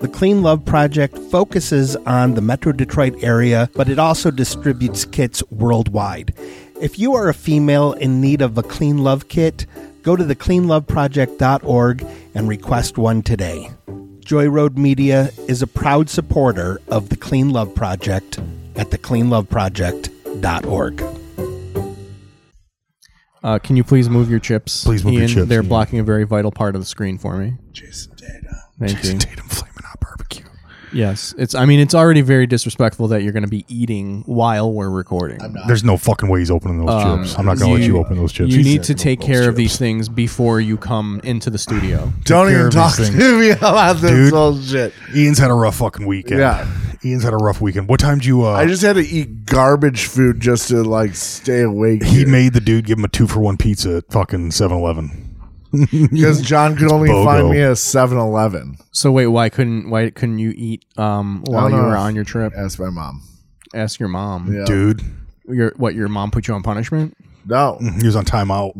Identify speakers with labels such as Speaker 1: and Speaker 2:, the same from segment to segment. Speaker 1: The Clean Love Project focuses on the Metro Detroit area, but it also distributes kits worldwide. If you are a female in need of a Clean Love kit, go to thecleanloveproject.org and request one today. Joy Road Media is a proud supporter of the Clean Love Project at thecleanloveproject.org.
Speaker 2: Uh, can you please move your chips?
Speaker 3: Please move your
Speaker 2: Ian?
Speaker 3: chips,
Speaker 2: They're
Speaker 3: Ian.
Speaker 2: blocking a very vital part of the screen for me.
Speaker 3: Jason Tatum.
Speaker 2: Thank
Speaker 3: Jason
Speaker 2: you.
Speaker 3: Tatum flaming hot barbecue.
Speaker 2: Yes, it's. I mean, it's already very disrespectful that you're going to be eating while we're recording.
Speaker 3: There's no fucking way he's opening those
Speaker 2: Um,
Speaker 3: chips. I'm not gonna let you
Speaker 2: you-
Speaker 3: open those chips.
Speaker 2: You
Speaker 3: He's-
Speaker 2: need to take care of these things before you come into the studio.
Speaker 4: Don't
Speaker 3: care
Speaker 4: even
Speaker 3: of these
Speaker 4: talk
Speaker 3: things.
Speaker 4: to me about this
Speaker 3: Dude.
Speaker 4: whole shit.
Speaker 3: Ian's had a rough fucking weekend.
Speaker 4: Yeah.
Speaker 3: Ian's had a rough weekend. What time did you? Uh,
Speaker 4: I just had to eat garbage food just to like stay awake.
Speaker 3: he made the dude give him a two for one pizza at fucking 7-Eleven.
Speaker 4: because John could only
Speaker 3: Bogo.
Speaker 4: find me a 7-Eleven.
Speaker 2: So wait, why couldn't why couldn't you eat um, while
Speaker 4: don't
Speaker 2: you
Speaker 4: know.
Speaker 2: were on your trip?
Speaker 4: Ask my mom.
Speaker 2: Ask your mom.
Speaker 4: Yeah.
Speaker 3: Dude,
Speaker 2: Your what? Your mom put you on punishment?
Speaker 4: No,
Speaker 3: he was on timeout.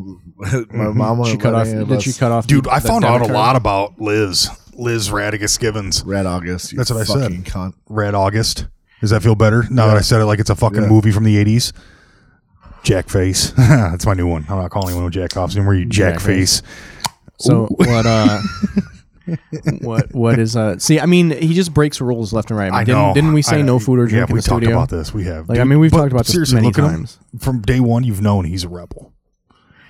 Speaker 4: my mom.
Speaker 2: She
Speaker 4: wouldn't
Speaker 2: cut
Speaker 4: let
Speaker 2: off.
Speaker 4: any of
Speaker 2: Did she
Speaker 4: us-
Speaker 2: cut off?
Speaker 3: Dude,
Speaker 2: the-
Speaker 3: I
Speaker 2: the
Speaker 3: found out a
Speaker 2: debit
Speaker 3: lot
Speaker 2: card?
Speaker 3: about Liz. Liz Radigus Givens.
Speaker 4: Red August. You
Speaker 3: That's what I said.
Speaker 4: fucking Cunt.
Speaker 3: Red August. Does that feel better now that I said it like it's a fucking
Speaker 4: Yeah.
Speaker 3: movie from the 80s? Jackface. That's my new one. I'm not calling anyone Jackoffs anymore. You Jackface.
Speaker 2: Jackface. So what? Uh, what? What is? Uh, see, I mean, he just breaks rules left and right.
Speaker 3: I
Speaker 2: didn't,
Speaker 3: know.
Speaker 2: Didn't we say
Speaker 3: I-
Speaker 2: no food or drink
Speaker 3: Yeah,
Speaker 2: in
Speaker 3: we
Speaker 2: the
Speaker 3: talked
Speaker 2: studio?
Speaker 3: about this. We have.
Speaker 2: Like, I mean, we've
Speaker 3: but
Speaker 2: talked about this
Speaker 3: seriously,
Speaker 2: many
Speaker 3: look at him.
Speaker 2: times.
Speaker 3: From day one, you've known he's a rebel.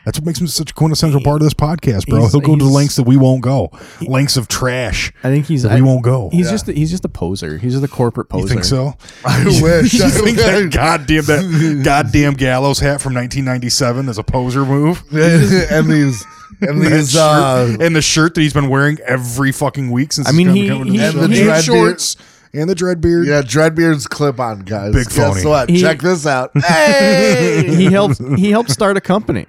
Speaker 3: That's what makes him such a quintessential part of this podcast, bro.
Speaker 2: he's-
Speaker 3: He'll go to the
Speaker 2: he's-
Speaker 3: lengths that we won't go, lengths of trash.
Speaker 2: I think he's.
Speaker 3: that
Speaker 2: I-
Speaker 3: we won't go.
Speaker 2: He's just. He's just a poser. He's just a corporate poser.
Speaker 3: You think so?
Speaker 4: I wish.
Speaker 3: you
Speaker 4: I
Speaker 3: think that
Speaker 4: wish.
Speaker 3: goddamn that goddamn gallows hat from 1997 is a poser move?
Speaker 4: and these and
Speaker 3: That
Speaker 4: these
Speaker 3: shirt-
Speaker 4: uh,
Speaker 3: and the shirt that he's been wearing every fucking week since.
Speaker 2: I
Speaker 3: he's
Speaker 2: mean,
Speaker 3: gotten
Speaker 2: he-
Speaker 3: coming
Speaker 2: he-
Speaker 3: to the show.
Speaker 4: And the
Speaker 3: and
Speaker 4: dread
Speaker 3: shorts and the dread beard.
Speaker 4: yeah Dreadbeard's clip on guys.
Speaker 3: Big phony.
Speaker 4: Guess what?
Speaker 2: He-
Speaker 4: Check this out. Hey,
Speaker 2: He helped. He helped start a company.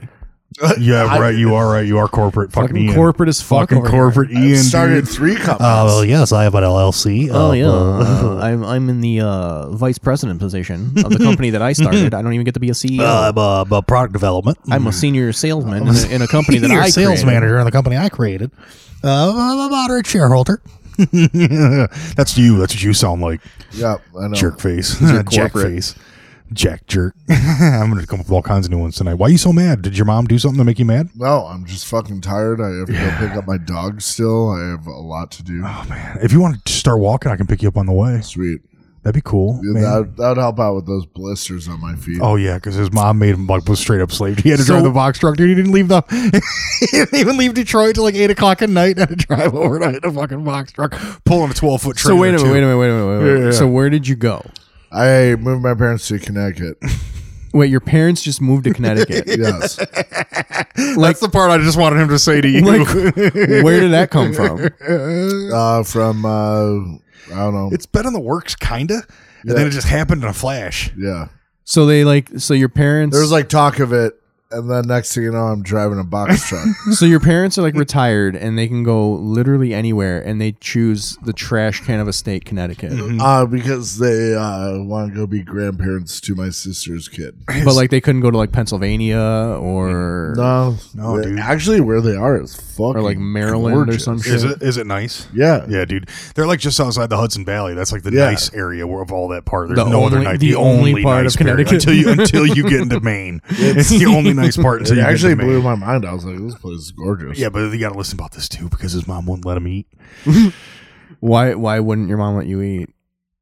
Speaker 3: Yeah, right. You are right. You are corporate. Fucking,
Speaker 2: Fucking
Speaker 3: Ian.
Speaker 2: corporate as fuck.
Speaker 3: Fucking
Speaker 2: over
Speaker 3: corporate.
Speaker 4: I
Speaker 3: Ian
Speaker 4: started
Speaker 3: dude.
Speaker 4: three companies.
Speaker 3: yes, I have an LLC.
Speaker 2: Oh yeah, uh, I'm I'm in the uh, vice president position of the company that I started. I don't even get to be a CEO.
Speaker 3: a, product development.
Speaker 2: I'm a senior salesman in a, in a company that I created.
Speaker 3: in the company I created. Uh, I'm a moderate shareholder. That's you. That's what you sound like.
Speaker 4: Yep, I know.
Speaker 3: jerk face, jack
Speaker 2: corporate.
Speaker 3: face, jack jerk. I'm gonna come up with all kinds of new ones tonight. Why are you so mad? Did your mom do something to make you mad?
Speaker 4: No, I'm just fucking tired. I have to go pick up my dog still. I have a lot to do.
Speaker 3: If you want to start walking, I can pick you up on the way.
Speaker 4: Sweet.
Speaker 3: That'd be cool.
Speaker 4: Yeah,
Speaker 3: man.
Speaker 4: That that would help out with those blisters on my feet.
Speaker 3: Oh yeah, because his mom made him like was straight up slave. He had to
Speaker 2: So-
Speaker 3: drive the box truck, dude. He didn't leave the he didn't even leave Detroit till like eight o'clock at night. Had to drive overnight in a fucking box truck, pulling a twelve foot
Speaker 2: So
Speaker 3: trailer.
Speaker 2: wait a minute,
Speaker 3: too.
Speaker 2: wait a minute, wait a minute. Wait a minute.
Speaker 3: Yeah, yeah.
Speaker 2: So where did you go?
Speaker 4: I moved my parents to Connecticut.
Speaker 2: Wait, your parents just moved to Connecticut.
Speaker 4: Yes,
Speaker 3: That's the part I just wanted him to say to you.
Speaker 2: like, where did that come from?
Speaker 4: uh, from uh, I don't know.
Speaker 3: it's been in the works, kinda, and then it just happened in a flash.
Speaker 4: yeah,
Speaker 2: So they like, so your parents,
Speaker 4: there was like talk of it, and then next thing you know, I'm driving a box truck.
Speaker 2: so your parents are like retired and they can go literally anywhere, and they choose the trash can of a state, Connecticut.
Speaker 4: uh, because they uh, want to go be grandparents to my sister's kid.
Speaker 2: But like, they couldn't go to like Pennsylvania or
Speaker 4: Mm-hmm. No,
Speaker 3: No,
Speaker 4: they-
Speaker 3: dude.
Speaker 4: Actually, where they are is fucking
Speaker 2: or like Maryland or
Speaker 4: gorgeous.
Speaker 2: some shit.
Speaker 3: Is it is it nice?
Speaker 4: Yeah,
Speaker 3: Yeah, dude. They're like just outside the Hudson Valley. That's like the
Speaker 4: Yeah.
Speaker 3: nice area where, of all that part. There's
Speaker 2: The
Speaker 3: no other
Speaker 2: only-
Speaker 3: nice.
Speaker 2: the only part of
Speaker 3: area
Speaker 2: Connecticut.
Speaker 3: until you until you get into Maine. it's the only nice part until
Speaker 4: It
Speaker 3: you
Speaker 4: actually
Speaker 3: get into
Speaker 4: blew
Speaker 3: Maine.
Speaker 4: my mind. I was like, this place is gorgeous.
Speaker 3: Yeah, but you got to listen about this too because his mom wouldn't let him eat.
Speaker 2: Why? Why wouldn't your mom let you eat?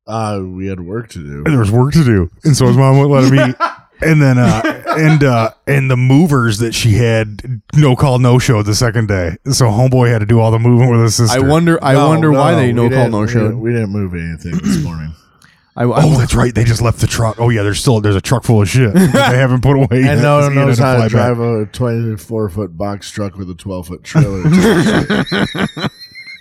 Speaker 4: Uh, we had work to do.
Speaker 3: And there was work to do, and so his mom wouldn't let him eat. And then uh and uh and the movers that she had no call no show the second day. So homeboy had to do all the moving with his sister.
Speaker 2: I wonder. I
Speaker 4: No,
Speaker 2: wonder why
Speaker 4: no,
Speaker 2: they
Speaker 4: we
Speaker 2: no call
Speaker 4: didn't-
Speaker 2: no
Speaker 4: we didn't-
Speaker 2: show.
Speaker 4: We didn't move anything this morning.
Speaker 2: I, I,
Speaker 3: Oh, that's right. They just left the truck. Oh yeah, there's still there's a truck full of shit that they haven't put away. yet
Speaker 4: And no
Speaker 3: 'cause
Speaker 4: one
Speaker 3: he had
Speaker 4: knows how
Speaker 3: fly
Speaker 4: to
Speaker 3: back.
Speaker 4: drive a 24 foot box truck with a 12 foot trailer.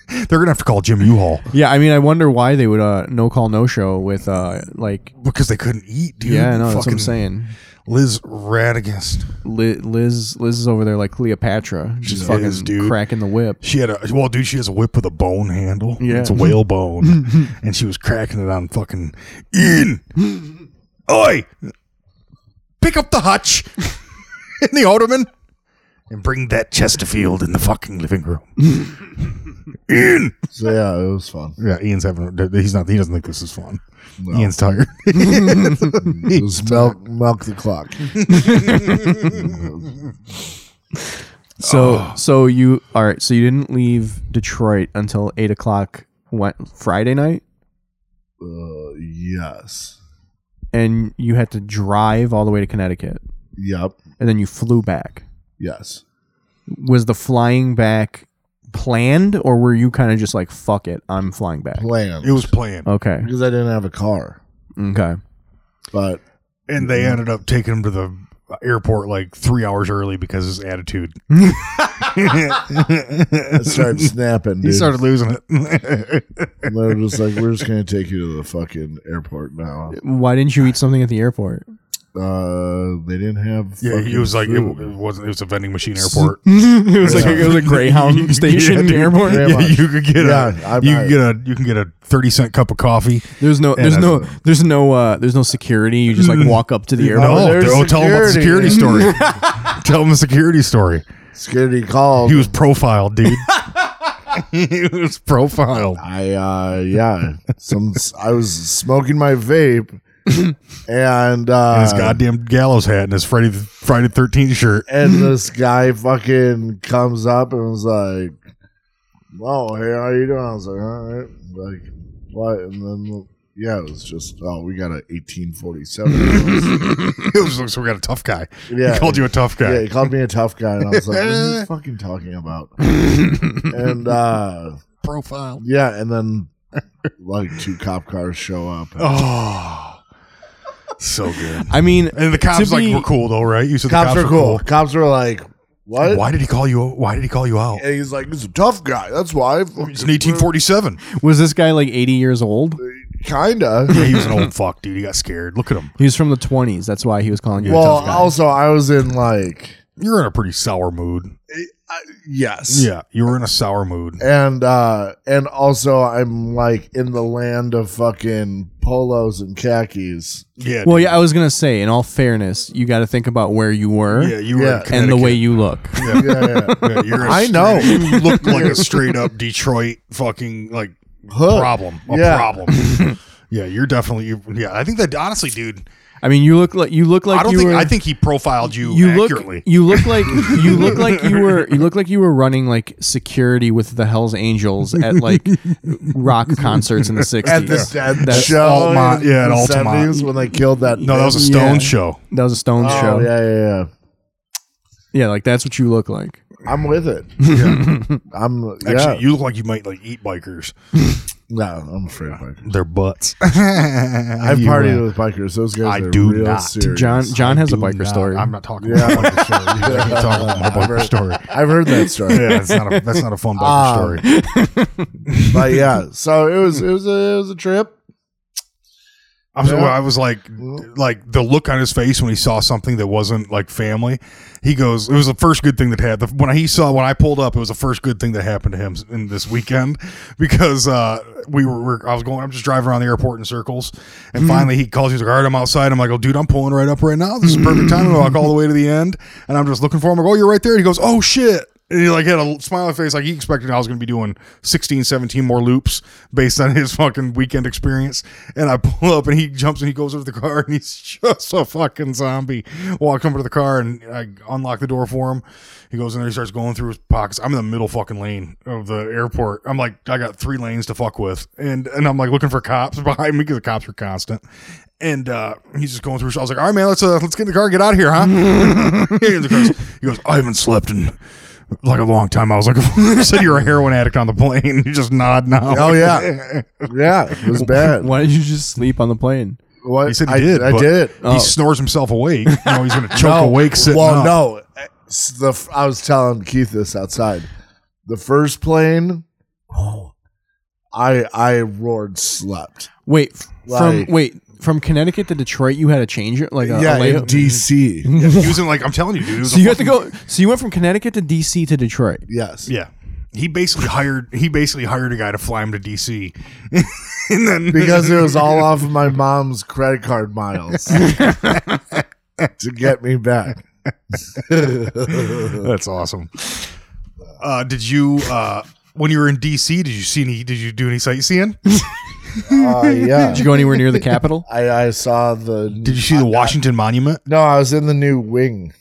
Speaker 3: They're gonna have to call Jim U-Haul
Speaker 2: Yeah, I mean, I wonder why they would uh, no call no show with uh, like
Speaker 3: because they couldn't eat, dude.
Speaker 2: yeah, no, that's what I'm
Speaker 3: Fucking
Speaker 2: saying.
Speaker 3: Liz Radagast.
Speaker 2: Li- Liz, Liz is over there like Cleopatra, just
Speaker 3: She
Speaker 2: fucking
Speaker 3: is, dude.
Speaker 2: cracking the whip.
Speaker 3: She had a well, dude. She has a whip with a bone handle.
Speaker 2: Yeah.
Speaker 3: it's a whale bone, and she was cracking it on fucking in. Oi, pick up the hutch in the ottoman and bring that Chesterfield in the fucking living room. Ian,
Speaker 4: So yeah, it was fun.
Speaker 3: yeah, Ian's having. He's not. He doesn't think this is fun. Ian's tired.
Speaker 4: It was milk, milk the clock.
Speaker 2: So, so you all right? So you didn't leave Detroit until eight o'clock went Friday night,
Speaker 4: Uh, yes.
Speaker 2: and you had to drive all the way to Connecticut,
Speaker 4: Yep.
Speaker 2: and then you flew back.
Speaker 4: Yes.
Speaker 2: Was the flying back planned, or were you kind of just like, "Fuck it, I'm flying back"?
Speaker 4: Planned.
Speaker 3: It was planned,
Speaker 2: Okay,
Speaker 4: because I didn't have a car,
Speaker 2: okay,
Speaker 4: but
Speaker 3: and they ended up taking him to the airport like three hours early because his attitude.
Speaker 4: I started snapping. Dude.
Speaker 3: He started losing it.
Speaker 4: And they were just like, "We're just gonna take you to the fucking airport now."
Speaker 2: why didn't you eat something at the airport?
Speaker 4: Uh, they didn't have.
Speaker 3: Yeah, he
Speaker 4: fucking
Speaker 3: was like, it,
Speaker 4: food.
Speaker 3: it wasn't. It was a vending machine airport.
Speaker 2: it was like it was a
Speaker 3: Yeah,
Speaker 2: Greyhound station
Speaker 3: dude.
Speaker 2: airport.
Speaker 4: Yeah.
Speaker 3: yeah, you could get
Speaker 4: Yeah,
Speaker 3: a
Speaker 4: I'm
Speaker 3: you
Speaker 4: not-
Speaker 3: could get a you can get a thirty cent cup of coffee.
Speaker 2: There's no, there's no, there's no, uh, there's no security. You just like walk up to the airport.
Speaker 3: no,
Speaker 4: there's
Speaker 3: don't Oh, tell him about the security
Speaker 4: security.
Speaker 3: story. tell him the security story.
Speaker 4: security called.
Speaker 3: He was profiled, dude. he was profiled.
Speaker 4: I uh yeah, some I was smoking my vape and uh
Speaker 3: In his goddamn gallows hat and his Friday the, Friday Thirteenth shirt.
Speaker 4: and this guy fucking comes up and was like, "Oh, hey, how you doing?" I was like, "All right, like what?" And then yeah, it was just, "Oh, we got a 1847."
Speaker 3: it was like, so we got a tough guy.
Speaker 4: Yeah.
Speaker 3: he called you a tough guy.
Speaker 4: Yeah, he called me a tough guy, and I was like, "What are you fucking talking about?" and uh
Speaker 3: Profiled.
Speaker 4: yeah, and then like two cop cars show up. And
Speaker 3: Oh, so good.
Speaker 2: I mean,
Speaker 3: And the cops
Speaker 2: To
Speaker 3: like
Speaker 2: be-
Speaker 3: were cool though, right? You said
Speaker 4: cops,
Speaker 3: the
Speaker 4: were cool. Cops were like, "What?"
Speaker 3: Why did he call you? Why did he call you out?
Speaker 4: And he's like, he's a tough guy. That's why.
Speaker 3: It's an 1847.
Speaker 2: was this guy like 80 years old?
Speaker 4: Kinda.
Speaker 3: Yeah, he was an old fuck, dude. He got scared. Look at him.
Speaker 2: He was from the 20s. That's why he was calling you. a
Speaker 4: well,
Speaker 2: tough guy.
Speaker 4: also, I was in like,
Speaker 3: You're in a pretty sour mood.
Speaker 4: yes.
Speaker 3: Yeah, you were in a sour mood.
Speaker 4: And uh and also I'm like in the land of fucking polos and khakis.
Speaker 3: Yeah.
Speaker 2: well,
Speaker 3: dude.
Speaker 2: yeah, I was gonna say. In all fairness, you got to think about where you were
Speaker 3: Yeah, you were
Speaker 4: Yeah.
Speaker 3: in
Speaker 2: and the way
Speaker 3: Connecticut.
Speaker 2: you look.
Speaker 4: Yeah, yeah.
Speaker 3: Yeah, you're a
Speaker 4: I know.
Speaker 3: straight- You look like a straight up Detroit fucking like
Speaker 4: Hood.
Speaker 3: problem. A
Speaker 4: Yeah.
Speaker 3: problem. yeah, you're definitely you yeah, I think that honestly, dude,
Speaker 2: I mean, you look like you look like
Speaker 3: I don't
Speaker 2: you
Speaker 3: think
Speaker 2: were.
Speaker 3: I think he profiled you,
Speaker 2: you look
Speaker 3: accurately.
Speaker 2: you look like you look like you were you look like you were running like security with the Hell's Angels at like rock concerts in the 60s.
Speaker 4: At this at
Speaker 2: That's-
Speaker 4: show,
Speaker 3: Altamont.
Speaker 4: in
Speaker 3: Yeah, at
Speaker 4: the
Speaker 3: Altamont.
Speaker 4: 70s when they killed that.
Speaker 3: no, that was a
Speaker 4: band.
Speaker 3: Stone
Speaker 2: Yeah.
Speaker 3: show.
Speaker 2: that was a Stones
Speaker 4: Oh,
Speaker 2: show.
Speaker 4: Yeah, yeah,
Speaker 2: yeah, like that's what you look like.
Speaker 4: yeah. I'm with it. I'm yeah.
Speaker 3: Actually, you look like you might like eat bikers.
Speaker 4: no, I'm afraid of bikers.
Speaker 3: Their butts. I've
Speaker 4: I've partied with bikers. Those guys
Speaker 3: I
Speaker 4: are
Speaker 3: do
Speaker 4: real
Speaker 3: not.
Speaker 4: serious.
Speaker 2: John John has a
Speaker 3: Do
Speaker 2: biker
Speaker 3: not-
Speaker 2: story.
Speaker 3: I'm not talking
Speaker 4: Yeah.
Speaker 3: about my biker story. You can talk about my biker story. Um,
Speaker 4: I've heard that story.
Speaker 3: Yeah, that's not a that's not a fun biker
Speaker 4: Ah.
Speaker 3: story.
Speaker 4: but yeah, so it was it was a it was a trip.
Speaker 3: I was,
Speaker 4: Yeah.
Speaker 3: well, I was like, like the look on his face when he saw something that wasn't like family. He goes, "It was the first good thing that happened." When he saw when I pulled up, it was the first good thing that happened to him in this weekend because uh, we were, were- I was going. I'm just driving around the airport in circles,
Speaker 2: Mm-hmm.
Speaker 3: and finally he calls. He's like, "All right, I'm outside." I'm like, "Oh, dude, I'm pulling right up right now. This is perfect time." I walk all the way to the end, and I'm just looking for him. Like, "Oh, you're right there." He goes, "Oh shit." And he like had a smile on his face like he expected i was going to be doing 16 17 more loops based on his fucking weekend experience and i pull up and he jumps and he goes over to the car and he's just a fucking zombie walk over to the car and i unlock the door for him he goes in there he starts going through his pockets i'm in the middle fucking lane of the airport i'm like i got three lanes to fuck with and and i'm like looking for cops behind me because the cops are constant and uh, he's just going through. So I was like, "All right, man, let's uh, let's get in the car, and get out of here, huh?" he goes, he goes, "I haven't slept in like a long time. I was like, you said you're a heroin addict on the plane. You just nod now.
Speaker 4: Oh yeah, yeah, it was bad.
Speaker 2: Why did you just sleep on the plane?
Speaker 4: What
Speaker 3: He said he
Speaker 4: I
Speaker 3: did.
Speaker 4: I
Speaker 3: but
Speaker 4: did.
Speaker 3: He
Speaker 2: Oh.
Speaker 3: snores himself awake. You know, he's going to choke awake sitting
Speaker 4: well,
Speaker 3: up.
Speaker 4: no. It's the f- I was telling Keith this outside. The first plane Oh, I I roared slept.
Speaker 2: Wait, f-
Speaker 4: Like-
Speaker 2: from wait from Connecticut to Detroit, you had to change it like a,
Speaker 4: yeah,
Speaker 2: a
Speaker 4: in
Speaker 2: layout?
Speaker 4: DC.
Speaker 3: Yeah, he was in like I'm telling you, dude. it was
Speaker 2: So
Speaker 3: a
Speaker 2: you have to
Speaker 3: fucking-
Speaker 2: go. So you went from Connecticut to DC to Detroit.
Speaker 4: yes.
Speaker 3: Yeah, he basically hired he basically hired a guy to fly him to DC, and then
Speaker 4: Because it was all off of my mom's credit card miles to get me back. Uh,
Speaker 3: that's awesome. Uh, did you uh, when you were in DC? Did you see any? Did you do any sightseeing?
Speaker 4: Uh, yeah.
Speaker 2: Did you go anywhere near the capital?
Speaker 4: I, I saw the.
Speaker 3: Did you see the Washington Monument?
Speaker 4: No, I was in the new wing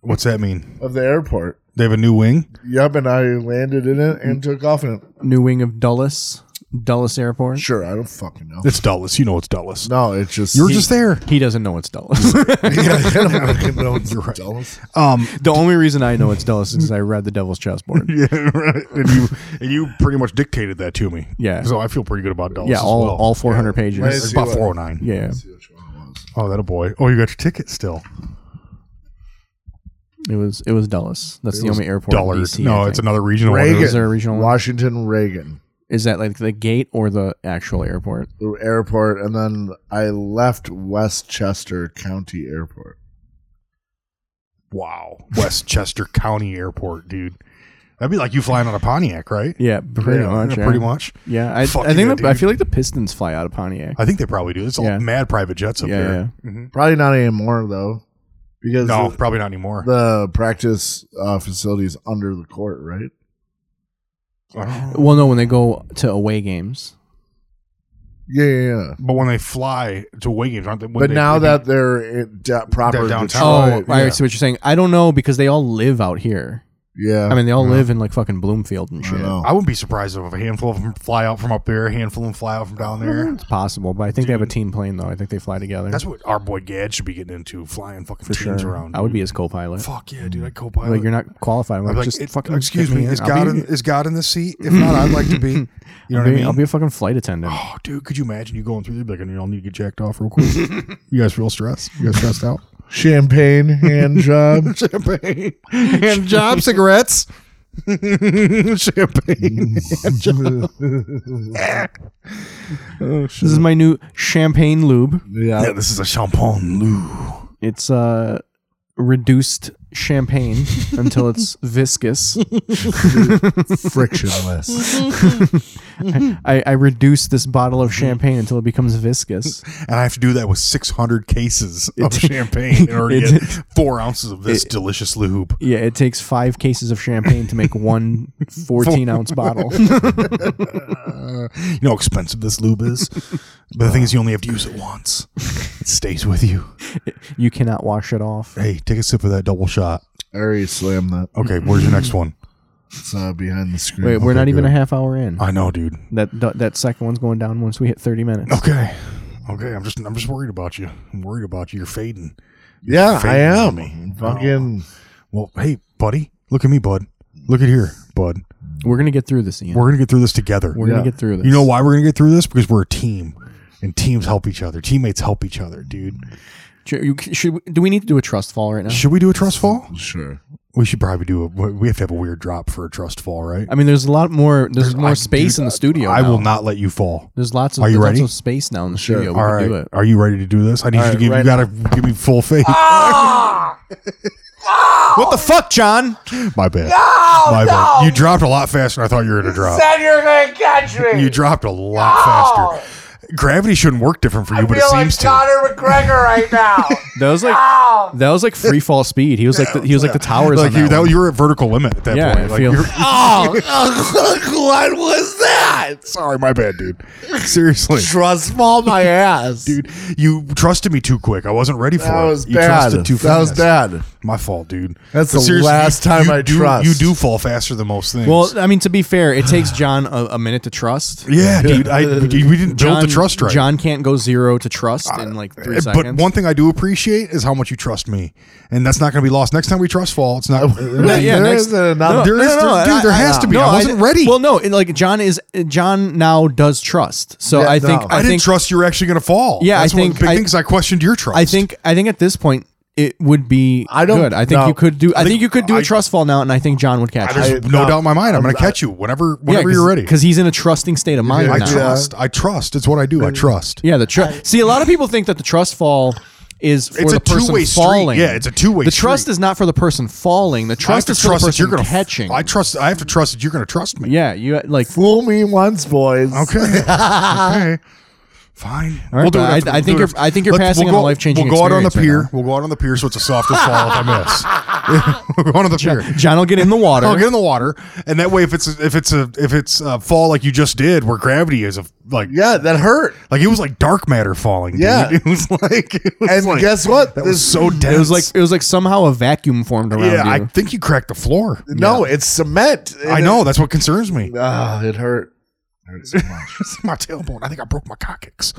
Speaker 3: What's that mean?
Speaker 4: of the airport.
Speaker 3: They have a new wing.
Speaker 4: Yep, and I landed in it
Speaker 3: Mm.
Speaker 4: and took off in it.
Speaker 2: New wing of Dulles, Dulles Airport.
Speaker 4: Sure, I don't fucking know.
Speaker 3: It's Dulles. You know it's Dulles.
Speaker 4: No, it just.
Speaker 3: you were just there.
Speaker 2: He doesn't know it's Dulles.
Speaker 4: Yeah, I don't fucking know. It's Dulles.
Speaker 3: Um,
Speaker 2: the only reason I know it's Dulles is 'cause I read the Devil's Chessboard.
Speaker 3: yeah, right. And you and you pretty much dictated that to me.
Speaker 2: Yeah.
Speaker 3: So I feel pretty good about Dulles.
Speaker 2: Yeah, all
Speaker 3: as well.
Speaker 2: all 400
Speaker 3: It's
Speaker 2: pages.
Speaker 3: about 409.
Speaker 2: Yeah,
Speaker 4: See which one it was.
Speaker 3: Oh, that a boy. Oh, you got your ticket still.
Speaker 2: it was it was Dulles. That's the only airport. in
Speaker 3: Dollar.
Speaker 2: DC, I
Speaker 3: no,
Speaker 2: think.
Speaker 3: it's another regional one.
Speaker 4: Reagan.
Speaker 2: Is there a regional one?
Speaker 4: Washington Reagan
Speaker 2: Is that like the gate or the actual airport?
Speaker 4: the airport, and then I left Westchester County Airport.
Speaker 3: Wow. Westchester County Airport, dude. That'd be like you flying on a Pontiac, right?
Speaker 2: Yeah, pretty
Speaker 4: Yeah,
Speaker 2: much. Yeah.
Speaker 3: Pretty much.
Speaker 2: Yeah, I, I
Speaker 3: Fuck
Speaker 2: think
Speaker 3: yeah,
Speaker 2: the, I
Speaker 3: dude.
Speaker 2: feel like the Pistons fly out of Pontiac.
Speaker 3: I think they probably do. It's all
Speaker 2: Yeah.
Speaker 3: mad private jets up
Speaker 2: Yeah,
Speaker 3: there. Mhm.
Speaker 4: Probably not anymore though, because
Speaker 3: No,
Speaker 4: the,
Speaker 3: probably not anymore.
Speaker 4: the practice uh, facility is under the court, right?
Speaker 3: I don't know.
Speaker 2: Well, no, when they go to away games,
Speaker 4: Yeah, yeah. yeah.
Speaker 3: But when they fly to away games, aren't they? wouldn't
Speaker 4: But
Speaker 3: they-
Speaker 4: now
Speaker 3: they'd be-
Speaker 4: that they're in da- proper
Speaker 3: They're downtown.
Speaker 2: Oh,
Speaker 4: Detroit,
Speaker 2: I see what you're saying. I don't know because they all live out here.
Speaker 4: yeah,
Speaker 2: I mean, they all live in like fucking Bloomfield and
Speaker 4: I
Speaker 2: shit.
Speaker 4: know.
Speaker 3: I wouldn't be surprised if a handful of them fly out from up there, a handful of them fly out from down there.
Speaker 2: It's possible, but I think they have a team plane though. I think they fly together.
Speaker 3: That's what our boy Gad should be getting into, flying fucking
Speaker 2: for
Speaker 3: teams
Speaker 2: sure.
Speaker 3: around.
Speaker 2: I would
Speaker 3: dude.
Speaker 2: be his co-pilot.
Speaker 3: Fuck yeah, dude! I co-pilot.
Speaker 2: Like you're not qualified. I'm
Speaker 3: I'd
Speaker 2: like,
Speaker 3: be like,
Speaker 2: just
Speaker 3: "It-
Speaker 2: fucking
Speaker 3: excuse
Speaker 2: get
Speaker 3: me, is
Speaker 2: I'll
Speaker 3: God
Speaker 2: be-
Speaker 3: in, is God in the seat? If not, I'd like to be. You know
Speaker 2: I'll
Speaker 3: what I
Speaker 2: be,
Speaker 3: mean?
Speaker 2: I'll be a fucking flight attendant.
Speaker 3: Oh, dude, could you imagine you going through there? Be like, I all need to get jacked off real quick. you guys real stressed? You guys stressed out?
Speaker 4: Champagne hand job.
Speaker 3: Champagne, hand job, cigarettes, champagne.
Speaker 2: This is my new champagne lube.
Speaker 4: yeah,
Speaker 3: this is a champagne lou.
Speaker 2: It's uh reduced champagne until it's viscous.
Speaker 4: frictionless.
Speaker 2: I, I reduce this bottle
Speaker 3: Mm.
Speaker 2: of champagne until it becomes viscous.
Speaker 3: And I have to do that with 600 cases of champagne in order to
Speaker 2: it-
Speaker 3: get four ounces of this delicious lube.
Speaker 2: Yeah, it takes five cases of champagne to make one 14 ounce bottle.
Speaker 3: You know how expensive this lube is? but the thing is, you only have to use it once, it stays with you.
Speaker 2: You cannot wash it off.
Speaker 3: Hey, take a sip of that double shot.
Speaker 4: I already slammed that.
Speaker 3: Okay, where's your next one?
Speaker 4: It's uh, behind the screen.
Speaker 2: Wait, we're not even
Speaker 3: good. Uh,
Speaker 2: a half hour in.
Speaker 3: I know, dude.
Speaker 2: That that that second one's going down once we hit 30 minutes.
Speaker 3: Okay. Okay, I'm just I'm just worried about you. I'm worried about you. You're fading.
Speaker 4: yeah, I
Speaker 3: Fading on
Speaker 4: am.
Speaker 3: me.
Speaker 4: Fucking.
Speaker 3: Well, hey, buddy, look at me, bud. Look at here, bud.
Speaker 2: We're going to get through this, Ian. We're,
Speaker 3: We're gonna get through this together.
Speaker 2: going
Speaker 4: yeah.
Speaker 2: to get through this.
Speaker 3: You know why we're gonna get through this? Because we're a team, and teams help each other. Teammates help each other, dude.
Speaker 2: Should, you, should, we- do we need to do a trust fall right now?
Speaker 3: Should we do a trust fall?
Speaker 4: Sure.
Speaker 3: We should probably do a. We have to have a weird drop for a trust fall, right?
Speaker 2: I mean, there's a lot more. There's, more
Speaker 3: I-
Speaker 2: space
Speaker 3: dude,
Speaker 2: in the studio.
Speaker 3: I
Speaker 2: now.
Speaker 3: will not let you fall.
Speaker 2: There's lots of,
Speaker 3: Are you
Speaker 2: there's
Speaker 3: ready?
Speaker 2: lots of space now in the
Speaker 4: Sure.
Speaker 2: studio. We
Speaker 3: All
Speaker 2: can
Speaker 3: right,
Speaker 2: do it.
Speaker 3: are you ready to do this? I need you to
Speaker 4: right,
Speaker 3: give.
Speaker 4: right
Speaker 3: you gotta give me full faith.
Speaker 2: What the fuck, John?
Speaker 3: My bad. My bad. You dropped a lot faster than I thought you were gonna drop.
Speaker 5: said you're gonna catch me.
Speaker 3: You dropped a lot faster. Gravity shouldn't work different for you, but it
Speaker 5: feel like
Speaker 3: seems to.
Speaker 5: Conor McGregor right now.
Speaker 2: That was like
Speaker 5: Ow!
Speaker 2: that was like free fall speed. He was like the, he was like the towers.
Speaker 3: Like
Speaker 2: on that
Speaker 3: you,
Speaker 2: one.
Speaker 3: that, you were at vertical limit at that
Speaker 2: Yeah, I
Speaker 3: point. Like
Speaker 2: feel-
Speaker 3: you're-
Speaker 4: oh, what was that?
Speaker 3: sorry, my bad, dude. Seriously,
Speaker 4: Trust fall my ass.
Speaker 3: dude, you trusted me too quick. I wasn't ready for
Speaker 4: that
Speaker 3: it.
Speaker 4: was
Speaker 3: you
Speaker 4: bad.
Speaker 3: trusted too
Speaker 4: That was
Speaker 3: fast.
Speaker 4: bad.
Speaker 3: My fault, dude.
Speaker 4: That's
Speaker 3: But
Speaker 4: the
Speaker 3: seriously,
Speaker 4: last time I
Speaker 3: do,
Speaker 4: trust.
Speaker 3: You do fall faster than most things. Eh,
Speaker 2: Well, I mean, to be fair, it takes John a, a minute to trust.
Speaker 3: yeah, dude. I we didn't
Speaker 2: John,
Speaker 3: build the trust right. Uh, eh,
Speaker 2: John can't go zero to trust in like three
Speaker 3: But
Speaker 2: seconds.
Speaker 3: one thing I do appreciate is how much you trust me, and that's not going to be lost. Next time we trust fall, it's not.
Speaker 2: yeah, yeah,
Speaker 4: There
Speaker 2: next-
Speaker 4: is another.
Speaker 3: there is- there- dude, there has to be. I wasn't ready.
Speaker 2: Well, no, it, like John is John now does trust. So
Speaker 4: Yeah,
Speaker 2: I think
Speaker 4: no.
Speaker 2: I,
Speaker 3: I, didn't
Speaker 2: think
Speaker 3: trust you were actually going to fall.
Speaker 2: Yeah, I
Speaker 3: that's one of
Speaker 2: think-
Speaker 3: the big
Speaker 2: I-
Speaker 3: things I questioned your trust.
Speaker 2: I think I think at this point it would be
Speaker 4: I don't-
Speaker 2: good. I think
Speaker 4: no.
Speaker 2: you could do. I, think, you could do a
Speaker 3: I-
Speaker 2: trust fall now, and I think John would catch. it.
Speaker 3: There's
Speaker 4: I-
Speaker 3: no
Speaker 4: no,
Speaker 3: doubt in my mind. I'm,
Speaker 4: I'm
Speaker 3: going to
Speaker 4: not-
Speaker 3: catch you whenever whenever
Speaker 2: yeah,
Speaker 3: you're ready.
Speaker 2: because he's in a trusting state of mind.
Speaker 3: I
Speaker 2: now.
Speaker 4: Yeah.
Speaker 3: trust. I trust. It's what I do. I trust.
Speaker 2: Yeah, the trust. See, a lot of people think that the trust fall is for
Speaker 3: It's
Speaker 2: the
Speaker 3: a
Speaker 2: person
Speaker 3: two-way street.
Speaker 2: falling.
Speaker 3: Yeah, it's a two-way
Speaker 2: The trust
Speaker 3: street.
Speaker 2: is not for the person falling. The
Speaker 3: I have
Speaker 2: trust
Speaker 3: to
Speaker 2: is for the
Speaker 3: trust that
Speaker 2: person
Speaker 3: you're going to
Speaker 2: catching.
Speaker 3: I trust. I have to trust that you're going to trust me.
Speaker 2: yeah, you like.
Speaker 4: Fool me once, boys.
Speaker 3: Okay. okay. Fine.
Speaker 2: right,
Speaker 3: we'll do it.
Speaker 2: but I-
Speaker 3: after-
Speaker 2: I
Speaker 3: we'll
Speaker 2: think
Speaker 3: do it
Speaker 2: you're-
Speaker 3: after-
Speaker 2: I think you're
Speaker 3: Let's-
Speaker 2: passing
Speaker 3: we'll
Speaker 2: on a
Speaker 3: go-
Speaker 2: life-changing
Speaker 3: We'll go out on the
Speaker 2: experience
Speaker 3: pier.
Speaker 2: right
Speaker 3: we'll go out on the pier, so it's a softer fall if I miss. we'll go out on the pier.
Speaker 2: John will get in the water.
Speaker 3: I'll get in the water, and that way, if it's if it's a if it's a fall like you just did, where gravity is a like
Speaker 4: Yeah, that hurt.
Speaker 3: like it was like dark matter falling. dude.
Speaker 4: Yeah.
Speaker 3: it was like it was
Speaker 4: And
Speaker 3: like-
Speaker 4: guess what?
Speaker 3: that
Speaker 4: This-
Speaker 3: was so dense.
Speaker 2: It was like it was like somehow a vacuum formed around
Speaker 3: yeah, I
Speaker 2: you.
Speaker 3: think you cracked the floor.
Speaker 4: no, it's cement.
Speaker 3: I know that's what concerns me.
Speaker 4: Ah, it hurt. It hurt so much.
Speaker 3: my tailbone. I think I broke my coccyx.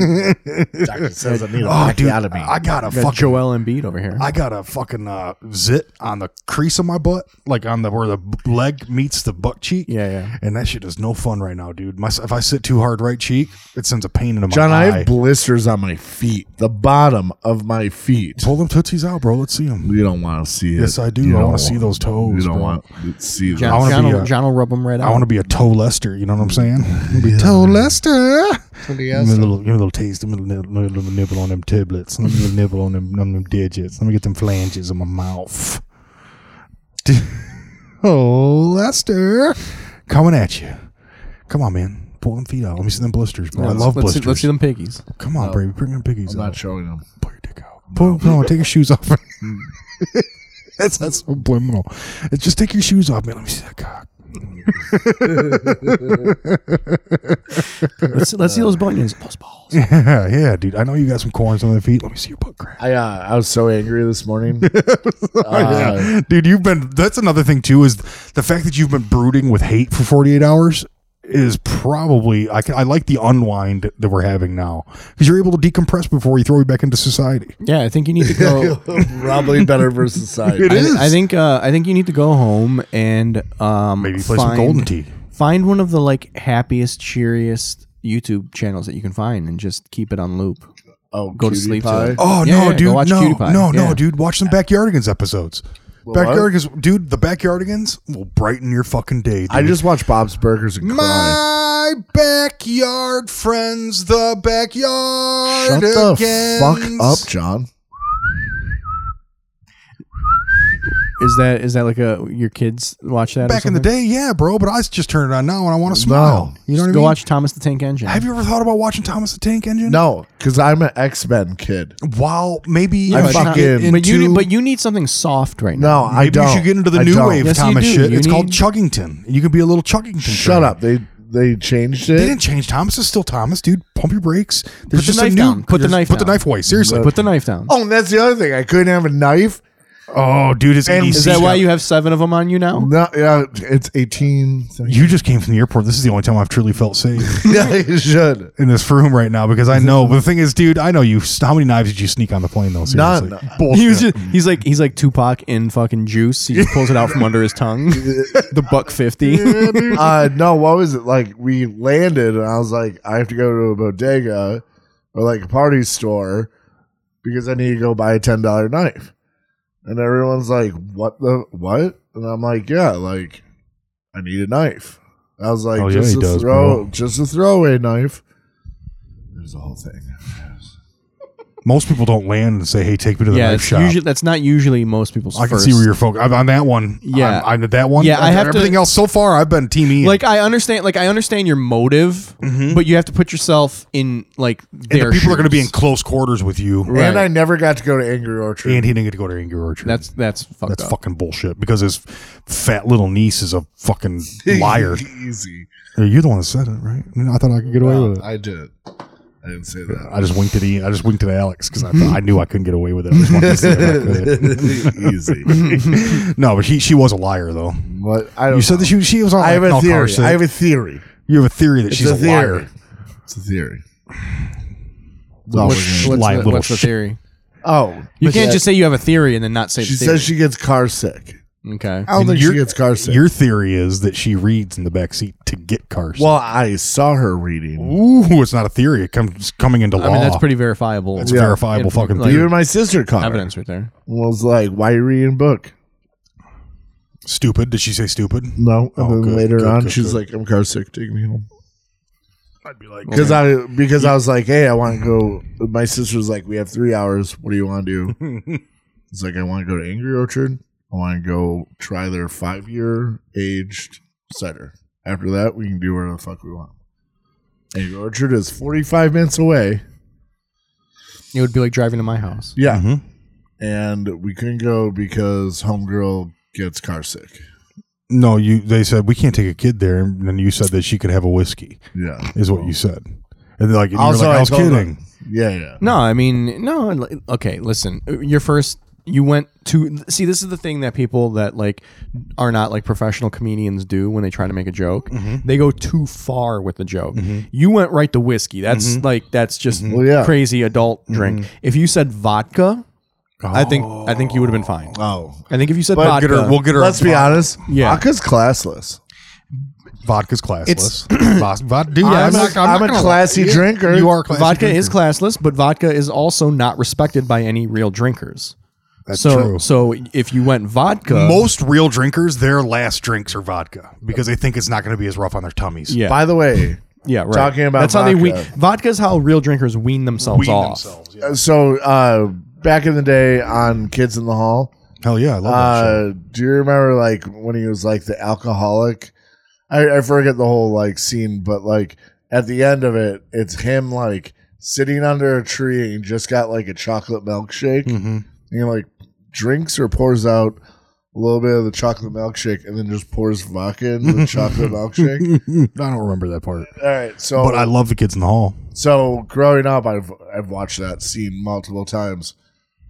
Speaker 4: Doctor says I need a
Speaker 3: Oh, dude,
Speaker 4: vacuotomy.
Speaker 3: I got a
Speaker 2: Got
Speaker 3: fucking
Speaker 2: Joel Embiid over here.
Speaker 3: I got a fucking uh, zit on the crease of my butt, like on the where the b- leg meets the butt cheek.
Speaker 2: Yeah, yeah.
Speaker 3: And that shit is no fun right now, dude. My, if I sit too hard right cheek, it sends a pain into my
Speaker 4: John, I
Speaker 3: eye.
Speaker 4: have blisters on my feet, the bottom of my feet.
Speaker 3: Pull them tootsies out, bro. Let's see them.
Speaker 4: You don't want to see it.
Speaker 3: Yes, I do.
Speaker 4: You
Speaker 3: I
Speaker 4: don't
Speaker 3: wanna see those toes,
Speaker 4: You don't
Speaker 3: bro.
Speaker 4: want to see
Speaker 2: John,
Speaker 3: I
Speaker 4: those.
Speaker 3: wanna
Speaker 2: John
Speaker 3: be
Speaker 2: will,
Speaker 3: a-
Speaker 2: John will rub them right out.
Speaker 3: I want to be a toe Lester. You know what I'm saying? Be toe Lester. Give me, a little, give me a little taste. Give me a little, little- little nibble on them tablets. Let me get a nibble on them, on them digits. Let me get them flanges in my mouth. oh, Lester. Coming at you. Come on, man. Pull them feet out. Let me see them blisters, bro. I
Speaker 2: let's
Speaker 3: love blisters.
Speaker 2: See, let's see them piggies.
Speaker 3: Come on, baby. Bring them piggies
Speaker 4: I'm
Speaker 3: out.
Speaker 4: not showing them.
Speaker 3: Pull your dick out. Pull, no, take your shoes off.
Speaker 2: Mm.
Speaker 3: that's, that's subliminal. It's just take your shoes off, man. Let me see that cock.
Speaker 2: Let's let's see those bunions. Those balls.
Speaker 3: Yeah, yeah, dude. I know you got some corns on their feet. Let me see your butt crack.
Speaker 4: I uh, I was so angry this morning. Uh,
Speaker 3: yeah. Dude, you've been that's another thing too, is the fact that you've been brooding with hate for forty eight hours is probably I can I like the unwind that we're having now. Because you're able to decompress before you throw you back into society.
Speaker 2: Yeah, I think you need to go.
Speaker 4: Probably better for society.
Speaker 3: It
Speaker 2: I,
Speaker 3: is.
Speaker 2: I think uh, I think you need to go home and um,
Speaker 3: Maybe play some golden tea.
Speaker 2: Find one of the like happiest, cheeriest YouTube channels that you can find, and just keep it on loop.
Speaker 4: Oh,
Speaker 2: Go to
Speaker 4: cutie
Speaker 2: sleep to
Speaker 4: pie.
Speaker 2: it.
Speaker 3: Oh
Speaker 2: Yeah, yeah,
Speaker 3: no,
Speaker 2: go
Speaker 3: dude!
Speaker 2: watch
Speaker 3: no,
Speaker 2: Cutie Pie.
Speaker 3: no, no,
Speaker 2: Yeah.
Speaker 3: dude! Watch some Backyardigans episodes. Backyardigans, dude. The Backyardigans will brighten your fucking day. Dude.
Speaker 4: I just watched Bob's Burgers and cry.
Speaker 3: my backyard friends, the backyard.
Speaker 4: Shut the fuck up, John.
Speaker 2: Is that is that like a your kids watch that? or
Speaker 3: Back in the
Speaker 2: something?
Speaker 3: day, yeah, bro. But I just turn it on now, and I want to smile. You know
Speaker 2: Just
Speaker 3: what I
Speaker 2: go
Speaker 3: mean?
Speaker 2: watch Thomas the Tank Engine.
Speaker 3: Have you ever thought about watching Thomas the Tank Engine?
Speaker 4: No, because I'm an X Men kid.
Speaker 3: While maybe
Speaker 2: Yeah,
Speaker 3: you
Speaker 2: but
Speaker 3: should
Speaker 2: it's not-
Speaker 3: get
Speaker 4: fucking-
Speaker 3: into,
Speaker 2: but you need, but you need something soft right now.
Speaker 4: No, I
Speaker 3: maybe
Speaker 4: don't.
Speaker 3: you should get into the
Speaker 4: I
Speaker 3: new
Speaker 4: don't.
Speaker 3: wave
Speaker 2: Yes, you
Speaker 3: Thomas
Speaker 2: do.
Speaker 3: shit.
Speaker 2: You
Speaker 3: it's called
Speaker 2: need-
Speaker 3: Chuggington. You can be a little Chuggington.
Speaker 4: Shut
Speaker 3: fan.
Speaker 4: up. They they changed
Speaker 3: They
Speaker 4: it.
Speaker 3: didn't change. Thomas is still Thomas, dude. Pump your brakes. There's
Speaker 2: the
Speaker 3: just a
Speaker 2: knife
Speaker 3: new-
Speaker 2: down. Put the
Speaker 3: there's-
Speaker 2: knife
Speaker 3: Put the
Speaker 2: down.
Speaker 3: knife away. Seriously.
Speaker 2: Put the knife down.
Speaker 4: Oh, and that's the other thing. I couldn't have a knife.
Speaker 3: Oh, dude, it's EDC.
Speaker 2: is that why you have seven of them on you now?
Speaker 4: No, yeah, it's eighteen.
Speaker 3: You just came from the airport. This is the only time I've truly felt safe
Speaker 4: yeah, you should.
Speaker 3: in this room right now because I know. But the thing is, dude, I know you. How many knives did you sneak on the plane though? Seriously?
Speaker 4: None.
Speaker 3: Bullshit.
Speaker 2: He was just, he's like he's like Tupac in fucking juice. He just pulls it out from under his tongue. the buck fifty.
Speaker 4: uh, no, what was it like? We landed, and I was like, I have to go to a bodega or like a party store because I need to go buy a ten dollar knife. And everyone's like, "What the what?" And I'm like, "Yeah, like I need a knife." I was like,
Speaker 3: Oh, yeah,
Speaker 4: "Just
Speaker 3: he
Speaker 4: a
Speaker 3: does,
Speaker 4: throw,
Speaker 3: bro.
Speaker 4: just a throwaway knife." There's a whole thing.
Speaker 3: Most people don't land and say, "Hey, take me to the
Speaker 2: yeah,
Speaker 3: knife
Speaker 2: it's
Speaker 3: shop."
Speaker 2: usually that's not usually most people's.
Speaker 3: I can
Speaker 2: first.
Speaker 3: see where you're focused. I'm on that one.
Speaker 2: Yeah.
Speaker 3: I'm, I'm at that one.
Speaker 2: Yeah, I
Speaker 3: I'm-
Speaker 2: have to-
Speaker 3: everything else so far. I've been team E.
Speaker 2: like I understand like I understand your motive,
Speaker 4: Mm-hmm.
Speaker 2: but you have to put yourself in like
Speaker 3: Hmm? and
Speaker 2: their
Speaker 3: the people are going to be in
Speaker 2: shoes.
Speaker 3: close quarters with you,
Speaker 2: Right.
Speaker 4: And I never got to go to Angry Orchard.
Speaker 3: and he didn't get to go to Angry Orchard.
Speaker 2: That's that's fucked
Speaker 3: that's
Speaker 2: up.
Speaker 3: fucking bullshit because his fat little niece is a fucking liar.
Speaker 4: Easy.
Speaker 3: You're the one that said it, right? I thought I could get away with it.
Speaker 4: I did. I didn't say that.
Speaker 3: Uh. I just winked at E. I just winked at Alex because I, thought- I knew I couldn't get away with it. I just wanted to see if I
Speaker 4: Easy.
Speaker 3: could. no, but he, she was a liar though.
Speaker 4: What I don't
Speaker 3: You said
Speaker 4: know.
Speaker 3: that she, she was on.
Speaker 4: I have a
Speaker 3: like,
Speaker 4: theory.
Speaker 3: Carson.
Speaker 4: I have a theory.
Speaker 3: you have a theory that she's a,
Speaker 4: a theory.
Speaker 3: liar.
Speaker 4: It's a theory.
Speaker 3: Oh,
Speaker 2: What-
Speaker 3: sh-
Speaker 2: what's
Speaker 3: lying
Speaker 2: the,
Speaker 3: little
Speaker 2: what's the
Speaker 3: sh-
Speaker 2: theory?
Speaker 4: Oh,
Speaker 2: You
Speaker 4: but
Speaker 2: can't
Speaker 4: she-
Speaker 2: just say you have a theory and then not say
Speaker 4: She
Speaker 2: the theory.
Speaker 4: says she gets car sick.
Speaker 2: Okay.
Speaker 4: I don't think
Speaker 3: Your-
Speaker 4: she gets car sick.
Speaker 3: Your theory is that she reads in the back seat to get car sick.
Speaker 4: Well, I saw her reading.
Speaker 3: Ooh, it's not a theory. It comes coming into law.
Speaker 2: I mean, that's pretty verifiable.
Speaker 3: That's
Speaker 4: Yeah.
Speaker 3: verifiable
Speaker 2: It-
Speaker 3: fucking
Speaker 2: like-
Speaker 3: theory.
Speaker 4: Even my sister caught her.
Speaker 2: evidence right there.
Speaker 4: Was like, why you reading book?
Speaker 3: Stupid. Did she say stupid?
Speaker 4: No. And
Speaker 3: Oh,
Speaker 4: then
Speaker 3: good,
Speaker 4: later
Speaker 3: good,
Speaker 4: on,
Speaker 3: good,
Speaker 4: she's
Speaker 3: good.
Speaker 4: like, I'm car sick. Take me home.
Speaker 3: I'd be like,
Speaker 4: Because I because I was like, hey, I want to go. My sister's like, we have three hours. What do you want to do? It's like I want to go to Angry Orchard. I want to go try their five year aged cider. After that, we can do whatever the fuck we want. Angry Orchard is forty five minutes away.
Speaker 2: It would be like driving to my house.
Speaker 4: Yeah,
Speaker 3: Mhm.
Speaker 4: and we couldn't go because homegirl gets car sick.
Speaker 3: no, you. They said we can't take a kid there, and then you said that she could have a whiskey,
Speaker 4: Yeah.
Speaker 3: is what you said. And they're like, and
Speaker 4: Also,
Speaker 3: you're like, I,
Speaker 4: I
Speaker 3: was
Speaker 4: told
Speaker 3: kidding.
Speaker 4: Yeah, yeah.
Speaker 2: No, I mean, no. li- Okay, listen. uh, Your first, you went to see. This is the thing that people that like are not like professional comedians do when they try to make a joke.
Speaker 3: Mm-hmm.
Speaker 2: They go too far with the joke. You went right to whiskey. That's
Speaker 3: Mm-hmm.
Speaker 2: like that's just
Speaker 4: Well, yeah.
Speaker 2: crazy adult drink. If you said vodka, I think I think you would have been fine.
Speaker 4: Oh,
Speaker 2: I think if you said
Speaker 3: We'll
Speaker 2: vodka,
Speaker 3: get her. We'll get her.
Speaker 4: let's be honest.
Speaker 2: Yeah.
Speaker 4: vodka's classless.
Speaker 3: Vodka's classless.
Speaker 2: It's-
Speaker 3: Vod- vod- dude,
Speaker 4: I'm,
Speaker 3: not-
Speaker 4: a, I'm
Speaker 3: not
Speaker 4: a
Speaker 3: gonna-
Speaker 4: classy drinker.
Speaker 3: You are classy.
Speaker 2: vodka
Speaker 3: drinker.
Speaker 2: is classless, but vodka is also not respected by any real drinkers.
Speaker 3: That's
Speaker 2: so, uh,
Speaker 3: true.
Speaker 2: so if you went vodka,
Speaker 3: Most real drinkers, their last drinks are vodka because they think it's not going to be as rough on their tummies.
Speaker 2: yeah,
Speaker 4: By the way,
Speaker 2: Yeah, right.
Speaker 4: Talking about
Speaker 2: that's how they wean.
Speaker 4: vodka.
Speaker 2: Vodka's how real drinkers wean themselves
Speaker 3: Wean
Speaker 2: off.
Speaker 3: themselves. yeah.
Speaker 4: so uh, back in the day on Kids in the Hall,
Speaker 3: Hell yeah, I love that shit.
Speaker 4: uh, do you remember like when he was like the alcoholic? I, I forget the whole like scene, but like at the end of it, it's him like sitting under a tree and just got like a chocolate milkshake,
Speaker 3: Hmm. Mm-hmm.
Speaker 4: and he like drinks or pours out a little bit of the chocolate milkshake, and then just pours vodka into the chocolate milkshake.
Speaker 3: I don't remember that part,
Speaker 4: All right, so
Speaker 3: but I love the kids in the hall.
Speaker 4: So growing up, I've I've watched that scene multiple times.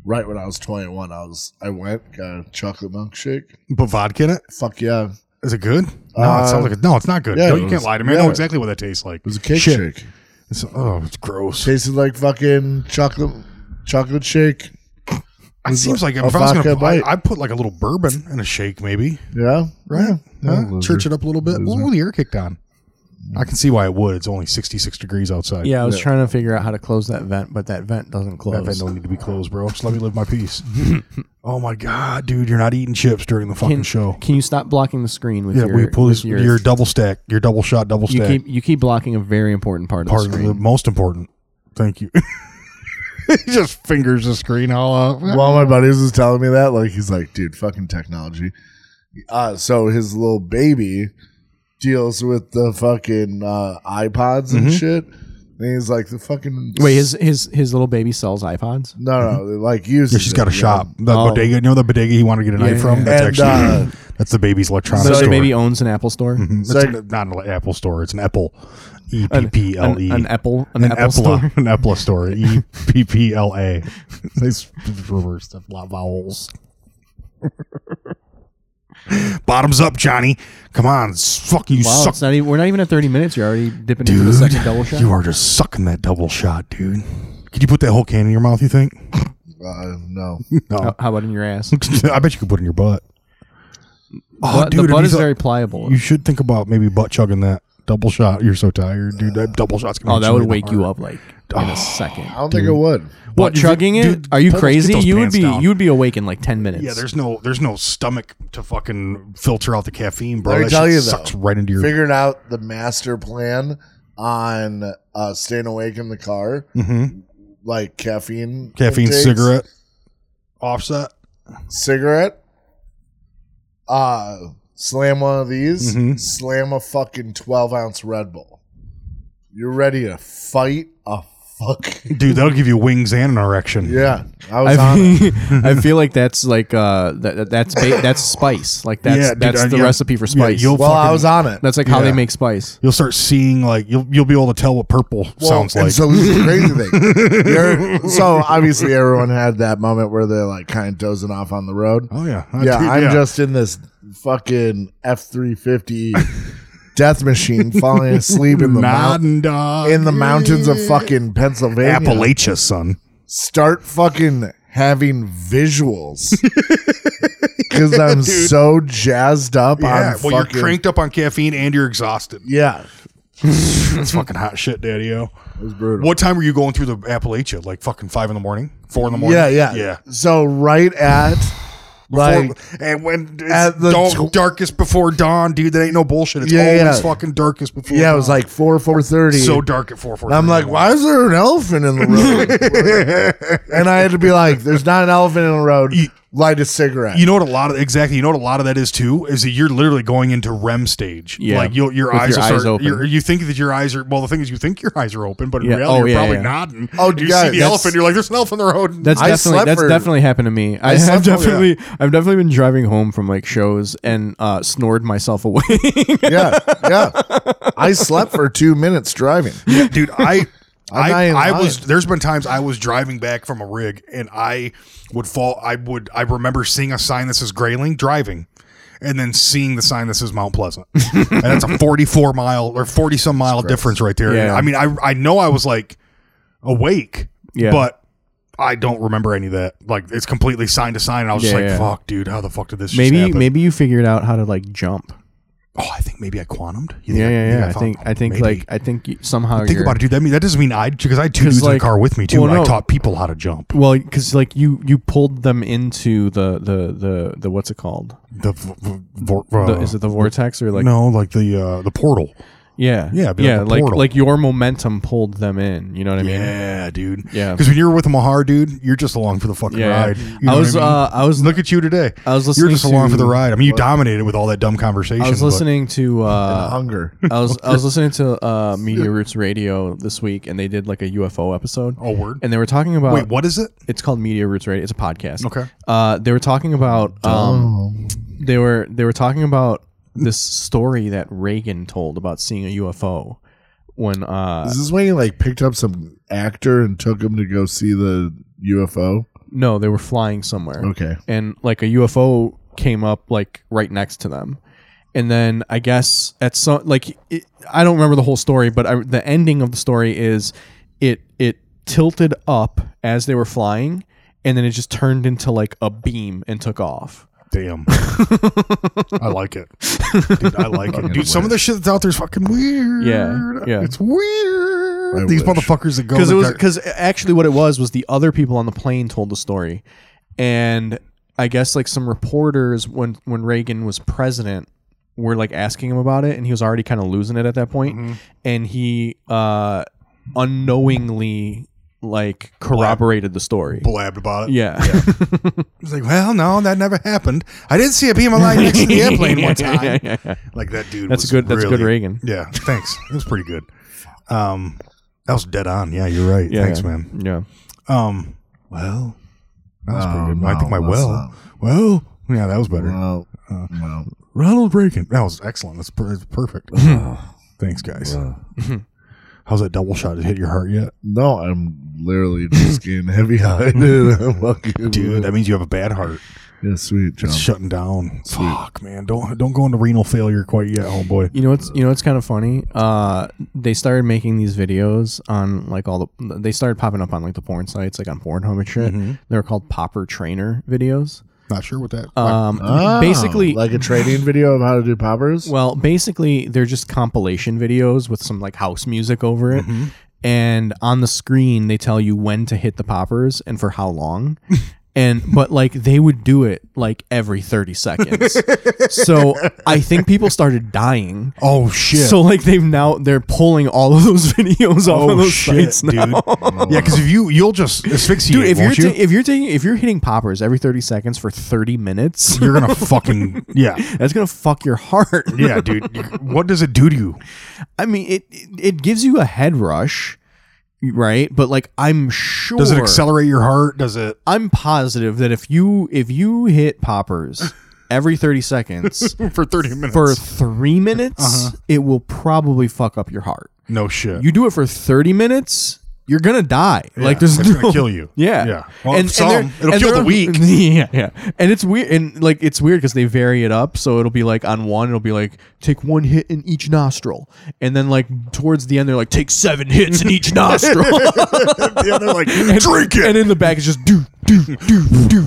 Speaker 4: Right when I was 21, I was I went got a chocolate milkshake.
Speaker 3: But vodka in it
Speaker 4: Fuck yeah, it
Speaker 3: is it good? No, it
Speaker 4: Uh,
Speaker 3: sounds like it. No, it's not good.
Speaker 4: yeah,
Speaker 3: no,
Speaker 4: it
Speaker 3: you
Speaker 4: was-
Speaker 3: can't lie to me. I
Speaker 4: yeah.
Speaker 3: know exactly what that tastes like.
Speaker 4: was a cake
Speaker 3: Shit.
Speaker 4: shake.
Speaker 3: It's, oh, it's gross. It
Speaker 4: Tasted like fucking chocolate chocolate shake. was
Speaker 3: seems like
Speaker 4: a
Speaker 3: if I was
Speaker 4: vodka
Speaker 3: gonna, I,
Speaker 4: bite.
Speaker 3: I'd put like a little bourbon in a shake, maybe.
Speaker 4: Yeah,
Speaker 3: Right?
Speaker 4: Yeah,
Speaker 3: Huh?
Speaker 4: loser.
Speaker 3: Church it up a little bit. A
Speaker 4: Loser.
Speaker 3: little the air kicked on. I can see why it would. It's only sixty-six degrees outside.
Speaker 2: Yeah, I was trying to figure out how to close that vent, but that vent doesn't close.
Speaker 3: That vent don't need to be closed, bro. Just let me live my peace. oh my god, dude, you're not eating chips during the fucking
Speaker 2: can,
Speaker 3: show.
Speaker 2: can you stop blocking the screen with
Speaker 3: yeah,
Speaker 2: your?
Speaker 3: we pull
Speaker 2: with
Speaker 3: this, your, double stack, your double shot, double
Speaker 2: you
Speaker 3: stack.
Speaker 2: keep you keep blocking a very important part of
Speaker 3: part
Speaker 2: the
Speaker 3: of
Speaker 2: screen.
Speaker 3: the most important. Thank you. he just fingers the screen all up.
Speaker 4: One of my buddies was telling me that. Like he's like, dude, fucking technology. Uh, so his little baby deals with the fucking uh, iPods
Speaker 3: Mm-hmm.
Speaker 4: and shit. And he's like, the fucking
Speaker 2: Wait, his his his little baby sells iPods.
Speaker 4: no no like uses.
Speaker 3: Yeah, she's got a
Speaker 4: it, yeah.
Speaker 3: shop. The
Speaker 2: Oh.
Speaker 3: bodega, you know the bodega he wanted to get a
Speaker 2: Yeah,
Speaker 3: knife from.
Speaker 2: yeah.
Speaker 3: That's
Speaker 4: And,
Speaker 3: actually
Speaker 4: uh,
Speaker 3: that's the baby's electronics
Speaker 2: So
Speaker 3: store.
Speaker 2: the baby owns an Apple store.
Speaker 3: Mhm. That's
Speaker 4: So-
Speaker 3: an- not an Apple store. It's an Apple. E P P L E.
Speaker 2: An, an Apple an,
Speaker 3: An
Speaker 2: Apple store.
Speaker 3: Epla. An Epla store. E P P L A. They s- reverse the lot vowels. Bottoms up, Johnny. Come on. s- Fuck you,
Speaker 2: Wow,
Speaker 3: suck
Speaker 2: it's not even, we're not even at thirty minutes. You're already dipping into the second double shot.
Speaker 3: You are just sucking that double shot, dude. Could you put that whole can in your mouth, you think?
Speaker 4: Uh, no.
Speaker 2: How, how about in your ass?
Speaker 3: I bet you could put it in your butt. Oh,
Speaker 2: But-
Speaker 3: dude,
Speaker 2: the
Speaker 3: have
Speaker 2: butt
Speaker 3: you
Speaker 2: is
Speaker 3: thought-
Speaker 2: very pliable.
Speaker 3: You should think about maybe butt chugging that double shot. You're so tired, dude. That double shot's gonna
Speaker 2: Oh,
Speaker 3: hit
Speaker 2: that
Speaker 3: you
Speaker 2: would
Speaker 3: in the
Speaker 2: wake you
Speaker 3: heart.
Speaker 2: up
Speaker 3: Oh,
Speaker 2: like in a second.
Speaker 4: I don't think it would.
Speaker 2: What
Speaker 3: Dude,
Speaker 2: chugging it?
Speaker 3: dude,
Speaker 2: Are you
Speaker 3: pull those-
Speaker 2: crazy?
Speaker 3: get those
Speaker 2: You would
Speaker 3: pants
Speaker 2: be
Speaker 3: down.
Speaker 2: you would be awake in like ten minutes.
Speaker 3: Yeah, there's no there's no stomach to fucking filter out the caffeine, bro.
Speaker 4: Let me
Speaker 3: That
Speaker 4: tell
Speaker 3: shit
Speaker 4: you, though.
Speaker 3: sucks right into your
Speaker 4: Figured out the master plan on uh, staying awake in the car,
Speaker 3: Mhm.
Speaker 4: like caffeine,
Speaker 3: caffeine
Speaker 4: intakes,
Speaker 3: cigarette offset.
Speaker 4: cigarette. Uh slam one of these.
Speaker 3: Mhm.
Speaker 4: Slam a fucking twelve ounce Red Bull. You're ready to fight a fucking
Speaker 3: Dude, that'll give you wings and an erection.
Speaker 4: yeah. I was
Speaker 2: I
Speaker 4: on it.
Speaker 2: feel, I feel like that's like uh that, that- that's ba- that's spice. Like that's
Speaker 3: Yeah, dude,
Speaker 2: that's
Speaker 3: uh,
Speaker 2: the
Speaker 3: yeah.
Speaker 2: recipe for
Speaker 3: Yeah,
Speaker 2: spice.
Speaker 3: you'll-
Speaker 4: Well, I
Speaker 3: fucking-
Speaker 4: was on it.
Speaker 2: that's like how they
Speaker 3: yeah.
Speaker 2: make spice.
Speaker 3: You'll start seeing like you'll you'll be able to tell what purple sounds
Speaker 4: and
Speaker 3: like.
Speaker 4: So this is the crazy thing. You're- so obviously everyone had that moment where they're like kind of dozing off on the road.
Speaker 3: oh yeah,
Speaker 4: yeah,
Speaker 3: Dude,
Speaker 4: I'm just in this fucking F three fifty death machine, falling asleep in the
Speaker 3: Nod
Speaker 4: mount-
Speaker 3: and dog.
Speaker 4: in the mountains of fucking Pennsylvania.
Speaker 3: Appalachia, son.
Speaker 4: Start fucking having visuals. because I'm
Speaker 3: Dude.
Speaker 4: so jazzed up
Speaker 3: Yeah,
Speaker 4: on
Speaker 3: well, you're
Speaker 4: fucking-
Speaker 3: cranked up on caffeine and you're exhausted.
Speaker 4: Yeah,
Speaker 3: That's fucking hot shit, Daddy O.
Speaker 4: it was brutal.
Speaker 3: What time were you going through the Appalachia? Like fucking five in the morning, four in the morning.
Speaker 4: Yeah, yeah,
Speaker 3: yeah.
Speaker 4: So right at
Speaker 3: Before-
Speaker 4: like
Speaker 3: and when it's
Speaker 4: at the
Speaker 3: dawn-
Speaker 4: tw-
Speaker 3: darkest before dawn, dude, that ain't no bullshit. It's
Speaker 4: Yeah,
Speaker 3: always
Speaker 4: yeah.
Speaker 3: fucking darkest before.
Speaker 4: yeah,
Speaker 3: dawn.
Speaker 4: it was like four four thirty.
Speaker 3: so dark at four four.
Speaker 4: And I'm like, why is there an elephant in the road? and I had to be like, there's not an elephant in the road.
Speaker 3: You-
Speaker 4: Light a cigarette.
Speaker 3: You know what a lot of exactly. You know what a lot of that is too is that you're literally going into REM stage.
Speaker 2: Yeah.
Speaker 3: like you, your
Speaker 2: With
Speaker 3: eyes
Speaker 2: your
Speaker 3: are
Speaker 2: eyes
Speaker 3: start,
Speaker 2: open.
Speaker 3: you're- You think that your eyes are well. The thing is, you think your eyes are open, but in
Speaker 2: Yeah.
Speaker 3: reality,
Speaker 2: Oh,
Speaker 3: you're
Speaker 2: yeah,
Speaker 3: probably
Speaker 2: yeah.
Speaker 3: not. And
Speaker 4: Oh,
Speaker 3: you
Speaker 4: yeah,
Speaker 3: see the
Speaker 4: that's-
Speaker 3: elephant, you're like, "There's an elephant on the road."
Speaker 2: That's
Speaker 4: I
Speaker 2: definitely
Speaker 4: slept
Speaker 2: that's
Speaker 4: for-
Speaker 2: definitely happened to me. I, have
Speaker 4: slept for-
Speaker 2: definitely I've definitely been driving home from like shows and uh, snored myself away.
Speaker 4: yeah, yeah. I slept for two minutes driving.
Speaker 3: dude i
Speaker 4: I'm not
Speaker 3: I,
Speaker 4: even
Speaker 3: I
Speaker 4: lying.
Speaker 3: was there's been times I was driving back from a rig and I would fall I would I remember seeing a sign that says Grayling driving and then seeing the sign that says Mount Pleasant. and that's a 44 mile or 40 some mile difference right there.
Speaker 2: Yeah.
Speaker 3: I mean I I know I was like awake
Speaker 2: Yeah.
Speaker 3: but I don't remember any of that. Like it's completely sign to sign and I was just
Speaker 2: Yeah,
Speaker 3: like
Speaker 2: yeah.
Speaker 3: fuck dude how the fuck did this just
Speaker 2: maybe
Speaker 3: happen?"
Speaker 2: maybe you figured out how to like jump.
Speaker 3: Oh I think maybe I quantumed. You think
Speaker 2: Yeah,
Speaker 3: I- you
Speaker 2: yeah, yeah. I
Speaker 3: found-
Speaker 2: think I think
Speaker 3: maybe.
Speaker 2: like I think you, somehow
Speaker 3: Think
Speaker 2: you're-
Speaker 3: about it, dude. That mean that doesn't mean I because I had two
Speaker 2: 'Cause,
Speaker 3: dudes in the
Speaker 2: like-
Speaker 3: car with me too.
Speaker 2: well,
Speaker 3: and I
Speaker 2: no.
Speaker 3: taught people how to jump.
Speaker 2: Well, because like you you pulled them into the the the the what's it called?
Speaker 3: The, v- v- vor-
Speaker 2: The,
Speaker 3: uh,
Speaker 2: is it the vortex or like
Speaker 3: no, like the uh, the portal.
Speaker 2: yeah
Speaker 3: Yeah, it'd be like
Speaker 2: yeah
Speaker 3: a
Speaker 2: like
Speaker 3: portal.
Speaker 2: like your momentum pulled them in. You know what I mean?
Speaker 3: Yeah, dude.
Speaker 2: Yeah.
Speaker 3: Because when you were with Mahar, dude, you're just along for the fucking
Speaker 2: Yeah.
Speaker 3: ride. You know
Speaker 2: I was
Speaker 3: what I mean?
Speaker 2: uh, I was
Speaker 3: Look at you today.
Speaker 2: I was
Speaker 3: You're
Speaker 2: listening
Speaker 3: just along
Speaker 2: to-
Speaker 3: for the ride. I mean, you dominated with all that dumb conversation.
Speaker 2: I was
Speaker 3: but-
Speaker 2: listening to uh,
Speaker 4: Hunger.
Speaker 2: I was I was listening to uh, Media Roots Radio this week, and they did like a UFO episode,
Speaker 3: Oh, word.
Speaker 2: and uh, they were talking about
Speaker 3: Wait, what is it?
Speaker 2: it's called Media Roots Radio. It's a podcast.
Speaker 3: Okay. Oh.
Speaker 2: Uh, they were talking about um, they were they were talking about this story that Reagan told about seeing a UFO when uh
Speaker 4: Is this when you like picked up some actor and took him to go see the UFO?
Speaker 2: no they were flying somewhere
Speaker 4: Okay.
Speaker 2: and like a UFO came up like right next to them. And then I guess at some like it, I don't remember the whole story, but I, the ending of the story is it it tilted up as they were flying, and then it just turned into like a beam and took off.
Speaker 3: Damn. I like it. Dude, I like it. Dude, some of the shit that's out there is fucking weird.
Speaker 2: Yeah, yeah.
Speaker 3: It's weird.
Speaker 4: I
Speaker 3: These
Speaker 4: wish.
Speaker 3: motherfuckers that go.
Speaker 2: Because it
Speaker 3: to
Speaker 2: was
Speaker 3: dark-
Speaker 2: because actually what it was was the other people on the plane told the story, and I guess like some reporters when when Reagan was president were like asking him about it, and he was already kind of losing it at that point,
Speaker 3: Mm-hmm.
Speaker 2: and he uh unknowingly like corroborated the story.
Speaker 3: blabbed about it.
Speaker 2: Yeah,
Speaker 3: It's like, well, no, that never happened. I did see a beam of light next to the airplane one time.
Speaker 2: Yeah, yeah, yeah.
Speaker 3: Like that dude.
Speaker 2: That's
Speaker 3: was
Speaker 2: good. That's good,
Speaker 3: really-
Speaker 2: Reagan.
Speaker 3: Yeah, thanks. It was pretty good. Um, that was dead on. Yeah, you're right.
Speaker 2: Yeah,
Speaker 3: thanks,
Speaker 2: yeah.
Speaker 3: man.
Speaker 2: Yeah.
Speaker 3: Um, well, that was
Speaker 4: Oh,
Speaker 3: pretty good. I think
Speaker 4: no,
Speaker 3: my
Speaker 4: that's
Speaker 3: well,
Speaker 4: not-
Speaker 3: well, yeah, that was better. Uh,
Speaker 4: Well, well,
Speaker 3: Ronald Reagan. That was excellent. That's, per- that's perfect. thanks, guys. How's that double shot? Did it hit your heart yet,
Speaker 4: no, I'm literally just getting heavy handed. I'm fucking
Speaker 3: dude? That means you have a bad heart.
Speaker 4: Yeah, sweet, John.
Speaker 3: It's shutting down. Fuck, man. Don't don't go into renal failure quite yet, oh boy.
Speaker 2: You know what's you know what's kind of funny? Uh, they started making these videos on like all the they started popping up on like the porn sites like on Pornhub and shit. They were called popper trainer videos.
Speaker 3: Not sure what that.
Speaker 2: Um,
Speaker 4: Oh,
Speaker 2: basically,
Speaker 4: like a training video of how to do poppers.
Speaker 2: well, basically they're just compilation videos with some like house music over
Speaker 3: Mm-hmm.
Speaker 2: it. And on the screen, they tell you when to hit the poppers and for how long. And but like they would do it like every 30 seconds. so I think people started dying
Speaker 3: oh shit.
Speaker 2: so like they've now they're pulling all of those videos off
Speaker 3: Oh
Speaker 2: of those
Speaker 3: shit,
Speaker 2: sites
Speaker 3: dude!
Speaker 2: now.
Speaker 3: yeah, because if you you'll just asphyxiate,
Speaker 2: Dude, if you're
Speaker 3: won't
Speaker 2: ta-
Speaker 3: you?
Speaker 2: if you're taking if you're hitting poppers every 30 seconds for 30 minutes,
Speaker 3: you're gonna fucking yeah,
Speaker 2: that's gonna fuck your heart.
Speaker 3: yeah, dude. You- What does it do to you?
Speaker 2: I mean, it, it it gives you a head rush, right? But like I'm sure
Speaker 3: Does it accelerate your heart? Does it?
Speaker 2: I'm positive that if you if you hit poppers every 30 seconds
Speaker 3: For thirty minutes.
Speaker 2: for 3
Speaker 3: Uh-huh.
Speaker 2: minutes, it will probably fuck up your heart.
Speaker 3: no shit.
Speaker 2: You do it for 30 minutes, You're gonna die. like there's
Speaker 3: it's
Speaker 2: no,
Speaker 3: gonna kill you.
Speaker 2: Yeah,
Speaker 3: Yeah. Well, some.
Speaker 2: they're-
Speaker 3: It'll kill
Speaker 2: they're-
Speaker 3: the weak.
Speaker 2: Yeah, yeah. And it's weird, and like it's weird because they vary it up. So it'll be like on one, it'll be like take one hit in each nostril, and then like towards the end, they're like take seven hits in each nostril.
Speaker 3: yeah, they're like, drink it.
Speaker 2: and in the back, it's just do do do do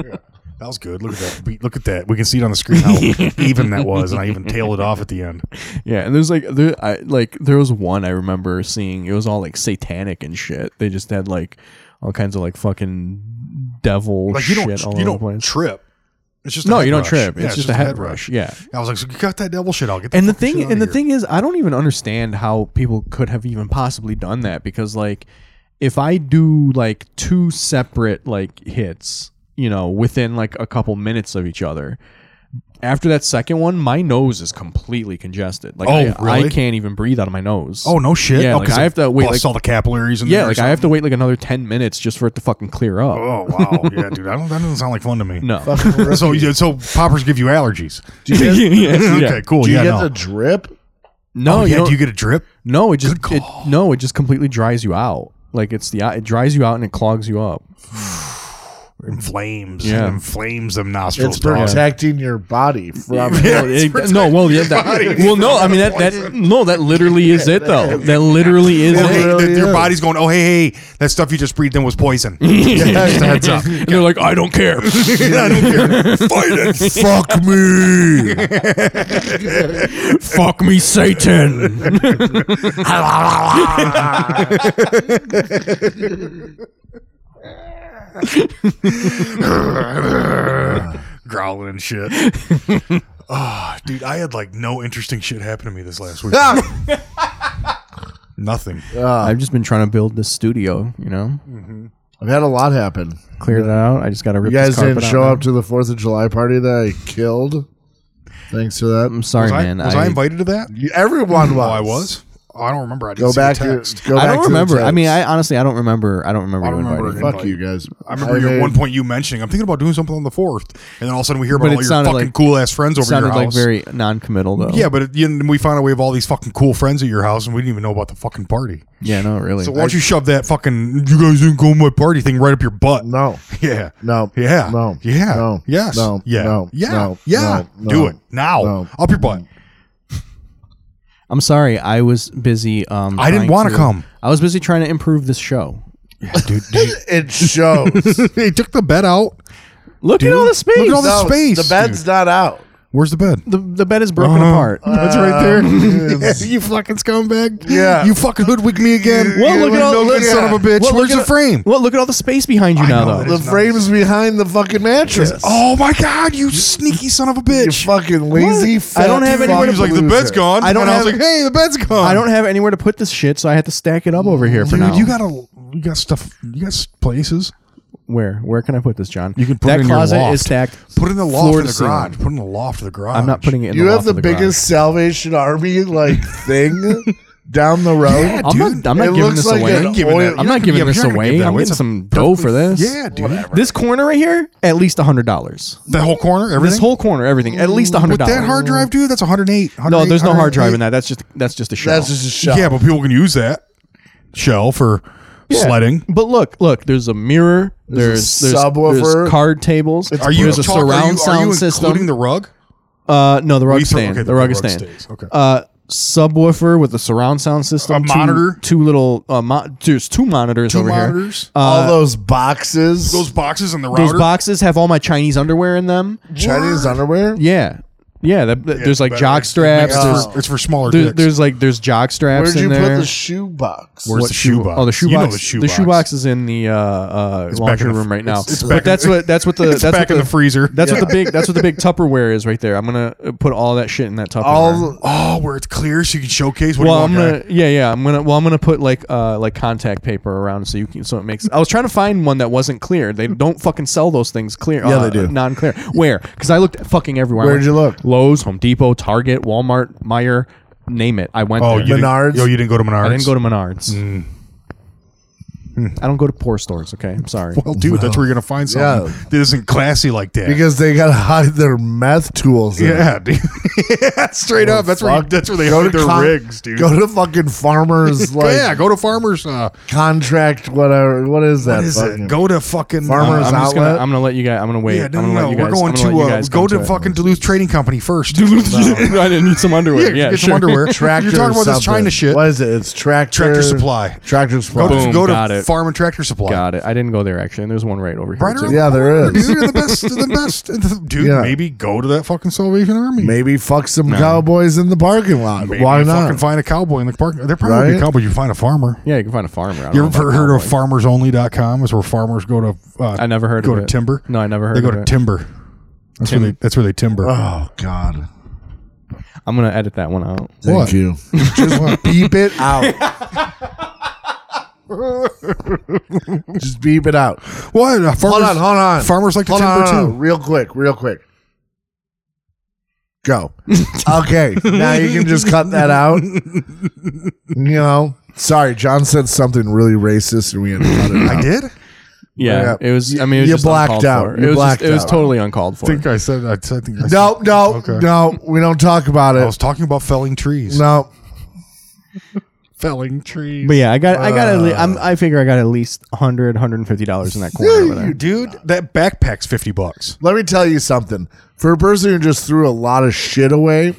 Speaker 2: do.
Speaker 3: That was good. Look at that. beat. Look at that. We can see it on the screen how even that was, and I even tailed it off at the end.
Speaker 2: Yeah, and there's like there I like there was one I remember seeing. It was all like satanic and shit. They just had like all kinds of like fucking devil
Speaker 3: Like you
Speaker 2: shit
Speaker 3: don't,
Speaker 2: all
Speaker 3: you
Speaker 2: over the
Speaker 3: don't
Speaker 2: place.
Speaker 3: trip. It's just a
Speaker 2: no,
Speaker 3: head
Speaker 2: you don't
Speaker 3: rush.
Speaker 2: trip.
Speaker 3: Yeah,
Speaker 2: it's, just, a head rush. Yeah.
Speaker 3: I was like, so got that devil shit. I'll get. The
Speaker 2: And the
Speaker 3: fucking shit
Speaker 2: thing
Speaker 3: outta
Speaker 2: and the
Speaker 3: here.
Speaker 2: thing is I don't even understand how people could have even possibly done that because like if I do like two separate like hits, you know, within like a couple minutes of each other, after that second one, my nose is completely congested. Like
Speaker 3: Oh,
Speaker 2: I, I
Speaker 3: really?
Speaker 2: can't even breathe out of my nose.
Speaker 3: Oh no shit.
Speaker 2: Yeah,
Speaker 3: oh,
Speaker 2: like,
Speaker 3: 'cause
Speaker 2: I
Speaker 3: it
Speaker 2: have to wait,
Speaker 3: busts
Speaker 2: like-
Speaker 3: all the capillaries and
Speaker 2: Yeah, like I have to wait like another ten minutes just for it to fucking clear up.
Speaker 3: Oh wow. Yeah, dude. I don't. That doesn't sound like fun to me.
Speaker 2: No.
Speaker 3: So yeah, so poppers give you allergies.
Speaker 4: Do you get,
Speaker 2: Yeah.
Speaker 3: okay. Cool.
Speaker 4: do you
Speaker 3: yeah.
Speaker 4: get
Speaker 3: no.
Speaker 4: the drip?
Speaker 2: No,
Speaker 3: oh,
Speaker 2: you
Speaker 3: yeah.
Speaker 2: don't-
Speaker 3: do you get a drip?
Speaker 2: no, it just
Speaker 3: Good
Speaker 2: it, no, it just completely dries you out. Like it's the it dries you out and it clogs you up.
Speaker 3: Inflames.
Speaker 2: Yeah.
Speaker 3: Inflames them nostrils.
Speaker 4: It's
Speaker 3: dog.
Speaker 4: protecting your body from.
Speaker 2: Well, it- no, well, yeah, that, well, no, I mean that, that no, that literally is it though. That literally is
Speaker 3: Well, Oh, hey,
Speaker 2: it.
Speaker 4: really
Speaker 3: the- your
Speaker 4: is.
Speaker 3: body's going, oh, hey, hey, that stuff you just breathed in was poison. yeah, just a heads up.
Speaker 2: And they're like, I don't care.
Speaker 3: I don't care. Fight it. Fuck me.
Speaker 2: Fuck me, Satan.
Speaker 3: Growling and shit. Ah, dude, I had like no interesting shit happen to me this last week.
Speaker 4: Ah!
Speaker 3: Nothing.
Speaker 2: I've just been trying to build this studio. You know,
Speaker 4: I've had a lot happen.
Speaker 2: clear that out. I just got to
Speaker 4: You
Speaker 2: rip.
Speaker 4: guys
Speaker 2: this carpet
Speaker 4: didn't
Speaker 2: out
Speaker 4: show
Speaker 2: now.
Speaker 4: up to the Fourth of July party that I killed. Thanks for
Speaker 2: I'm
Speaker 4: that.
Speaker 2: sorry,
Speaker 3: Was, I,
Speaker 2: man.
Speaker 3: was I, invited to that?
Speaker 4: You- Everyone was.
Speaker 3: Oh, I was? Oh, I don't remember. I didn't
Speaker 4: Go
Speaker 3: see
Speaker 4: back.
Speaker 3: the
Speaker 4: To,
Speaker 3: text.
Speaker 4: go back.
Speaker 2: I
Speaker 4: to
Speaker 2: don't
Speaker 4: the
Speaker 2: remember. I
Speaker 4: tapes.
Speaker 2: mean, I honestly, I don't remember. I don't remember.
Speaker 3: I don't
Speaker 2: you
Speaker 3: remember
Speaker 2: inviting me.
Speaker 4: Fuck
Speaker 3: Invite.
Speaker 4: you guys.
Speaker 3: I remember you at
Speaker 4: made-
Speaker 3: one point you mentioning, I'm thinking about doing something on the 4th. And then all of a sudden we hear
Speaker 2: But
Speaker 3: about all
Speaker 2: it
Speaker 3: your
Speaker 2: sounded
Speaker 3: fucking
Speaker 2: like-
Speaker 3: cool ass friends over your
Speaker 2: Sounded like
Speaker 3: house.
Speaker 2: very non-committal though.
Speaker 3: yeah, but it, you know, we found out we have all these fucking cool friends at your house and we didn't even know about the fucking party.
Speaker 2: yeah, no, really.
Speaker 3: So why don't you shove that fucking you guys didn't go to my party thing right up your butt?
Speaker 4: No.
Speaker 3: Yeah.
Speaker 4: No.
Speaker 3: Yeah.
Speaker 4: No.
Speaker 3: Yeah.
Speaker 4: No.
Speaker 3: Yes.
Speaker 4: No.
Speaker 3: Yeah.
Speaker 4: No.
Speaker 3: Yeah.
Speaker 4: No.
Speaker 3: yeah.
Speaker 4: No.
Speaker 3: Do
Speaker 4: No.
Speaker 3: it now.
Speaker 4: No.
Speaker 3: Up your butt.
Speaker 2: I'm sorry. I was busy. Um,
Speaker 3: I didn't
Speaker 2: trying
Speaker 3: wanna come.
Speaker 2: I was busy trying to improve this show.
Speaker 3: dude,
Speaker 4: It shows.
Speaker 3: they took the bed out.
Speaker 2: Look at all the space.
Speaker 3: Look at all the
Speaker 4: No,
Speaker 3: space.
Speaker 4: The bed's
Speaker 3: dude.
Speaker 4: not out.
Speaker 3: Where's the bed?
Speaker 2: the, the bed is broken
Speaker 3: Uh-huh.
Speaker 2: apart.
Speaker 3: That's right there. you fucking scumbag.
Speaker 4: Yeah.
Speaker 3: You fucking hoodwink me again.
Speaker 2: Well,
Speaker 3: You
Speaker 2: look at all-
Speaker 3: no
Speaker 2: look
Speaker 3: good
Speaker 2: at-
Speaker 3: son of a bitch.
Speaker 2: well, look
Speaker 3: Where's
Speaker 2: at-
Speaker 3: the frame?
Speaker 2: Well, look at all the space behind you now,
Speaker 3: know,
Speaker 2: though.
Speaker 3: it
Speaker 4: The
Speaker 3: is
Speaker 4: frame is behind the fucking mattress.
Speaker 3: Oh my god, you sneaky son of a
Speaker 4: you
Speaker 3: bitch.
Speaker 4: fucking lazy. Fat
Speaker 2: I don't have
Speaker 4: fuck
Speaker 2: anywhere to
Speaker 3: He was like, the
Speaker 4: loser.
Speaker 3: bed's gone.
Speaker 2: I don't
Speaker 3: and I was
Speaker 2: have-
Speaker 3: like, hey, the bed's gone.
Speaker 2: I don't have anywhere to put this shit, so I had to stack it up over here for
Speaker 3: Dude,
Speaker 2: now.
Speaker 3: you got a, you got stuff. You got s- places.
Speaker 2: where? Where can I put this, John?
Speaker 3: You can put
Speaker 2: that
Speaker 3: it in your
Speaker 2: closet
Speaker 3: loft.
Speaker 2: is stacked.
Speaker 3: Put it in the loft
Speaker 2: floor
Speaker 3: of
Speaker 2: to
Speaker 3: the
Speaker 2: ceiling.
Speaker 3: garage. Put it in the loft of the garage.
Speaker 2: I'm not putting it. in
Speaker 4: You
Speaker 2: the
Speaker 4: have
Speaker 2: loft
Speaker 4: the
Speaker 2: of garage.
Speaker 4: biggest Salvation Army like thing down the road.
Speaker 3: Yeah,
Speaker 2: I'm
Speaker 3: dude.
Speaker 2: not. I'm
Speaker 4: It
Speaker 2: not giving
Speaker 4: looks
Speaker 2: this
Speaker 4: like
Speaker 2: away.
Speaker 4: an
Speaker 2: I'm
Speaker 4: oil-
Speaker 2: not, giving
Speaker 3: yeah, but
Speaker 2: this
Speaker 3: you're not gonna
Speaker 2: away.
Speaker 3: give that
Speaker 2: I'm
Speaker 3: away.
Speaker 2: getting
Speaker 3: It's a
Speaker 2: some dough for this.
Speaker 3: Yeah, dude.
Speaker 2: This corner right here, at least hundred dollars.
Speaker 3: That whole corner, everything.
Speaker 2: This whole corner, everything, at least hundred
Speaker 3: With
Speaker 2: dollars.
Speaker 3: that hard drive, dude, that's 108.
Speaker 2: No, there's no hard drive in that. That's just that's just a shell.
Speaker 4: That's just a shell.
Speaker 3: Yeah, but people can use that shell for
Speaker 2: Yeah.
Speaker 3: sledding.
Speaker 2: But look, look. There's a mirror. There's
Speaker 4: There's a
Speaker 2: there's,
Speaker 4: subwoofer.
Speaker 2: there's card tables.
Speaker 4: It's-
Speaker 3: Are you
Speaker 2: there's a
Speaker 3: talk- are you-
Speaker 2: surround sound
Speaker 3: are you
Speaker 2: system.
Speaker 3: including the rug?
Speaker 2: uh, no, the
Speaker 3: Are
Speaker 2: rug
Speaker 3: you throw-
Speaker 2: stand.
Speaker 3: okay,
Speaker 2: the rug is stand.
Speaker 3: stays. Okay.
Speaker 2: Uh, subwoofer with a surround sound system.
Speaker 3: A
Speaker 2: two-
Speaker 3: monitor?
Speaker 2: Two, little. Uh, mo- there's two monitors
Speaker 3: Two
Speaker 2: over
Speaker 3: monitors.
Speaker 2: here. Uh,
Speaker 4: All those boxes,
Speaker 3: those boxes and the
Speaker 2: those
Speaker 3: router.
Speaker 2: boxes have all my Chinese underwear in them.
Speaker 4: Chinese underwear.
Speaker 2: Yeah, yeah. that- that-
Speaker 3: Yeah,
Speaker 2: there's like
Speaker 3: but
Speaker 2: jock
Speaker 3: it's-
Speaker 2: straps.
Speaker 3: It's,
Speaker 2: There's,
Speaker 3: for, it's for smaller
Speaker 2: there-
Speaker 3: dicks.
Speaker 2: there's like there's jock straps.
Speaker 4: Where'd
Speaker 2: in
Speaker 4: you
Speaker 2: there.
Speaker 4: put the shoe box?
Speaker 3: Where's the shoe box?
Speaker 2: Oh, the shoe
Speaker 3: You know
Speaker 2: box.
Speaker 3: the shoe
Speaker 2: the
Speaker 3: box.
Speaker 2: shoe box is in the uh, uh,
Speaker 3: back
Speaker 2: laundry
Speaker 3: in the
Speaker 2: room
Speaker 3: fr-
Speaker 2: right now.
Speaker 3: it's- it's back
Speaker 2: but
Speaker 3: in
Speaker 2: that's
Speaker 3: the-
Speaker 2: what that's what the
Speaker 3: it's
Speaker 2: that's
Speaker 3: back
Speaker 2: what
Speaker 3: in the freezer.
Speaker 2: That's what the big that's what the big Tupperware is right there. I'm gonna uh, put all that shit in that Tupperware.
Speaker 4: All the-
Speaker 3: Oh, where it's clear so you can showcase what
Speaker 2: well, I'm
Speaker 3: you want.
Speaker 2: gonna yeah yeah I'm gonna well I'm gonna put like uh like contact paper around so you can so it makes. I was trying to find one that wasn't clear. They don't fucking sell those things clear. Yeah,
Speaker 4: they do.
Speaker 2: Non clear. Where? Because I looked fucking everywhere. I
Speaker 4: Where'd
Speaker 2: went
Speaker 4: you look?
Speaker 2: Lowe's, Home Depot, Target, Walmart, Meyer, name it. I went.
Speaker 3: oh,
Speaker 2: there.
Speaker 3: you
Speaker 4: Menards?
Speaker 3: Didn't, oh, you didn't go to Menards.
Speaker 2: I didn't go to Menards. Hmm. I don't go to poor stores. Okay, I'm sorry.
Speaker 3: Well, dude, that's where you're gonna find something
Speaker 4: yeah.
Speaker 3: that isn't classy like that.
Speaker 4: because they gotta hide their meth tools. in.
Speaker 3: yeah, dude. yeah, straight up. That's where you,
Speaker 4: Fuck.
Speaker 3: that's where they
Speaker 4: Go
Speaker 3: hide
Speaker 4: to
Speaker 3: their
Speaker 4: con-
Speaker 3: rigs, dude.
Speaker 4: Go to fucking farmers like
Speaker 3: yeah, go to farmers. Uh,
Speaker 4: contract whatever. What is that?
Speaker 3: what is
Speaker 4: fucking-
Speaker 3: it? Go to fucking
Speaker 4: Farmers
Speaker 3: uh,
Speaker 2: I'm just gonna.
Speaker 4: outlet?
Speaker 2: I'm gonna let you guys. I'm gonna wait.
Speaker 3: yeah, no,
Speaker 2: I'm gonna
Speaker 3: no, no.
Speaker 2: let you
Speaker 3: We're
Speaker 2: guys-
Speaker 3: going
Speaker 2: I'm gonna let
Speaker 3: to
Speaker 2: you
Speaker 3: uh,
Speaker 2: guys
Speaker 3: go
Speaker 2: come
Speaker 3: to
Speaker 2: it.
Speaker 3: fucking Duluth Trading Company first.
Speaker 2: I didn't need some
Speaker 3: Yeah,
Speaker 2: underwear. Yeah,
Speaker 3: get
Speaker 2: sure.
Speaker 3: some underwear.
Speaker 4: Tractor.
Speaker 3: You're talking about this
Speaker 4: something.
Speaker 3: China shit.
Speaker 4: What is it? It's tractor.
Speaker 3: Tractor Supply.
Speaker 4: Tractor
Speaker 3: Go
Speaker 4: supply.
Speaker 3: to,
Speaker 2: Boom,
Speaker 3: go
Speaker 2: got
Speaker 3: to
Speaker 2: it.
Speaker 3: Farm and Tractor Supply.
Speaker 2: Got it. I didn't go there actually. And there's one right over here.
Speaker 3: Right
Speaker 2: too.
Speaker 3: around
Speaker 4: Yeah, there
Speaker 3: Dude,
Speaker 4: is.
Speaker 3: you're the best. you're the best, dude.
Speaker 4: Yeah.
Speaker 3: Maybe go to that fucking Salvation Army.
Speaker 4: Maybe fuck some cowboys in the parking lot.
Speaker 3: Maybe
Speaker 4: Why
Speaker 3: you
Speaker 4: not?
Speaker 3: Fucking find a cowboy in the park. There probably be a
Speaker 4: Right?
Speaker 3: cowboy. You find a farmer.
Speaker 2: Yeah, you can find a farmer. I
Speaker 3: You
Speaker 2: don't know
Speaker 3: ever
Speaker 2: about
Speaker 3: heard of
Speaker 2: cowboy.
Speaker 3: farmersonly.com? Is where farmers go to. Uh,
Speaker 2: I never heard
Speaker 3: Go
Speaker 2: of
Speaker 3: to
Speaker 2: it.
Speaker 3: timber.
Speaker 2: No, I never heard
Speaker 3: They go
Speaker 2: of
Speaker 3: to
Speaker 2: it.
Speaker 3: timber. That's where they. That's where they timber.
Speaker 4: oh God.
Speaker 2: I'm gonna edit that one out.
Speaker 4: Thank
Speaker 3: What?
Speaker 4: you. Just beep it out. Just beep it out.
Speaker 3: what? Uh,
Speaker 4: Hold
Speaker 3: farmers,
Speaker 4: on, hold on.
Speaker 3: Farmers like to
Speaker 4: Hold on,
Speaker 3: timber
Speaker 4: hold on,
Speaker 3: too.
Speaker 4: hold on. Real quick, real quick. Go. okay, now you can just cut that out. You know, sorry, John said something really racist, and we had to cut it out.
Speaker 3: I did.
Speaker 2: Yeah,
Speaker 4: Yeah.
Speaker 2: it was. I
Speaker 4: You-
Speaker 2: mean, it was
Speaker 4: you
Speaker 2: just
Speaker 4: blacked
Speaker 2: uncalled
Speaker 4: out.
Speaker 2: for.
Speaker 4: You
Speaker 2: It was. just-
Speaker 4: blacked
Speaker 2: it was
Speaker 4: out.
Speaker 2: totally uncalled
Speaker 3: I
Speaker 2: for.
Speaker 3: think I said. I, said- I think. I said-
Speaker 4: No, no,
Speaker 3: Okay. Oh,
Speaker 4: no. We don't talk about
Speaker 3: I
Speaker 4: it.
Speaker 3: was talking about felling trees.
Speaker 4: No,
Speaker 3: Felling trees.
Speaker 2: But yeah, I got. I got.
Speaker 3: Uh.
Speaker 2: At le- I'm, I figure I got at least 100 150 dollars in that corner over there.
Speaker 3: You dude, that backpack's fifty bucks.
Speaker 4: let me tell you something. For a person who just threw a lot of shit away,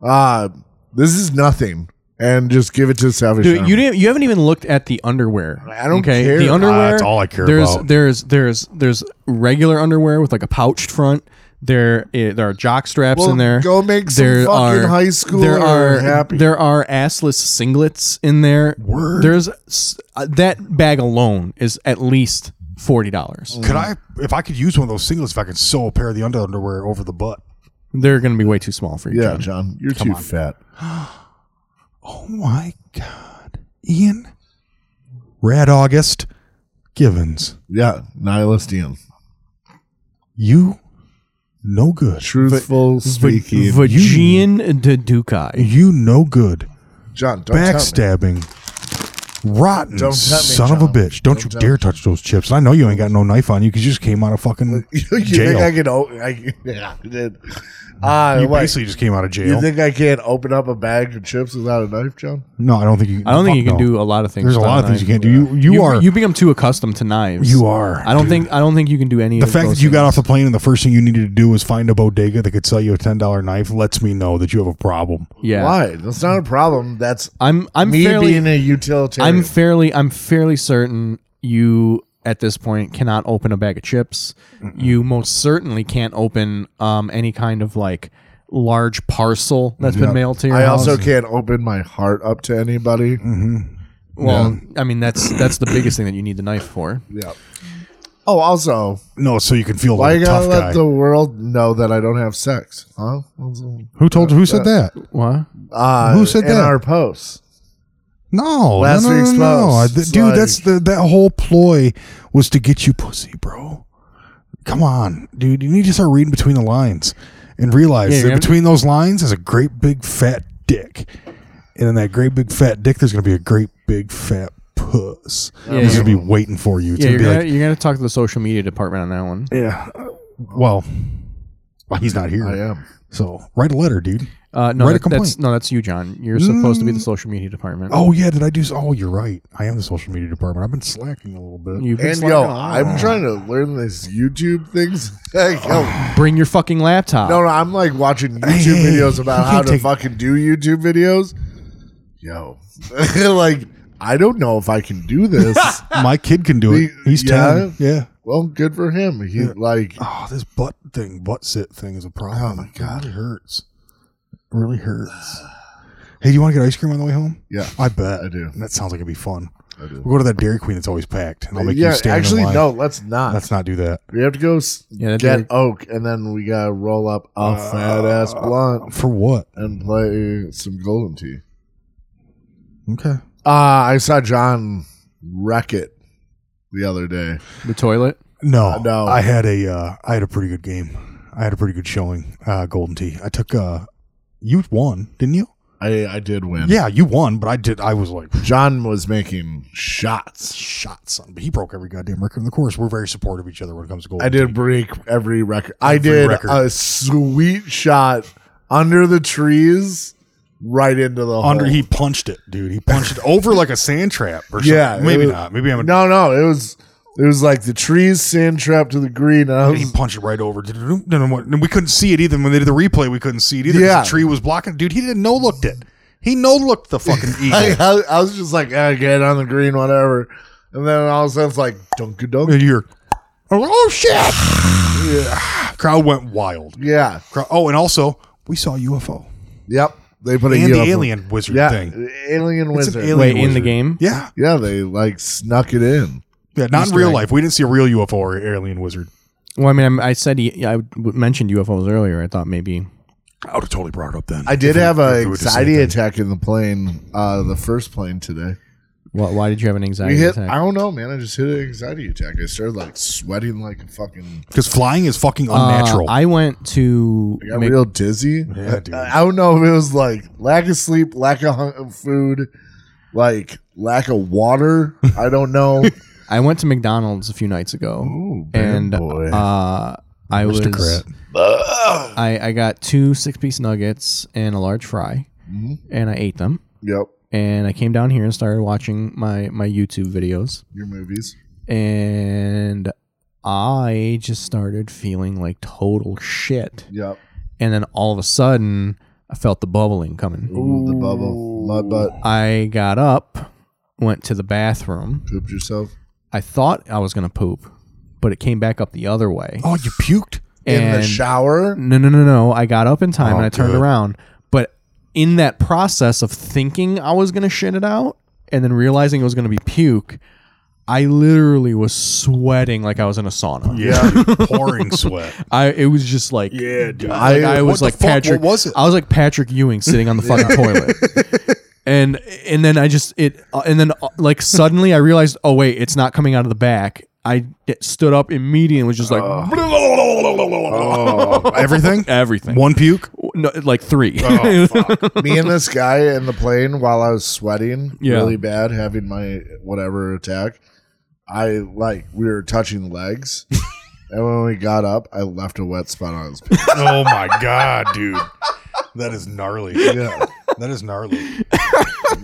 Speaker 4: uh, this is nothing. And just give it to Savage.
Speaker 2: Dude,
Speaker 4: Army.
Speaker 2: you didn't. You haven't even looked at the underwear.
Speaker 4: I don't care.
Speaker 2: The
Speaker 4: Ah,
Speaker 2: underwear.
Speaker 3: that's all I care
Speaker 2: there's,
Speaker 3: about.
Speaker 2: There's there's there's regular underwear with like a pouched front. There eh, there are jock straps
Speaker 4: Well,
Speaker 2: in there.
Speaker 4: go make some
Speaker 2: there
Speaker 4: fucking
Speaker 2: are,
Speaker 4: high school
Speaker 2: There
Speaker 4: or
Speaker 2: are
Speaker 4: happy.
Speaker 2: there are assless singlets in there.
Speaker 3: Word.
Speaker 2: There's s- uh, that bag alone is at least forty dollars.
Speaker 4: Mm.
Speaker 3: Could I, if I could use one of those singlets, if I could sew a pair of the under underwear over the butt?
Speaker 2: They're gonna be way too small for you.
Speaker 4: yeah,
Speaker 2: John.
Speaker 4: John, you're too fat.
Speaker 3: Oh my God, Ian, Rad August Givens,
Speaker 4: Yeah, nihilist Ian.
Speaker 3: you no good.
Speaker 4: Truthful
Speaker 2: V-
Speaker 4: speaking.
Speaker 2: Vagian de Dukai.
Speaker 3: You no good.
Speaker 4: John, don't tell me.
Speaker 3: Backstabbing. Rotten
Speaker 4: Don't tempt me,
Speaker 3: son of a
Speaker 4: John.
Speaker 3: bitch. Don't, you
Speaker 4: Don't
Speaker 3: dare touch those chips. I know you ain't got no knife on you because you just came out of fucking
Speaker 4: you
Speaker 3: jail.
Speaker 4: think I can? o- I, yeah, I did. Uh,
Speaker 3: you
Speaker 4: wait,
Speaker 3: basically just came out of
Speaker 4: you
Speaker 3: jail.
Speaker 4: think I can't open up a bag of chips without a knife, John?
Speaker 3: no, I don't think you.
Speaker 2: I don't think
Speaker 3: fuck
Speaker 2: you can
Speaker 3: no.
Speaker 2: do a lot of things.
Speaker 3: There's a
Speaker 2: without
Speaker 3: lot of things
Speaker 2: knives.
Speaker 3: you can't do. You you, are
Speaker 2: you become too accustomed to knives.
Speaker 3: You are,
Speaker 2: I don't think I don't think you can do any.
Speaker 3: the
Speaker 2: of
Speaker 3: fact
Speaker 2: those
Speaker 3: that you got
Speaker 2: things.
Speaker 3: off the plane and the first thing you needed to do was find a bodega that could sell you a ten dollar knife lets me know that you have a problem.
Speaker 2: yeah.
Speaker 4: Why? That's not a problem. That's
Speaker 2: I'm I'm
Speaker 4: me
Speaker 2: fairly
Speaker 4: being a utilitarian.
Speaker 2: I'm fairly I'm fairly certain you at this point cannot open a bag of chips. You most certainly can't open um, any kind of like large parcel that's been mailed to your
Speaker 4: I
Speaker 2: house.
Speaker 4: also can't open my heart up to anybody.
Speaker 3: Mm.
Speaker 2: well, I mean that's that's the biggest thing that you need the knife for.
Speaker 4: Yeah. Oh, also,
Speaker 3: No, so you can feel
Speaker 4: why
Speaker 3: like
Speaker 4: you
Speaker 3: a
Speaker 4: gotta
Speaker 3: tough
Speaker 4: let
Speaker 3: guy.
Speaker 4: the world know that I don't have sex? Huh?
Speaker 3: who told you? Who said that?
Speaker 2: What?
Speaker 4: Uh,
Speaker 3: Who said
Speaker 4: in
Speaker 3: that?
Speaker 4: Our posts.
Speaker 3: No,
Speaker 4: Last
Speaker 3: no, no,
Speaker 4: week's
Speaker 3: no, no.
Speaker 4: post.
Speaker 3: I- th-
Speaker 4: It's
Speaker 3: dude.
Speaker 4: like-
Speaker 3: that's the that whole ploy was to get you pussy, bro. Come on, dude. You need to start reading between the lines and realize
Speaker 2: Yeah, you're
Speaker 3: that
Speaker 2: gonna-
Speaker 3: between those lines is a great big fat dick, and in that great big fat dick, there's gonna be a great big fat puss.
Speaker 2: Yeah,
Speaker 3: it's
Speaker 2: you're-
Speaker 3: gonna be waiting for you. It's
Speaker 2: Yeah, you're
Speaker 3: gonna be
Speaker 2: gonna,
Speaker 3: like,
Speaker 2: you're gonna talk to the social media department on that one.
Speaker 3: yeah. uh, Well, well, he's not here.
Speaker 4: I am.
Speaker 3: So write a letter, dude.
Speaker 2: Uh, no,
Speaker 3: Write
Speaker 2: that-
Speaker 3: a
Speaker 2: that's
Speaker 3: complaint. Mm.
Speaker 2: no, that's you, John. You're supposed to be the social media department.
Speaker 3: Oh yeah, did I do? s- Oh, you're right. I am the social media department. I've been slacking a little bit.
Speaker 2: You've been
Speaker 4: And
Speaker 2: slacking
Speaker 4: yo,
Speaker 2: a lot.
Speaker 4: I'm trying to learn these YouTube things. Like,
Speaker 3: Ah.
Speaker 4: yo,
Speaker 2: Bring your fucking laptop.
Speaker 4: no, no, I'm like watching
Speaker 3: Hey,
Speaker 4: YouTube
Speaker 3: hey,
Speaker 4: videos
Speaker 3: you
Speaker 4: about how
Speaker 3: can't
Speaker 4: to
Speaker 3: take-
Speaker 4: fucking do YouTube videos. Yo, like, I don't know if I can do this.
Speaker 3: My kid can do it.
Speaker 4: The-
Speaker 3: He's
Speaker 4: yeah?
Speaker 3: ten. Yeah.
Speaker 4: well, good for him. He like,
Speaker 3: Oh, this butt thing, butt sit thing is a problem. Oh my god, it hurts. It really hurts. Hey, do you want to get ice cream on the way home?
Speaker 4: Yeah,
Speaker 3: I bet
Speaker 4: I do.
Speaker 3: That sounds like it'd be fun.
Speaker 4: I do.
Speaker 3: We'll go to that Dairy Queen that's always packed, and I'll make you
Speaker 4: Uh, yeah,
Speaker 3: stand.
Speaker 4: actually,
Speaker 3: in line.
Speaker 4: no, let's not.
Speaker 3: Let's not do that.
Speaker 4: we have to go s
Speaker 2: Yeah, that'd
Speaker 4: get
Speaker 2: be-
Speaker 4: Oak, and then we gotta roll up a fat ass blunt
Speaker 3: Uh, For what?
Speaker 4: and play some Golden Tea.
Speaker 3: Okay.
Speaker 4: Uh, I saw John wreck it the other day.
Speaker 2: the toilet.
Speaker 3: No,
Speaker 4: no.
Speaker 3: I had a, uh, I had a pretty good game. I had a pretty good showing. Uh, Golden Tee. I took. Uh, you won, didn't you?
Speaker 4: I I did win.
Speaker 3: Yeah, you won, but I did. I was like
Speaker 4: John was making shots.
Speaker 3: shot, son. But he broke every goddamn record in the course. We're very supportive of each other when it comes to gold.
Speaker 4: I did break every record. I did
Speaker 3: record.
Speaker 4: a sweet shot under the trees, right into the
Speaker 3: under.
Speaker 4: hole.
Speaker 3: He punched it, dude. He punched it over like a sand trap or something.
Speaker 4: Yeah,
Speaker 3: Yeah,
Speaker 4: it
Speaker 3: maybe
Speaker 4: was-
Speaker 3: not. Maybe I'm a
Speaker 4: No, no, it was it was like the trees sand trap to the green. and I
Speaker 3: And he
Speaker 4: was,
Speaker 3: punched it right over. And we couldn't see it either. When they did the replay, we couldn't see it either. 'cause
Speaker 4: Yeah.
Speaker 3: The tree was blocking. Dude, he didn't know looked it. He no looked the fucking
Speaker 4: I,
Speaker 3: eagle.
Speaker 4: I, I was just like, eh, get on the green, whatever. And then all of a sudden, it's like dunka dunk.
Speaker 3: and you're, I was like, oh shit. Crowd went wild.
Speaker 4: Yeah.
Speaker 3: Crowd, oh, and also, we saw UFO
Speaker 4: Yep. They put a
Speaker 3: and the
Speaker 4: UFO.
Speaker 3: alien wizard
Speaker 4: Yeah,
Speaker 3: thing.
Speaker 4: alien
Speaker 3: It's an
Speaker 4: wizard.
Speaker 3: alien-
Speaker 2: Wait, in
Speaker 3: wizard.
Speaker 2: the game?
Speaker 3: Yeah.
Speaker 4: Yeah, they like snuck it in.
Speaker 3: Yeah. Not in
Speaker 2: Easter
Speaker 3: real
Speaker 2: egg.
Speaker 3: life. We didn't see a real UFO or alien wizard.
Speaker 2: Well, I mean, I'm- I said he- I w- mentioned UFOs earlier. I thought maybe.
Speaker 3: I would have totally brought it up then.
Speaker 4: I did
Speaker 3: If we-
Speaker 4: have
Speaker 3: if
Speaker 4: a
Speaker 3: we would've said
Speaker 4: anxiety
Speaker 3: then.
Speaker 4: attack in the plane, uh, the first plane today.
Speaker 2: Why, why did you have an anxiety
Speaker 4: We hit.
Speaker 2: attack?
Speaker 4: I don't know, man. I just hit an anxiety attack. I started like sweating like a fucking.
Speaker 3: Because flying is fucking
Speaker 2: Uh,
Speaker 3: unnatural.
Speaker 2: I went to.
Speaker 4: I got
Speaker 2: make-
Speaker 4: real dizzy.
Speaker 3: Yeah, dude.
Speaker 4: I, I don't know if it was like lack of sleep, lack of hun- food, like lack of water. I don't know.
Speaker 2: I went to McDonald's a few nights ago,
Speaker 4: bad
Speaker 2: and
Speaker 4: boy.
Speaker 2: uh, I
Speaker 3: Mr.
Speaker 2: was
Speaker 3: Krat.
Speaker 2: I, I got two six piece nuggets and a large fry,
Speaker 4: Mm-hmm.
Speaker 2: and I ate them.
Speaker 4: yep,
Speaker 2: And I came down here and started watching my my YouTube videos,
Speaker 4: your movies.
Speaker 2: and I just started feeling like total shit.
Speaker 4: Yep.
Speaker 2: And then all of a sudden, I felt the bubbling coming.
Speaker 4: Ooh, the bubble, mud butt,
Speaker 2: I got up, went to the bathroom.
Speaker 4: pooped yourself
Speaker 2: I thought I was gonna poop, but it came back up the other way.
Speaker 3: Oh, you puked?
Speaker 4: in the
Speaker 2: And-
Speaker 4: shower.
Speaker 2: No, no, no, no. I got up in time
Speaker 3: Oh,
Speaker 2: and I turned
Speaker 3: good.
Speaker 2: around. But in that process of thinking I was going to shit it out and then realizing it was going to be puke, I literally was sweating like I was in a sauna.
Speaker 3: Yeah. dude, pouring sweat.
Speaker 2: I it was just like
Speaker 3: Yeah, dude.
Speaker 2: I, I
Speaker 3: What
Speaker 2: was
Speaker 3: the
Speaker 2: like
Speaker 3: fuck? What
Speaker 2: Patrick
Speaker 3: was it?
Speaker 2: I was like Patrick Ewing sitting on the fucking toilet. And and then I just it uh, and then uh, like suddenly I realized oh wait it's not coming out of the back. I d- stood up immediately and was just like
Speaker 3: Everything?
Speaker 2: everything.
Speaker 3: Oh. One Oh, puke?
Speaker 2: No, like three.
Speaker 4: Me and this guy in the plane while I was sweating
Speaker 2: Yeah.
Speaker 4: really bad, having my whatever attack. I like we were touching legs, and when we got up, I left a wet spot on his. pants.
Speaker 3: oh my god, dude. That is gnarly. Yeah. That is gnarly.
Speaker 4: It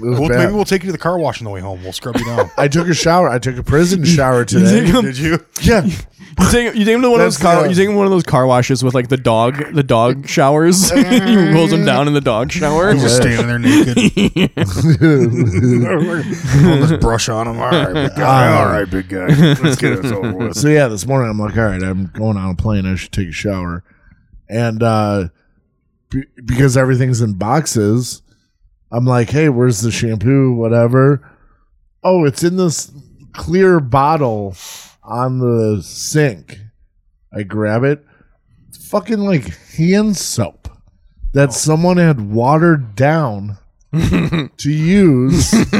Speaker 4: was
Speaker 3: Well,
Speaker 4: bad.
Speaker 3: maybe we'll take you to the car wash on the way home. We'll scrub you down.
Speaker 4: I took a shower. I took a prison shower today.
Speaker 3: Did you?
Speaker 4: yeah,
Speaker 2: You take, you take him to one of
Speaker 4: That's
Speaker 2: those car.
Speaker 4: the-
Speaker 2: You take him to one of those car washes with like the dog, the dog showers. he rolls him down in the dog shower.
Speaker 3: I'm just standing there naked. I'll just brush on him. All right, big guy. All right, big guy. Let's get it over with.
Speaker 4: Um, so yeah, this morning I'm like, all right, I'm going on a plane. I should take a shower, and uh, be- because everything's in boxes, I'm like, hey, where's the shampoo? Whatever. Oh, it's in this clear bottle on the sink. I grab it. It's fucking like hand soap that
Speaker 3: Oh.
Speaker 4: someone had watered down to use.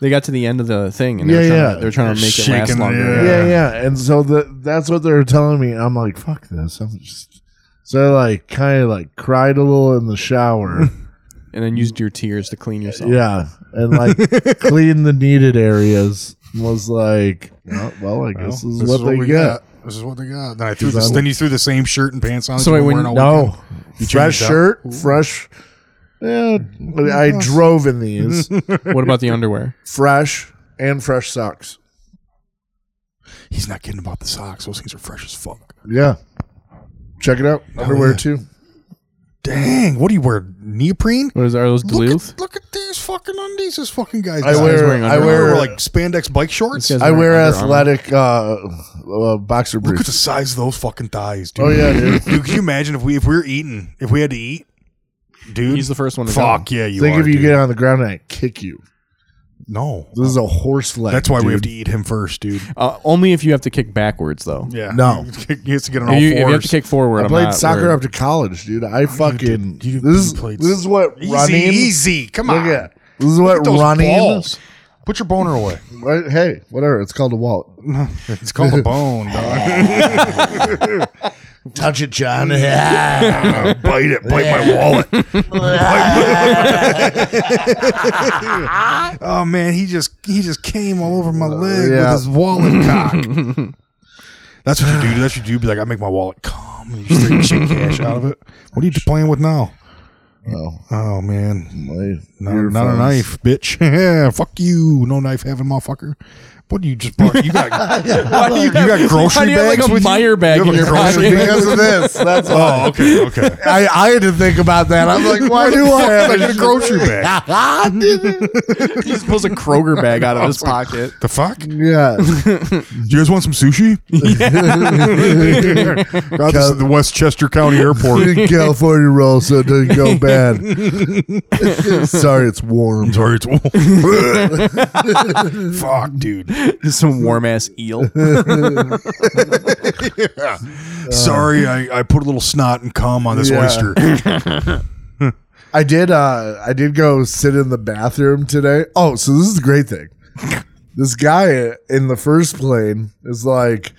Speaker 2: They got to the end of the thing and they
Speaker 4: Yeah,
Speaker 2: were trying,
Speaker 4: yeah.
Speaker 2: to, they were trying to make it
Speaker 3: Shaking
Speaker 2: last
Speaker 3: it,
Speaker 2: longer.
Speaker 4: yeah, yeah. And so the, that's what they're telling me. I'm like, fuck this. I'm just so I like kind of like cried a little in the shower.
Speaker 2: And then used your tears to clean yourself.
Speaker 4: yeah, and like clean the needed areas. And Was like, well, well, I guess this is what they
Speaker 3: we
Speaker 4: get.
Speaker 3: This is what they got. Then I threw this, then you threw the same shirt and pants on.
Speaker 2: So
Speaker 3: that
Speaker 2: wait,
Speaker 3: you were
Speaker 2: when-
Speaker 3: wearing all
Speaker 4: No, fresh
Speaker 3: Oh, changed up.
Speaker 4: shirt, fresh. Yeah, I drove in these
Speaker 2: What about the underwear?
Speaker 4: fresh and fresh socks.
Speaker 3: weekend. He's not kidding about the socks. Those things are fresh as fuck.
Speaker 4: Yeah, check it out. Underwear
Speaker 3: yeah.
Speaker 4: too.
Speaker 3: Dang, what do you wear? Neoprene?
Speaker 2: What is are those
Speaker 3: Look
Speaker 2: Duluth?
Speaker 3: at, look at these fucking undies. This fucking guy's
Speaker 4: I
Speaker 3: got.
Speaker 4: wear.
Speaker 2: wearing
Speaker 4: I
Speaker 2: underwear.
Speaker 3: Or
Speaker 4: wear uh,
Speaker 3: like spandex bike shorts.
Speaker 2: This
Speaker 3: Look
Speaker 2: guy's
Speaker 4: I wear
Speaker 2: Under Armour.
Speaker 4: athletic uh, uh, boxer
Speaker 3: at the
Speaker 4: briefs.
Speaker 3: size of those fucking thighs, dude.
Speaker 4: Oh yeah, dude.
Speaker 3: Dude, can you imagine if we if we were eating if we had to eat, dude?
Speaker 2: He's the first one to
Speaker 3: fuck yeah, you
Speaker 4: Think
Speaker 3: are,
Speaker 4: if you
Speaker 3: dude.
Speaker 4: get on the ground and I kick you.
Speaker 3: no.
Speaker 4: This is a horse leg.
Speaker 3: That's why we have
Speaker 4: dude.
Speaker 3: to eat him first, dude.
Speaker 2: go. Uh, only if you have to kick backwards though.
Speaker 3: Yeah,
Speaker 4: No.
Speaker 3: he has to get on all
Speaker 2: If you, if you have
Speaker 3: fours.
Speaker 2: to kick forward,
Speaker 4: I
Speaker 2: I'm
Speaker 4: played
Speaker 2: not
Speaker 4: soccer
Speaker 2: worried.
Speaker 4: up to college, dude. I fucking
Speaker 3: you- you
Speaker 4: this is
Speaker 3: played
Speaker 4: this is what
Speaker 3: easy,
Speaker 4: running.
Speaker 3: easy. Come
Speaker 4: Look
Speaker 3: on,
Speaker 4: at this is
Speaker 3: Look
Speaker 4: what
Speaker 3: at those
Speaker 4: running.
Speaker 3: balls. Put your boner away.
Speaker 4: Right? Hey, whatever. It's called a wallet.
Speaker 3: It's called a bone, dog.
Speaker 4: Touch it, John. yeah.
Speaker 3: bite it. Bite my wallet. Bite my- oh man, he just he just came all over my leg
Speaker 4: yeah.
Speaker 3: with his wallet cock. That's what you do. That's what you do. Be like, I make my wallet calm. And you just take shit cash out of it. What are you playing with now?
Speaker 4: Oh,
Speaker 3: Oh man,
Speaker 4: my
Speaker 3: not, not a knife, bitch. Yeah, fuck you. No knife having motherfucker. What do you just brought? You got
Speaker 2: Why do
Speaker 3: you got grocery
Speaker 2: why do you have,
Speaker 3: bags
Speaker 2: like a
Speaker 3: with you?
Speaker 2: Meyer bag
Speaker 3: You have
Speaker 2: in
Speaker 3: a
Speaker 2: your
Speaker 3: grocery
Speaker 2: pocket?
Speaker 4: Because of this. That's why.
Speaker 3: Oh, okay, okay.
Speaker 4: I, I had to think about that. I'm like, why do I have
Speaker 3: Like "Ah." a grocery bag.
Speaker 4: bag?
Speaker 2: He just pulls a Kroger bag out of his pocket.
Speaker 3: The fuck?
Speaker 4: yeah.
Speaker 3: Do you guys want some sushi? Got this at the Westchester County Airport.
Speaker 4: California roll, so it doesn't go bad. Sorry, it's warm.
Speaker 3: I'm sorry, it's fuck, dude.
Speaker 2: Just some warm ass eel.
Speaker 3: Sorry, I, I put a little snot and cum on this
Speaker 4: Yeah.
Speaker 3: oyster.
Speaker 4: I did. Uh, I did go sit in the bathroom today. Oh, so this is a great thing. This guy in the first plane is like,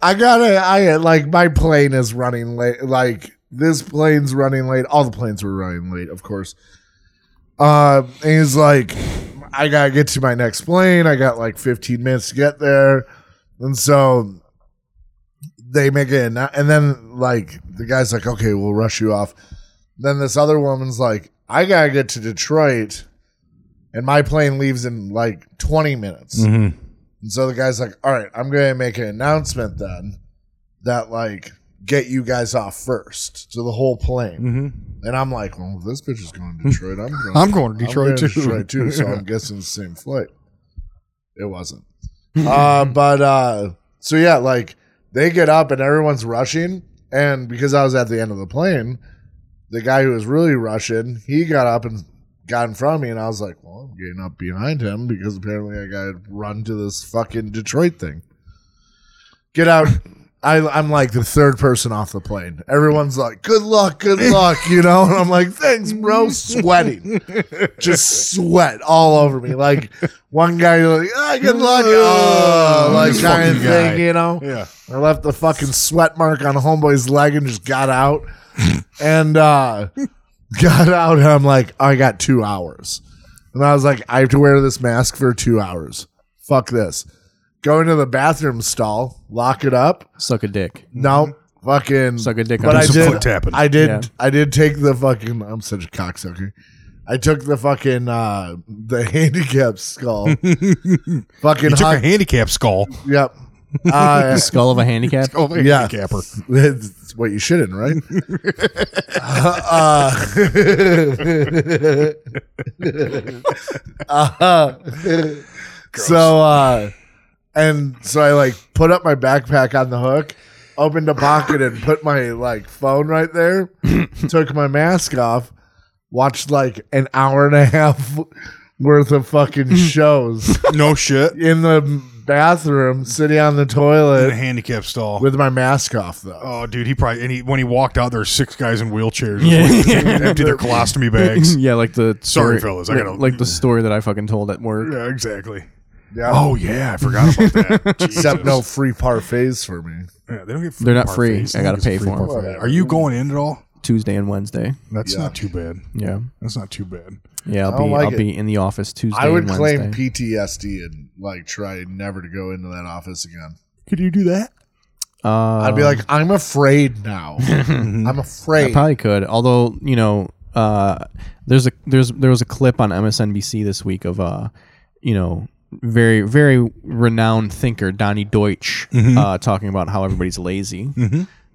Speaker 4: I gotta. I like my plane is running late. Like this plane's running late. All the planes were running late, of course. Uh, and he's like, I gotta get to my next plane. I got like 15 minutes to get there, and so they make it. an- And then like the guy's like, okay, we'll rush you off then this other woman's like, I gotta get to Detroit, and my plane leaves in like 20 minutes. And so the guy's like, All right, I'm gonna make an announcement then that like get you guys off first to the whole plane.
Speaker 3: Mm-hmm.
Speaker 4: And I'm like, Well, if this bitch is going to Detroit. I'm going.
Speaker 3: Mm. I'm going to
Speaker 4: I'm
Speaker 3: Detroit
Speaker 4: going
Speaker 3: too.
Speaker 4: to Detroit too. So I'm guessing it's the same flight. It wasn't. uh, but uh, so yeah, like they get up and everyone's rushing, and because I was at the end of the plane, the guy who was really rushing, he got up and got in front of me, and I was like, "Well, I'm getting up behind him because apparently I got to run to this fucking Detroit thing." Get out. I, I'm like the third person off the plane. Everyone's like, "Good luck, good luck," you know, and I'm like, "Thanks, bro." Sweating, just sweat all over me. Like one guy, like, ah, "Good luck," oh, like
Speaker 3: This
Speaker 4: kind of
Speaker 3: fucking guy.
Speaker 4: thing, you know.
Speaker 3: Yeah.
Speaker 4: I left the fucking sweat mark on homeboy's leg and just got out. and uh got out and I'm like, I got two hours. And I was like, I have to wear this mask for two hours. Fuck this. Go into the bathroom stall, lock it up.
Speaker 2: Suck a dick.
Speaker 4: No, fucking
Speaker 2: Suck a dick on
Speaker 4: But I
Speaker 3: some
Speaker 4: did,
Speaker 3: foot tapping.
Speaker 4: I did
Speaker 2: Yeah.
Speaker 4: I did take the fucking I'm such a cocksucker. I took the fucking uh the handicap skull. fucking
Speaker 3: You took a
Speaker 4: hot,
Speaker 3: handicap skull.
Speaker 4: yep. Uh,
Speaker 2: Skull of a handicap.
Speaker 3: Oh, a
Speaker 4: Yeah.
Speaker 3: handicapper.
Speaker 4: That's what you shouldn't, right? uh, uh, so, uh, and so I like put up my backpack on the hook, opened a pocket and put my like phone right there, took my mask off, watched like an hour and a half worth of fucking shows
Speaker 3: No shit.
Speaker 4: in the bathroom, sitting on the
Speaker 3: In a
Speaker 4: toilet
Speaker 3: handicap stall.
Speaker 4: with my mask off though.
Speaker 3: oh, dude, he probably and he when he walked out, there were six guys in wheelchairs.
Speaker 2: Yeah.
Speaker 3: empty their colostomy bags.
Speaker 2: yeah, like the
Speaker 3: Sorry,
Speaker 2: story-
Speaker 3: fellas, I gotta-
Speaker 2: like the story that I fucking told at work.
Speaker 3: Yeah, exactly.
Speaker 4: Yeah.
Speaker 3: Oh yeah, I forgot about that.
Speaker 4: Except
Speaker 3: Jesus.
Speaker 4: no free parfaits for me.
Speaker 3: Yeah, they don't get free
Speaker 2: They're not free.
Speaker 3: parfaits.
Speaker 2: I gotta
Speaker 3: They
Speaker 2: pay
Speaker 3: don't get free
Speaker 2: for 'em.
Speaker 3: parfait. Are you going in at all?
Speaker 2: Tuesday and Wednesday.
Speaker 3: That's
Speaker 4: Yeah.
Speaker 3: not too bad.
Speaker 2: Yeah,
Speaker 3: That's not too bad.
Speaker 2: yeah.
Speaker 4: I
Speaker 2: I'll
Speaker 4: don't
Speaker 2: be
Speaker 4: like
Speaker 2: I'll
Speaker 4: it.
Speaker 2: be in the office Tuesday.
Speaker 4: I would
Speaker 2: and
Speaker 4: claim
Speaker 2: Wednesday.
Speaker 4: PTSD and like try never to go into that office again.
Speaker 3: Could you do that?
Speaker 2: Uh,
Speaker 4: I'd be like, I'm afraid now.
Speaker 3: Mm-hmm.
Speaker 4: I'm
Speaker 2: I
Speaker 4: afraid.
Speaker 2: probably could. Although you know, uh, there's a there's there was a clip on MSNBC this week of uh, you know, very very renowned thinker Donnie Deutsch
Speaker 4: Mm-hmm.
Speaker 2: uh, talking about how everybody's lazy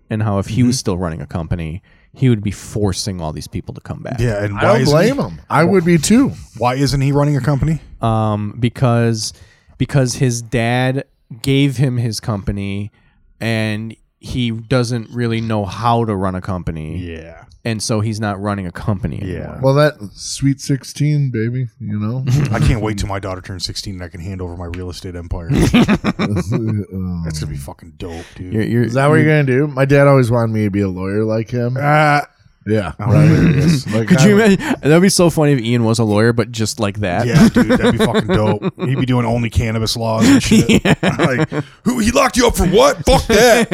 Speaker 2: and how if he
Speaker 4: Mm-hmm.
Speaker 2: was still running a company, he would be forcing all these people to come back.
Speaker 3: Yeah, and
Speaker 4: I
Speaker 3: why
Speaker 4: don't
Speaker 3: isn't
Speaker 4: blame
Speaker 3: he,
Speaker 4: him. I would be too.
Speaker 3: Why isn't he running a company?
Speaker 2: um, because because his dad gave him his company and he doesn't really know how to run a company
Speaker 3: Yeah,
Speaker 2: and so he's not running a company anymore.
Speaker 4: Well, that sweet 16, baby, you know?
Speaker 3: I can't wait till my daughter turns sixteen and I can hand over my real estate empire.
Speaker 4: Um,
Speaker 3: That's gonna be fucking dope, dude.
Speaker 2: You're, you're,
Speaker 4: Is that what you're going to do? My dad always wanted me to be a lawyer like him.
Speaker 3: Uh,
Speaker 4: oh, Yeah.
Speaker 3: Hilarious.
Speaker 4: Like,
Speaker 2: Could
Speaker 4: I-
Speaker 2: you imagine? That'd be so funny if Ian was a lawyer, but just like that.
Speaker 3: Yeah, dude, that'd be fucking dope. He'd be doing only cannabis laws and shit. like, who he locked you up for what? Fuck that.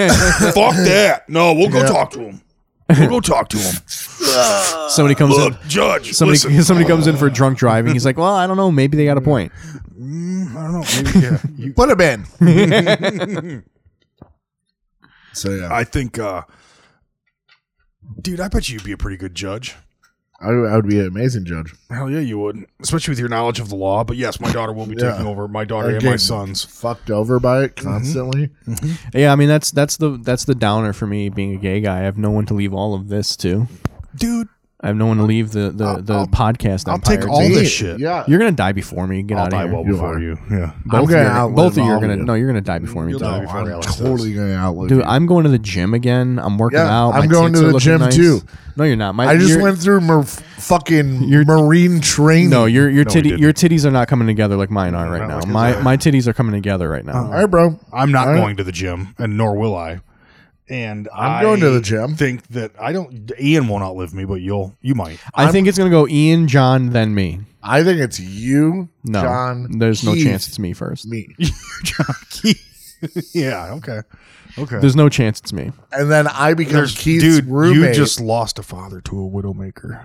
Speaker 3: Fuck that. No, we'll go talk to him. We'll go talk to him.
Speaker 2: Somebody comes in.
Speaker 3: Look, judge.
Speaker 2: Somebody,
Speaker 3: listen.
Speaker 2: somebody comes in for drunk driving. He's like, well, I don't know. Maybe they got a point.
Speaker 3: Mm, I don't know. Maybe, yeah. You-
Speaker 4: Put him in. so yeah,
Speaker 3: I think, uh, dude, I bet you'd be a pretty good judge.
Speaker 4: I, I would be an amazing judge.
Speaker 3: Hell yeah, you would, especially with your knowledge of the law. But yes, my daughter will be
Speaker 4: Yeah.
Speaker 3: taking over. My daughter
Speaker 4: They're
Speaker 3: and my
Speaker 4: getting
Speaker 3: sons.
Speaker 4: Fucked over by it
Speaker 2: Mm-hmm.
Speaker 4: constantly.
Speaker 2: Yeah, I mean that's that's the that's the downer for me being a gay guy. I have no one to leave all of this to.
Speaker 3: Dude,
Speaker 2: I have no one to leave the the, the podcast.
Speaker 3: I'll
Speaker 2: empire
Speaker 3: take all
Speaker 2: to.
Speaker 3: this shit.
Speaker 4: Yeah.
Speaker 2: You're gonna die before me. Get
Speaker 3: I'll
Speaker 2: out
Speaker 3: die
Speaker 2: of here.
Speaker 3: well before you. Yeah.
Speaker 2: both of
Speaker 4: gonna
Speaker 2: you are-
Speaker 4: outlive
Speaker 2: both of you
Speaker 4: all
Speaker 2: are
Speaker 4: of
Speaker 2: gonna
Speaker 4: you.
Speaker 2: no. You're gonna die before me.
Speaker 3: You'll
Speaker 2: dog.
Speaker 3: die before
Speaker 4: I'm
Speaker 3: Alex does.
Speaker 4: totally gonna outlive
Speaker 2: Dude,
Speaker 4: you.
Speaker 2: I'm going to the gym again. I'm working
Speaker 4: Yeah,
Speaker 2: out.
Speaker 4: I'm
Speaker 2: My
Speaker 4: going
Speaker 2: tits
Speaker 4: to
Speaker 2: are
Speaker 4: the
Speaker 2: looking
Speaker 4: gym,
Speaker 2: nice.
Speaker 4: too.
Speaker 2: No, you're not. My,
Speaker 4: I just
Speaker 2: your-
Speaker 4: went through mer- fucking
Speaker 2: You're-
Speaker 4: marine training.
Speaker 2: No, your your
Speaker 3: No, we
Speaker 2: titty
Speaker 3: didn't.
Speaker 2: your titties are not coming together like mine are right
Speaker 3: Not
Speaker 2: now.
Speaker 3: like
Speaker 2: My
Speaker 3: that. Uh,
Speaker 2: my titties are coming together right now.
Speaker 4: All right, bro.
Speaker 3: I'm not
Speaker 4: All right.
Speaker 3: going to the gym, and nor will I. And
Speaker 4: I'm going to the gym.
Speaker 3: Think that I don't. Ian won't outlive me, but you'll. You might.
Speaker 2: I think it's gonna go Ian, John, then me.
Speaker 4: I think it's you,
Speaker 2: No,
Speaker 4: John.
Speaker 2: there's no
Speaker 4: Keith,
Speaker 2: chance it's me first.
Speaker 4: Me,
Speaker 3: yeah. Okay. Okay.
Speaker 2: There's no chance it's me.
Speaker 4: and then I become Keith's
Speaker 3: dude.
Speaker 4: roommate.
Speaker 3: You just lost a father to a widowmaker.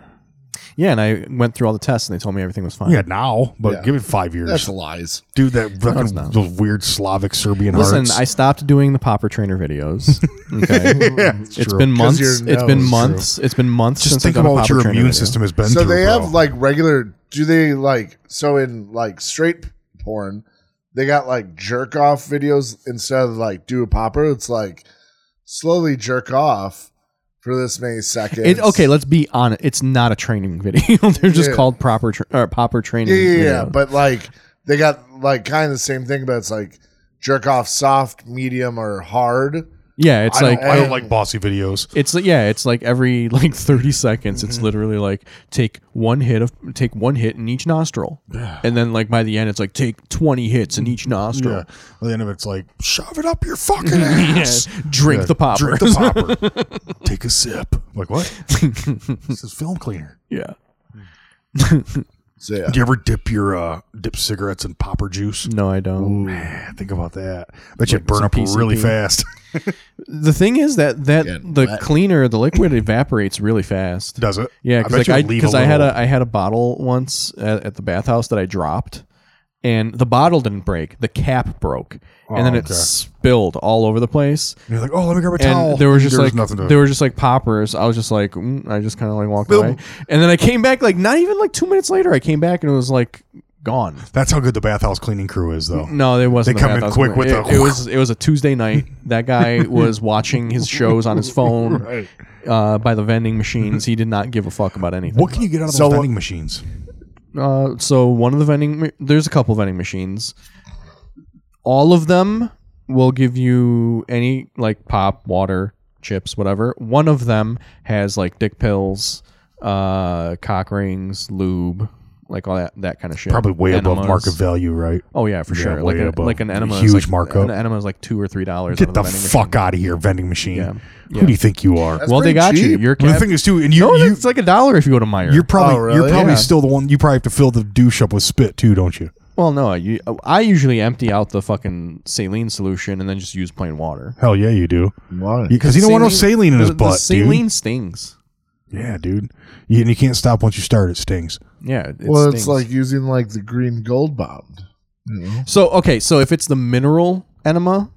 Speaker 2: Yeah, and I went through all the tests, and they told me everything was fine.
Speaker 3: Yeah, now, but
Speaker 4: Yeah.
Speaker 3: give it five years,
Speaker 4: that's lies.
Speaker 3: dude. That
Speaker 2: it's
Speaker 3: fucking
Speaker 2: not.
Speaker 3: those weird Slavic Serbian
Speaker 2: Listen,
Speaker 3: hearts.
Speaker 2: I stopped doing the popper trainer videos. Okay,
Speaker 3: it's
Speaker 2: it's
Speaker 3: true.
Speaker 2: been months.
Speaker 4: your
Speaker 2: It's been
Speaker 4: nose-
Speaker 2: months. It's been months
Speaker 3: Just
Speaker 2: since
Speaker 3: think
Speaker 2: I've done
Speaker 3: about
Speaker 2: a
Speaker 3: what
Speaker 2: popper
Speaker 3: your
Speaker 2: trainer
Speaker 3: immune
Speaker 2: video.
Speaker 3: system has been.
Speaker 4: So
Speaker 3: through,
Speaker 4: they
Speaker 3: bro.
Speaker 4: have like regular. Do they like so in like straight porn? They got like jerk off videos instead of like do a popper. It's like slowly jerk off for this many seconds.
Speaker 2: It, okay, let's be honest. It's not a training video. They're just
Speaker 4: Yeah.
Speaker 2: called proper tra- or popper training.
Speaker 4: yeah, yeah, yeah.
Speaker 2: videos.
Speaker 4: But like they got like kind of the same thing, but it's like jerk off soft, medium, or hard.
Speaker 2: yeah, it's
Speaker 3: I
Speaker 2: like
Speaker 3: don't, I don't
Speaker 4: I-
Speaker 3: like bossy videos.
Speaker 2: It's like yeah, it's like every like thirty seconds.
Speaker 3: Mm-hmm.
Speaker 2: It's literally like take one hit of take one hit in each nostril, and then like by the end, it's like take twenty hits in each nostril.
Speaker 3: Yeah. By the end of it, it's like shove it up your fucking ass.
Speaker 2: Drink
Speaker 3: Yeah,
Speaker 2: the popper.
Speaker 3: Drink the popper. Take a sip. Like what? this is film cleaner.
Speaker 2: yeah.
Speaker 4: So yeah,
Speaker 3: Do you ever dip your uh, dip cigarettes in popper juice?
Speaker 2: No, I don't.
Speaker 3: Man, think about that. Bet you
Speaker 2: Like
Speaker 3: burn
Speaker 2: some
Speaker 3: up really
Speaker 2: PCP.
Speaker 3: fast.
Speaker 2: The thing is that that
Speaker 4: Getting
Speaker 2: the
Speaker 4: wet.
Speaker 2: cleaner the liquid evaporates really fast.
Speaker 3: Does it?
Speaker 2: Yeah,
Speaker 3: I bet
Speaker 2: because
Speaker 3: you
Speaker 2: like I
Speaker 3: leave
Speaker 2: because I had
Speaker 3: little-
Speaker 2: a I had a bottle once at, at the bathhouse that I dropped, and the bottle didn't break. The cap broke, and then it
Speaker 3: Oh, okay.
Speaker 2: spilled all over the place.
Speaker 3: And you're like, oh, let me grab a
Speaker 2: and
Speaker 3: towel.
Speaker 2: there was just like
Speaker 3: nothing to.
Speaker 2: there were just like poppers. I was just like mm, I just kind of like walked away, and then I came back like not even like two minutes later. I came back and it was like gone.
Speaker 3: That's how good the bathhouse cleaning crew is, though.
Speaker 2: No, it wasn't.
Speaker 3: They
Speaker 2: the
Speaker 3: come in
Speaker 2: bathhouse
Speaker 3: quick
Speaker 2: cleaner.
Speaker 3: with
Speaker 2: it,
Speaker 3: a-
Speaker 2: it was it was a Tuesday night. That guy was watching his shows on his phone uh, by the vending machines. He did not give a fuck about anything.
Speaker 3: What can you get out of those
Speaker 4: So what-
Speaker 3: vending machines?
Speaker 2: Uh, so one of the vending ma- there's a couple vending machines. All of them will give you any like pop, water, chips, whatever. One of them has like dick pills, uh, cock rings, lube, like all that that kind of shit.
Speaker 3: Probably way above
Speaker 2: Enemas.
Speaker 3: market value, right?
Speaker 2: Oh yeah, for
Speaker 3: Yeah,
Speaker 2: sure. Like
Speaker 3: way
Speaker 2: a,
Speaker 3: above.
Speaker 2: like an enema, is,
Speaker 3: Huge
Speaker 2: like,
Speaker 3: markup.
Speaker 2: An enema is like two or three dollars.
Speaker 3: Get
Speaker 2: out
Speaker 3: the
Speaker 2: of vending
Speaker 3: fuck out of here, vending machine.
Speaker 2: Yeah.
Speaker 3: Who do you think you are?
Speaker 4: That's
Speaker 2: Well, they
Speaker 4: pretty
Speaker 2: got you.
Speaker 4: cheap.
Speaker 2: Your
Speaker 3: Well,
Speaker 2: cab-
Speaker 3: the thing is, too, and you,
Speaker 2: no,
Speaker 3: you
Speaker 2: it's like a dollar if you go to Meyer.
Speaker 3: You're probably
Speaker 4: Oh, really?
Speaker 3: you're probably
Speaker 2: Yeah.
Speaker 3: still the one. You probably have to fill the douche up with spit too, don't you?
Speaker 2: well, no, you, I usually empty out the fucking saline solution and then just use plain water.
Speaker 3: Hell yeah, you do.
Speaker 4: Why?
Speaker 3: Because you don't want no
Speaker 2: Saline-
Speaker 3: saline in his
Speaker 2: the- the
Speaker 3: butt,
Speaker 2: saline stings.
Speaker 3: dude. Yeah, dude. You, and you can't stop once you start. It stings.
Speaker 2: Yeah. It
Speaker 4: well,
Speaker 2: stings.
Speaker 4: it's like using like the green gold bond.
Speaker 2: so. Okay, so if it's the mineral enema,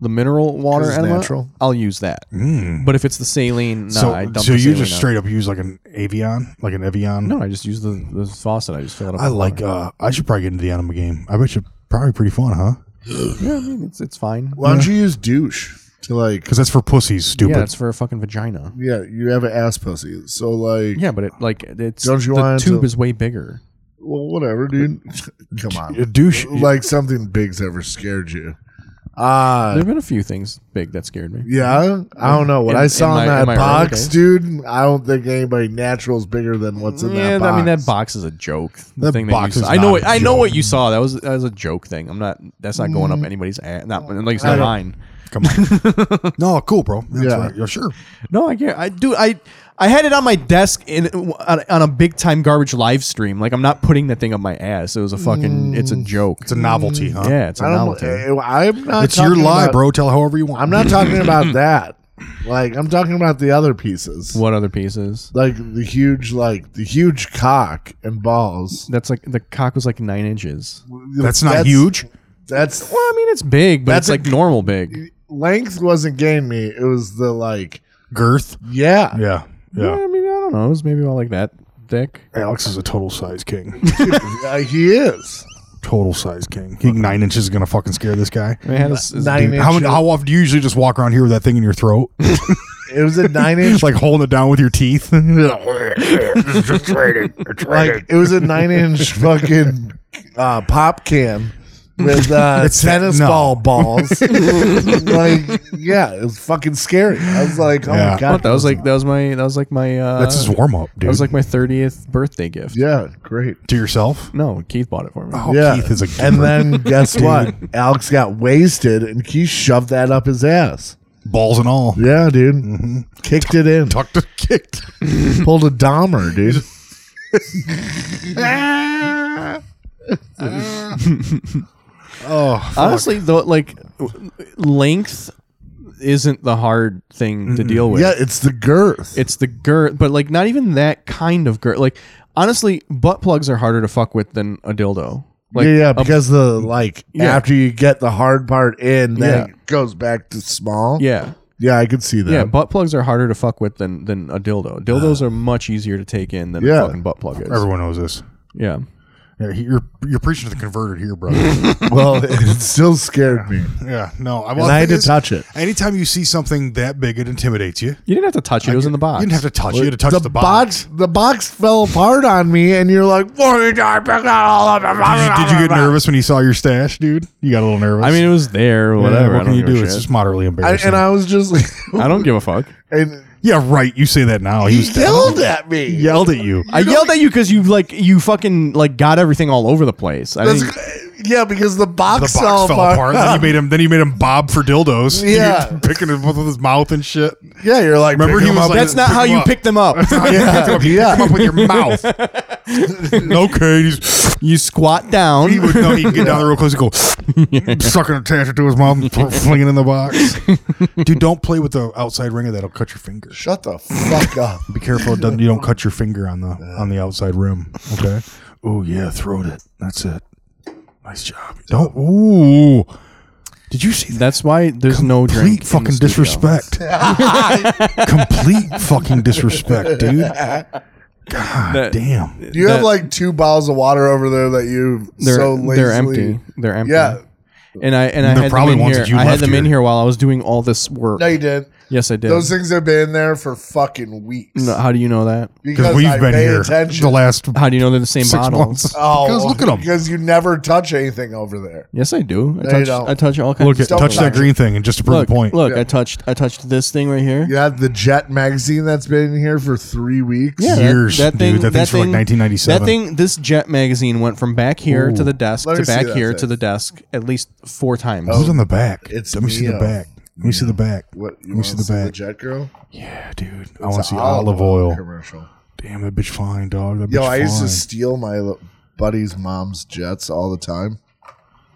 Speaker 2: the mineral water
Speaker 4: 'Cause it's
Speaker 2: enema,
Speaker 4: natural.
Speaker 2: I'll use that.
Speaker 3: Mm.
Speaker 2: But if it's the saline, no,
Speaker 3: so
Speaker 2: I dump
Speaker 3: so
Speaker 2: the
Speaker 3: you
Speaker 2: saline
Speaker 3: just
Speaker 2: out.
Speaker 3: straight up use like an Avion, like an Evian.
Speaker 2: No, I just use the, the faucet. I just fill it up.
Speaker 3: I
Speaker 2: with
Speaker 3: like.
Speaker 2: water.
Speaker 3: uh I should probably get into the anima game. I bet you probably pretty fun, huh?
Speaker 2: Yeah, I mean it's it's fine.
Speaker 4: Why don't you use douche to like?
Speaker 3: Because that's for pussies, stupid.
Speaker 2: Yeah, it's for a fucking vagina.
Speaker 4: Yeah, you have an ass pussy, so like,
Speaker 2: Yeah, but it like it's
Speaker 4: Don't you
Speaker 2: the
Speaker 4: want
Speaker 2: tube
Speaker 4: to-
Speaker 2: is way bigger.
Speaker 4: well, whatever, dude. Come
Speaker 3: a
Speaker 4: on,
Speaker 3: Uh, douche.
Speaker 4: like something big's ever scared you? Ah,
Speaker 2: There've been a few things big that scared me.
Speaker 4: yeah. I don't know what
Speaker 2: In-
Speaker 4: I saw
Speaker 2: in
Speaker 4: in,
Speaker 2: my- in
Speaker 4: that
Speaker 2: my early
Speaker 4: box,
Speaker 2: days.
Speaker 4: dude. I don't think anybody natural's bigger than what's in
Speaker 2: yeah,
Speaker 4: that box.
Speaker 2: I mean that box is a joke. The
Speaker 3: That
Speaker 2: thing
Speaker 3: box
Speaker 2: that you
Speaker 3: is
Speaker 2: saw. I know.
Speaker 3: not
Speaker 2: What,
Speaker 3: a
Speaker 2: I know
Speaker 3: joke.
Speaker 2: what you saw. That was that was a joke thing. I'm not. That's not going up anybody's ass. Not at least not
Speaker 4: I-
Speaker 2: mine.
Speaker 3: Come on. no, cool, bro. That's
Speaker 4: Yeah.
Speaker 3: right. Yeah, sure.
Speaker 2: No, I can't. I do. I I had it on my desk in on, on a big time garbage live stream. Like I'm not putting that thing up my ass. It was a fucking. It's a joke.
Speaker 3: It's a novelty, huh?
Speaker 2: yeah, it's a
Speaker 4: I don't,
Speaker 2: novelty.
Speaker 4: eh, I'm not
Speaker 3: It's your
Speaker 4: talking
Speaker 3: lie,
Speaker 4: about-
Speaker 3: bro. Tell it however you want.
Speaker 4: I'm not talking about that. Like I'm talking about the other pieces.
Speaker 2: what other pieces?
Speaker 4: Like the huge, like the huge cock and balls.
Speaker 2: That's like the cock was like nine inches.
Speaker 3: That's not huge.
Speaker 4: That's
Speaker 2: Well, I mean, it's big, but it's
Speaker 4: That's
Speaker 2: like
Speaker 4: a-
Speaker 2: normal big.
Speaker 4: length wasn't getting me. It was the like,
Speaker 3: Girth.
Speaker 4: yeah,
Speaker 3: Yeah.
Speaker 2: Yeah.
Speaker 3: Yeah.
Speaker 2: I mean, I don't know. It was maybe about like that thick.
Speaker 3: Alex is a total size king.
Speaker 4: yeah, he is.
Speaker 3: total size king. King nine inches is gonna fucking scare this guy.
Speaker 2: I mean, it had a s-
Speaker 4: Nine inch.
Speaker 3: How, how often do you usually just walk around here with that thing in your throat?
Speaker 4: it was a nine inch.
Speaker 3: It's like holding it down with your teeth.
Speaker 5: It's just waiting. It's
Speaker 4: like
Speaker 5: waiting.
Speaker 4: it was a nine inch fucking uh, pop can with uh,
Speaker 3: It's-
Speaker 4: tennis
Speaker 3: no.
Speaker 4: ball balls. like yeah, it was fucking scary. I was like, oh
Speaker 3: Yeah.
Speaker 4: my god,
Speaker 2: What, that was like that was my that was like my uh,
Speaker 3: That's his warm up, dude.
Speaker 2: that was like my thirtieth birthday gift.
Speaker 4: yeah, great.
Speaker 3: to yourself.
Speaker 2: No, Keith bought it for me.
Speaker 3: Oh,
Speaker 4: yeah,
Speaker 3: Keith is a giver.
Speaker 4: and then guess what? Alex got wasted, and Keith shoved that up his ass.
Speaker 3: balls and all.
Speaker 4: Yeah, dude, kicked it in,
Speaker 3: Tucked and kicked.
Speaker 4: pulled a Dahmer, dude.
Speaker 3: Oh,
Speaker 2: Honestly, though, like w- length isn't the hard thing to deal with.
Speaker 4: Yeah, it's the girth.
Speaker 2: It's the girth, but like not even that kind of girth. Like honestly, butt plugs are harder to fuck with than a dildo. Like
Speaker 4: yeah, yeah,
Speaker 2: a-
Speaker 4: because the like
Speaker 2: Yeah.
Speaker 4: after you get the hard part in, then
Speaker 2: Yeah.
Speaker 4: it goes back to small.
Speaker 2: yeah.
Speaker 4: yeah, I could see that.
Speaker 2: Yeah, butt plugs are harder to fuck with than than a dildo. Dildos are much easier to take in than
Speaker 4: Yeah.
Speaker 2: a fucking butt plug is.
Speaker 3: everyone knows this.
Speaker 2: Yeah.
Speaker 3: Yeah, he- you're you're preaching to the converted here, brother.
Speaker 4: well, it still scared me,
Speaker 3: yeah, no, I,
Speaker 4: and
Speaker 3: well,
Speaker 4: I
Speaker 3: the
Speaker 4: had to
Speaker 3: thing is,
Speaker 4: touch it.
Speaker 3: Anytime you see something that big, it intimidates you.
Speaker 2: You didn't have to touch it. It was in the box.
Speaker 3: You didn't have to touch. it. You had to touch the, box.
Speaker 4: The box fell apart on me, and you're like, "What are you doing?"
Speaker 3: Did you, did you get nervous when you saw your stash, dude? You got a little nervous.
Speaker 2: I mean, it was there.
Speaker 3: Yeah,
Speaker 2: Whatever.
Speaker 3: what
Speaker 2: I
Speaker 3: can
Speaker 2: don't
Speaker 3: you
Speaker 2: give a
Speaker 3: do? It's
Speaker 2: shit.
Speaker 3: just moderately
Speaker 4: I,
Speaker 3: embarrassing.
Speaker 4: and I was just, like,
Speaker 2: I don't give a fuck.
Speaker 4: and
Speaker 3: yeah, right. You say that now. He
Speaker 4: he
Speaker 3: was
Speaker 4: yelled at me.
Speaker 3: yelled at you.
Speaker 2: I yelled at you because you like you fucking like got everything all over the place. I
Speaker 4: That's-
Speaker 2: think
Speaker 4: yeah, because the box,
Speaker 3: The box fell apart. Then you made him. Then you made him bob for dildos.
Speaker 4: Yeah.
Speaker 3: You're picking it with his mouth and shit.
Speaker 4: yeah, you're like,
Speaker 3: Remember
Speaker 4: pick
Speaker 3: he
Speaker 4: him
Speaker 3: was
Speaker 4: up.
Speaker 3: like-
Speaker 2: that's not
Speaker 3: pick
Speaker 2: how
Speaker 3: them
Speaker 2: you
Speaker 3: up.
Speaker 2: pick them up.
Speaker 3: yeah,
Speaker 4: yeah.
Speaker 3: Come up with your mouth. okay, he's,
Speaker 2: you squat down.
Speaker 3: he would no, he'd get down there real close and go, sucking a tangent to his mouth and fl- flinging it in the box. Dude, don't play with the outside ring of that'll cut your finger.
Speaker 4: Shut the fuck up.
Speaker 3: Be careful it doesn't, you don't cut your finger on the on the outside rim. Okay. Oh yeah, throat it. That's it. Nice job. Don't. Ooh. Did you see that?
Speaker 2: That's why there's no drink. in
Speaker 3: Complete
Speaker 2: the
Speaker 3: fucking
Speaker 2: studio.
Speaker 3: disrespect. Complete fucking disrespect, dude. God
Speaker 2: That-
Speaker 3: damn.
Speaker 4: You have
Speaker 2: That-
Speaker 4: like two bottles of water over there that you
Speaker 2: They're,
Speaker 4: so lazily.
Speaker 2: they're empty. They're empty.
Speaker 4: Yeah.
Speaker 2: And I and I
Speaker 3: They're
Speaker 2: had
Speaker 3: probably
Speaker 2: them in
Speaker 3: ones
Speaker 2: here.
Speaker 3: that you
Speaker 2: I had
Speaker 3: left
Speaker 2: them in
Speaker 3: here.
Speaker 2: here while I was doing all this work.
Speaker 4: No, you didn't.
Speaker 2: yes, I did.
Speaker 4: Those things have been there for fucking weeks.
Speaker 2: No, how do you know that?
Speaker 4: because
Speaker 3: Because we've
Speaker 4: I
Speaker 3: been
Speaker 4: pay
Speaker 3: here
Speaker 4: attention.
Speaker 3: the last
Speaker 2: How do you know they're the same
Speaker 3: six
Speaker 2: bottles?
Speaker 3: months.
Speaker 4: oh,
Speaker 3: because look at them.
Speaker 4: Because you never touch anything over there.
Speaker 2: Yes, I do. I
Speaker 4: you
Speaker 2: touch.
Speaker 4: don't.
Speaker 2: I touch all kinds.
Speaker 3: Look,
Speaker 2: of
Speaker 3: at,
Speaker 2: stuff.
Speaker 3: touch that green thing, and just to prove
Speaker 2: Look,
Speaker 3: a point,
Speaker 2: look. I touched. I touched this thing right here.
Speaker 4: You had the Jet magazine that's been in here for three weeks.
Speaker 2: Yeah, that-
Speaker 3: years,
Speaker 2: that, thing,
Speaker 3: dude. That thing's from like 1997.
Speaker 2: That thing, this Jet magazine went from back here to the desk
Speaker 4: Let
Speaker 2: to
Speaker 4: me see
Speaker 2: back
Speaker 4: that
Speaker 2: here
Speaker 4: thing.
Speaker 2: to the desk at least four times.
Speaker 3: Who's on the back?
Speaker 4: It's
Speaker 3: Let me see the
Speaker 4: Mio.
Speaker 3: back. Let me see the back.
Speaker 4: What you
Speaker 3: Let me
Speaker 4: want
Speaker 3: see
Speaker 4: to
Speaker 3: the
Speaker 4: see the
Speaker 3: back.
Speaker 4: Jet girl?
Speaker 3: yeah, dude. I want to
Speaker 4: It's
Speaker 3: see
Speaker 4: an
Speaker 3: olive oil.
Speaker 4: commercial.
Speaker 3: Damn, that bitch fine, dog. That bitch
Speaker 4: Yo, I used
Speaker 3: fine.
Speaker 4: to steal my l- buddy's mom's Jets all the time.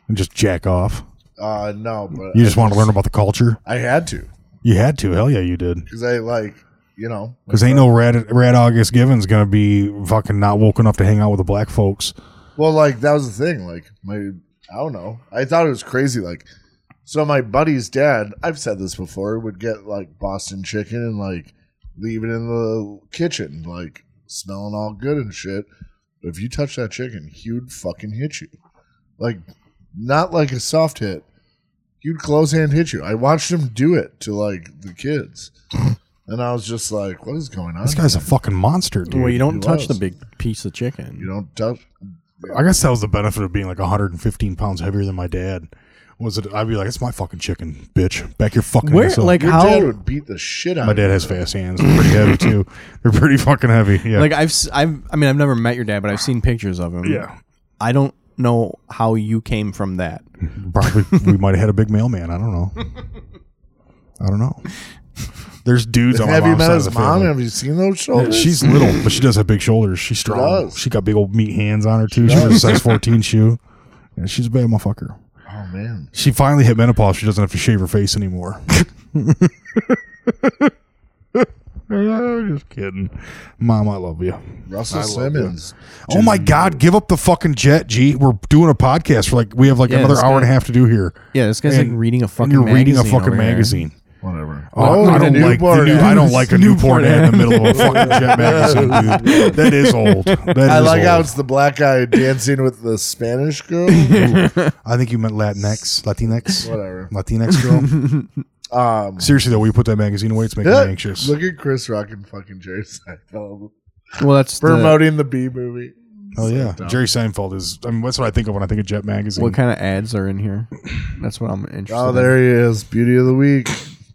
Speaker 3: and just jack off.
Speaker 4: Uh, no, but
Speaker 3: You just want to learn about the culture.
Speaker 4: I had to
Speaker 3: You had to. Hell yeah, you did.
Speaker 4: because I like you know
Speaker 3: Because ain't no rad, rad August Givens gonna be fucking not woke enough to hang out with the black folks.
Speaker 4: Well, like that was the thing. Like my, I don't know. I thought it was crazy. Like, so my buddy's dad. I've said this before. Would get like Boston chicken and like leave it in the kitchen, like smelling all good and shit. But if you touch that chicken, he would fucking hit you. Like, not like a soft hit. He'd close hand hit you. I watched him do it to like the kids, and I was just like, "What is going on?"
Speaker 3: This guy's a fucking monster, dude.
Speaker 2: well, you don't
Speaker 4: He
Speaker 2: touch
Speaker 4: was.
Speaker 2: the big piece of chicken.
Speaker 4: you don't touch.
Speaker 3: I guess that was the benefit of being like 115 pounds heavier than my dad. Was it? I'd be like, it's my fucking chicken, bitch. Back your fucking
Speaker 2: Where,
Speaker 3: ass up."
Speaker 2: like,
Speaker 4: Your
Speaker 2: how?
Speaker 4: dad would beat the shit out
Speaker 3: My
Speaker 4: of you.
Speaker 3: dad has fast hands. They're pretty heavy too. They're pretty fucking heavy. Yeah.
Speaker 2: Like, I've, s- I've, I mean, I've never met your dad, but I've seen pictures of him.
Speaker 3: yeah.
Speaker 2: I don't know how you came from that.
Speaker 3: Probably we might have had a big mailman. I don't know. I don't know. There's dudes on my
Speaker 4: Have you
Speaker 3: mom's
Speaker 4: met
Speaker 3: side of
Speaker 4: his
Speaker 3: the
Speaker 4: mom?
Speaker 3: family.
Speaker 4: Have you seen those
Speaker 3: Yeah,
Speaker 4: shoulders?
Speaker 3: Oh, she's little, but she does have big shoulders. She's strong.
Speaker 4: does.
Speaker 3: She, got big old meat hands on her too. She wears a size fourteen shoe. Yeah, she's a bad motherfucker.
Speaker 4: oh man,
Speaker 3: She finally hit menopause. She doesn't have to shave her face anymore. Just kidding, Mom. I love you.
Speaker 4: Russell
Speaker 3: love
Speaker 4: Simmons.
Speaker 3: Oh my God! Give up the fucking jet, G. We're doing a podcast. We're like we have like
Speaker 2: Yeah,
Speaker 3: another
Speaker 2: this
Speaker 3: hour
Speaker 2: guy-
Speaker 3: and a half to do here.
Speaker 2: Yeah, this guy's
Speaker 3: And-
Speaker 2: like reading a fucking.
Speaker 3: And you're reading a
Speaker 2: magazine
Speaker 3: fucking
Speaker 2: over there.
Speaker 3: magazine.
Speaker 4: Whatever.
Speaker 3: Oh, I, I don't
Speaker 4: the
Speaker 3: like the
Speaker 4: newborn
Speaker 3: new, I don't
Speaker 4: ads.
Speaker 3: like a newborn ad in the middle of a fucking jet magazine, dude. That is old. That
Speaker 4: I
Speaker 3: is
Speaker 4: like how
Speaker 3: old.
Speaker 4: it's the black guy dancing with the Spanish girl.
Speaker 3: I think you meant Latinx, Latinx,
Speaker 4: Whatever.
Speaker 3: Latinx girl.
Speaker 4: Um,
Speaker 3: Seriously though, will you put that magazine away? It's making
Speaker 4: yeah,
Speaker 3: me anxious.
Speaker 4: Look at Chris Rock and fucking Jerry Seinfeld
Speaker 2: Well, that's the,
Speaker 4: promoting the B movie.
Speaker 3: Oh yeah,
Speaker 4: dumb.
Speaker 3: Jerry Seinfeld is. I mean, that's what I think of when I think of Jet magazine.
Speaker 2: what kind of ads are in here. That's what I'm interested.
Speaker 4: Oh,
Speaker 2: in.
Speaker 4: there he is. Beauty of the week.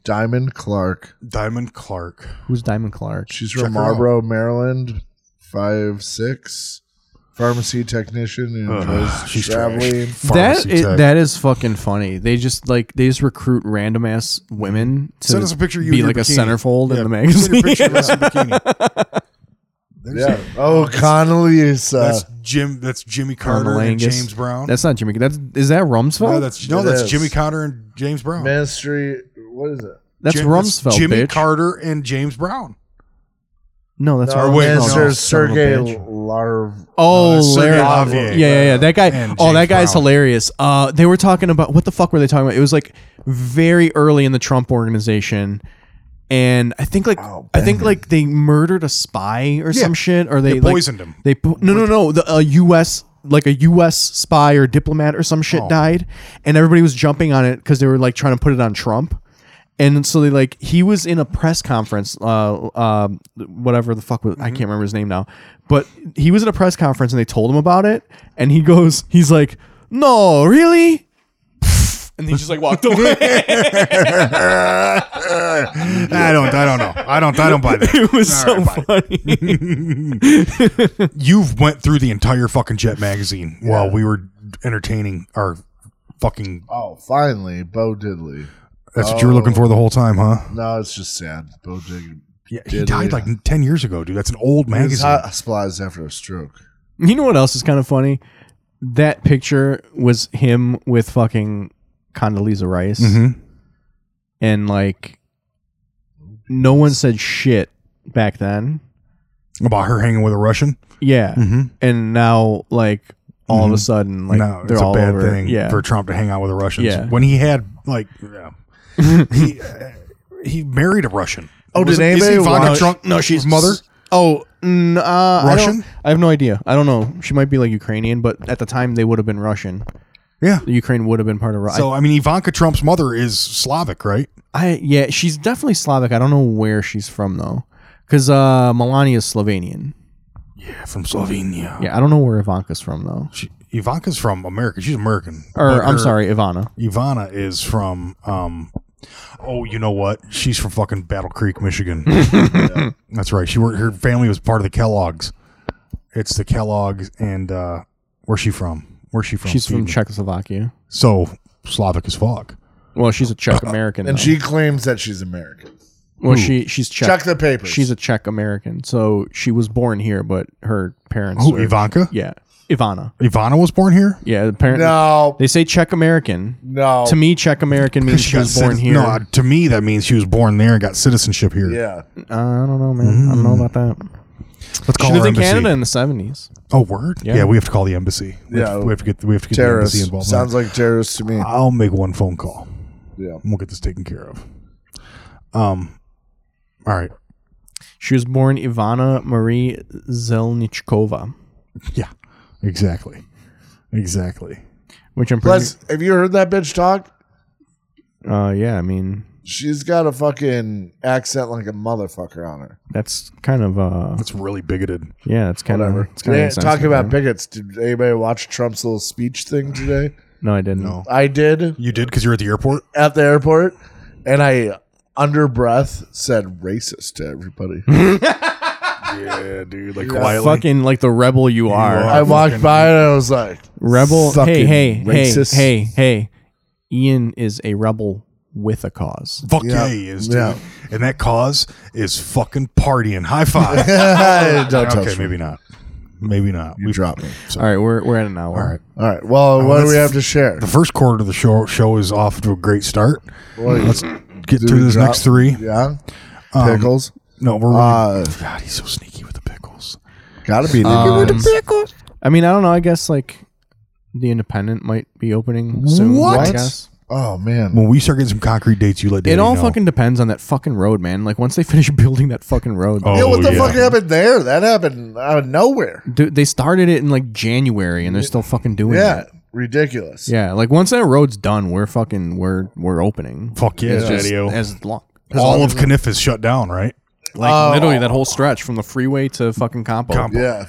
Speaker 4: Diamond Clark.
Speaker 3: Diamond Clark.
Speaker 2: Who's Diamond Clark?
Speaker 4: She's
Speaker 3: Check
Speaker 4: from
Speaker 3: her out.
Speaker 4: Marlboro, Maryland. Five six, pharmacy technician and enjoys
Speaker 3: she's
Speaker 4: traveling.
Speaker 2: Uh, That
Speaker 3: Pharmacy
Speaker 2: is,
Speaker 3: tech.
Speaker 2: that is fucking funny. They just like they just recruit random ass women to
Speaker 3: Send us a picture of you in
Speaker 2: be
Speaker 3: your
Speaker 2: like a
Speaker 3: bikini.
Speaker 2: centerfold
Speaker 3: Yeah,
Speaker 2: in the
Speaker 3: send a
Speaker 2: magazine.
Speaker 3: picture of us in bikini. There's-
Speaker 4: Yeah. Oh, Connolly is. Uh,
Speaker 3: That's Jim. That's Jimmy Carter and
Speaker 2: Langus.
Speaker 3: James Brown.
Speaker 2: That's not Jimmy. That's is that Rumsfeld?
Speaker 3: no, that's no,
Speaker 4: It
Speaker 3: that's
Speaker 4: is.
Speaker 3: Jimmy Carter and James Brown.
Speaker 4: Ministry. What is it?
Speaker 2: That's
Speaker 3: Jim-
Speaker 2: Rumsfeld,
Speaker 3: Jimmy
Speaker 2: bitch.
Speaker 3: Carter and James Brown.
Speaker 2: no, that's
Speaker 4: No,
Speaker 3: Or wait,
Speaker 4: Minister
Speaker 3: no,
Speaker 2: son of a
Speaker 4: Sergey
Speaker 2: bitch.
Speaker 4: Larv.
Speaker 2: Oh,
Speaker 3: that's Sergey
Speaker 2: Larry.
Speaker 3: Lavier.
Speaker 2: Yeah, yeah, yeah. That guy.
Speaker 3: And
Speaker 2: oh, that
Speaker 3: James
Speaker 2: guy's
Speaker 3: Brown.
Speaker 2: hilarious. Uh, they were talking about what the fuck were they talking about? It was like very early in the Trump organization, and I think like I think like they murdered a spy or some shit, or they,
Speaker 3: They
Speaker 2: like,
Speaker 3: poisoned him.
Speaker 2: They po- no, no, no. The a U.S. like a U.S. spy or diplomat or some shit died, and everybody was jumping on it because they were like trying to put it on Trump. And so they like he was in a press conference, uh, um, whatever the fuck was, I can't remember his name now, but he was in a press conference and they told him about it, and he goes, he's like, no, really, and he just like walked away.
Speaker 3: I don't. I don't know. I don't. I don't buy that.
Speaker 2: it was so funny.
Speaker 3: You've went through the entire fucking Jet magazine while we were entertaining our fucking.
Speaker 4: Oh, finally, Bo Diddley.
Speaker 3: That's what you were looking for the whole time, huh?
Speaker 4: No, it's just sad. Bo Diddley.
Speaker 3: Yeah, he died
Speaker 4: Diddley.
Speaker 3: like ten years ago, dude. That's an old
Speaker 4: He was
Speaker 3: magazine.
Speaker 4: hospitalized after a stroke.
Speaker 2: You know what else is kind of funny? That picture was him with fucking Condoleezza Rice,
Speaker 3: Mhm.
Speaker 2: and like no one said shit back then.
Speaker 3: About her hanging with a Russian.
Speaker 2: Yeah,
Speaker 3: Mm-hmm.
Speaker 2: and now like all of a sudden like
Speaker 3: no,
Speaker 2: they're
Speaker 3: it's a
Speaker 2: all
Speaker 3: bad
Speaker 2: over.
Speaker 3: thing
Speaker 2: yeah,
Speaker 3: for Trump to hang out with the Russians.
Speaker 2: Yeah.
Speaker 3: When he had like, yeah. he uh, he married a Russian.
Speaker 4: Oh,
Speaker 3: Was
Speaker 4: did
Speaker 3: it- is
Speaker 4: anybody
Speaker 3: Ivanka
Speaker 4: watch-
Speaker 3: Trump? No, she's mother.
Speaker 2: Oh, n- uh, I don't-
Speaker 3: Russian?
Speaker 2: I, have no idea. I don't know. She might be like Ukrainian, but at the time they would have been Russian.
Speaker 3: Yeah.
Speaker 2: Ukraine would have been part of Russia.
Speaker 3: So I mean, Ivanka Trump's mother is Slavic, right?
Speaker 2: I yeah, she's definitely Slavic. I don't know where she's from though, because uh, Melania's Slovenian.
Speaker 3: Yeah, from Slovenia.
Speaker 2: Yeah, I don't know where Ivanka's from though.
Speaker 3: She, Ivanka's from America. She's American.
Speaker 2: Or
Speaker 3: But
Speaker 2: I'm
Speaker 3: her-
Speaker 2: sorry, Ivana.
Speaker 3: Ivana is from. um Oh, you know what? She's from fucking Battle Creek, Michigan. That's right. She were, her family was part of the Kellogg's. It's the Kellogg's, and uh where's she from? Where's she from?
Speaker 2: She's from
Speaker 3: Feed me.
Speaker 2: Czechoslovakia.
Speaker 3: So Slavic as fuck.
Speaker 2: Well, she's a Czech American.
Speaker 4: And
Speaker 2: though.
Speaker 4: she claims that she's American.
Speaker 2: well, she she's Czech.
Speaker 4: Check the papers.
Speaker 2: she's a Czech American, so she was born here, but her parents.
Speaker 3: Who
Speaker 2: are-
Speaker 3: Ivanka?
Speaker 2: Yeah, Ivana.
Speaker 3: Ivana was born here.
Speaker 2: Yeah, apparently
Speaker 4: no,
Speaker 2: they say Czech American.
Speaker 4: no.
Speaker 2: To me, Czech American means she
Speaker 3: got
Speaker 2: was born
Speaker 3: citi-
Speaker 2: here.
Speaker 3: No, uh, to me that means she was born there and got citizenship here.
Speaker 4: yeah,
Speaker 2: I don't know, man. I don't know about that.
Speaker 3: Let's call
Speaker 2: She
Speaker 3: her
Speaker 2: lived in
Speaker 3: embassy.
Speaker 2: Canada in the seventies.
Speaker 3: Oh, word. Yeah.
Speaker 2: Yeah.
Speaker 3: we have to call the embassy. We
Speaker 4: Yeah.
Speaker 3: have to, we have to get we have to get the embassy
Speaker 4: terrorists.
Speaker 3: involved.
Speaker 4: Sounds like terrorists to
Speaker 2: Uh,
Speaker 4: me.
Speaker 3: I'll make one phone call.
Speaker 4: Yeah.
Speaker 3: and We'll get this taken care of. Um. All right.
Speaker 2: She was born Ivana Marie Zelnichkova,
Speaker 3: Yeah. Exactly. Exactly.
Speaker 2: which I'm pretty.
Speaker 4: Plus, have you heard that bitch talk?
Speaker 2: uh, yeah, I mean
Speaker 4: She's got a fucking accent like a motherfucker on her.
Speaker 2: that's kind of uh,
Speaker 3: That's really bigoted.
Speaker 2: yeah, it's kind
Speaker 4: Whatever.
Speaker 2: of it's kind
Speaker 4: Yeah,
Speaker 2: of
Speaker 4: talking about bigots. Did anybody watch Trump's little speech thing today?
Speaker 2: No, I didn't.
Speaker 3: No.
Speaker 4: I did.
Speaker 3: You did because you're at the airport.
Speaker 4: at the airport and I under breath said racist to everybody.
Speaker 3: Yeah, dude. Like
Speaker 2: Fucking like the rebel you are.
Speaker 3: are.
Speaker 4: I walked by and I was like,
Speaker 2: Rebel.
Speaker 4: "Fucking
Speaker 2: Hey, hey,
Speaker 4: racist."
Speaker 2: hey, hey, hey. Ian is a rebel. with a cause.
Speaker 3: Fuck
Speaker 4: Yeah.
Speaker 3: yeah, he is, dude.
Speaker 4: Yeah.
Speaker 3: And that cause is fucking partying. High five.
Speaker 4: Don't touch
Speaker 3: okay,
Speaker 4: me.
Speaker 3: maybe not. Maybe not.
Speaker 4: You dropped me.
Speaker 2: All right, we're we're at an hour. All right.
Speaker 4: All right. Well, what do we
Speaker 3: Oh, let's-
Speaker 4: have to share?
Speaker 3: The first quarter of the show show is off to a great start.
Speaker 4: What-
Speaker 3: Let's um, get
Speaker 4: do
Speaker 3: through
Speaker 4: we
Speaker 3: this
Speaker 4: drop-
Speaker 3: next three.
Speaker 4: Yeah. Pickles.
Speaker 3: No, we're
Speaker 4: Uh,
Speaker 3: God. He's so sneaky with the pickles.
Speaker 4: Gotta
Speaker 3: uh,
Speaker 4: be the
Speaker 2: Um, I mean, I don't know. I guess like the Independent might be opening soon. I
Speaker 4: What?
Speaker 2: guess.
Speaker 4: Oh man.
Speaker 3: When we start getting some concrete dates, you let Danny
Speaker 2: It all
Speaker 3: know.
Speaker 2: fucking depends on that fucking road, man. Like once they finish building that fucking road,
Speaker 3: Oh,
Speaker 4: yeah, what the
Speaker 3: yeah.
Speaker 4: fuck happened there? That happened out of nowhere.
Speaker 2: dude, they started it in like January and they're still fucking doing
Speaker 4: Yeah.
Speaker 2: that.
Speaker 4: Ridiculous.
Speaker 2: Yeah, like once that road's done, we're fucking we're we're opening.
Speaker 3: Fuck yeah,
Speaker 2: It's just
Speaker 3: daddy-o.
Speaker 2: as long. as
Speaker 3: all
Speaker 2: long
Speaker 3: of Kniff is shut down, right?
Speaker 2: as- like
Speaker 3: oh.
Speaker 2: literally that whole stretch from the freeway to fucking Compo.
Speaker 3: Compo.
Speaker 4: Yeah.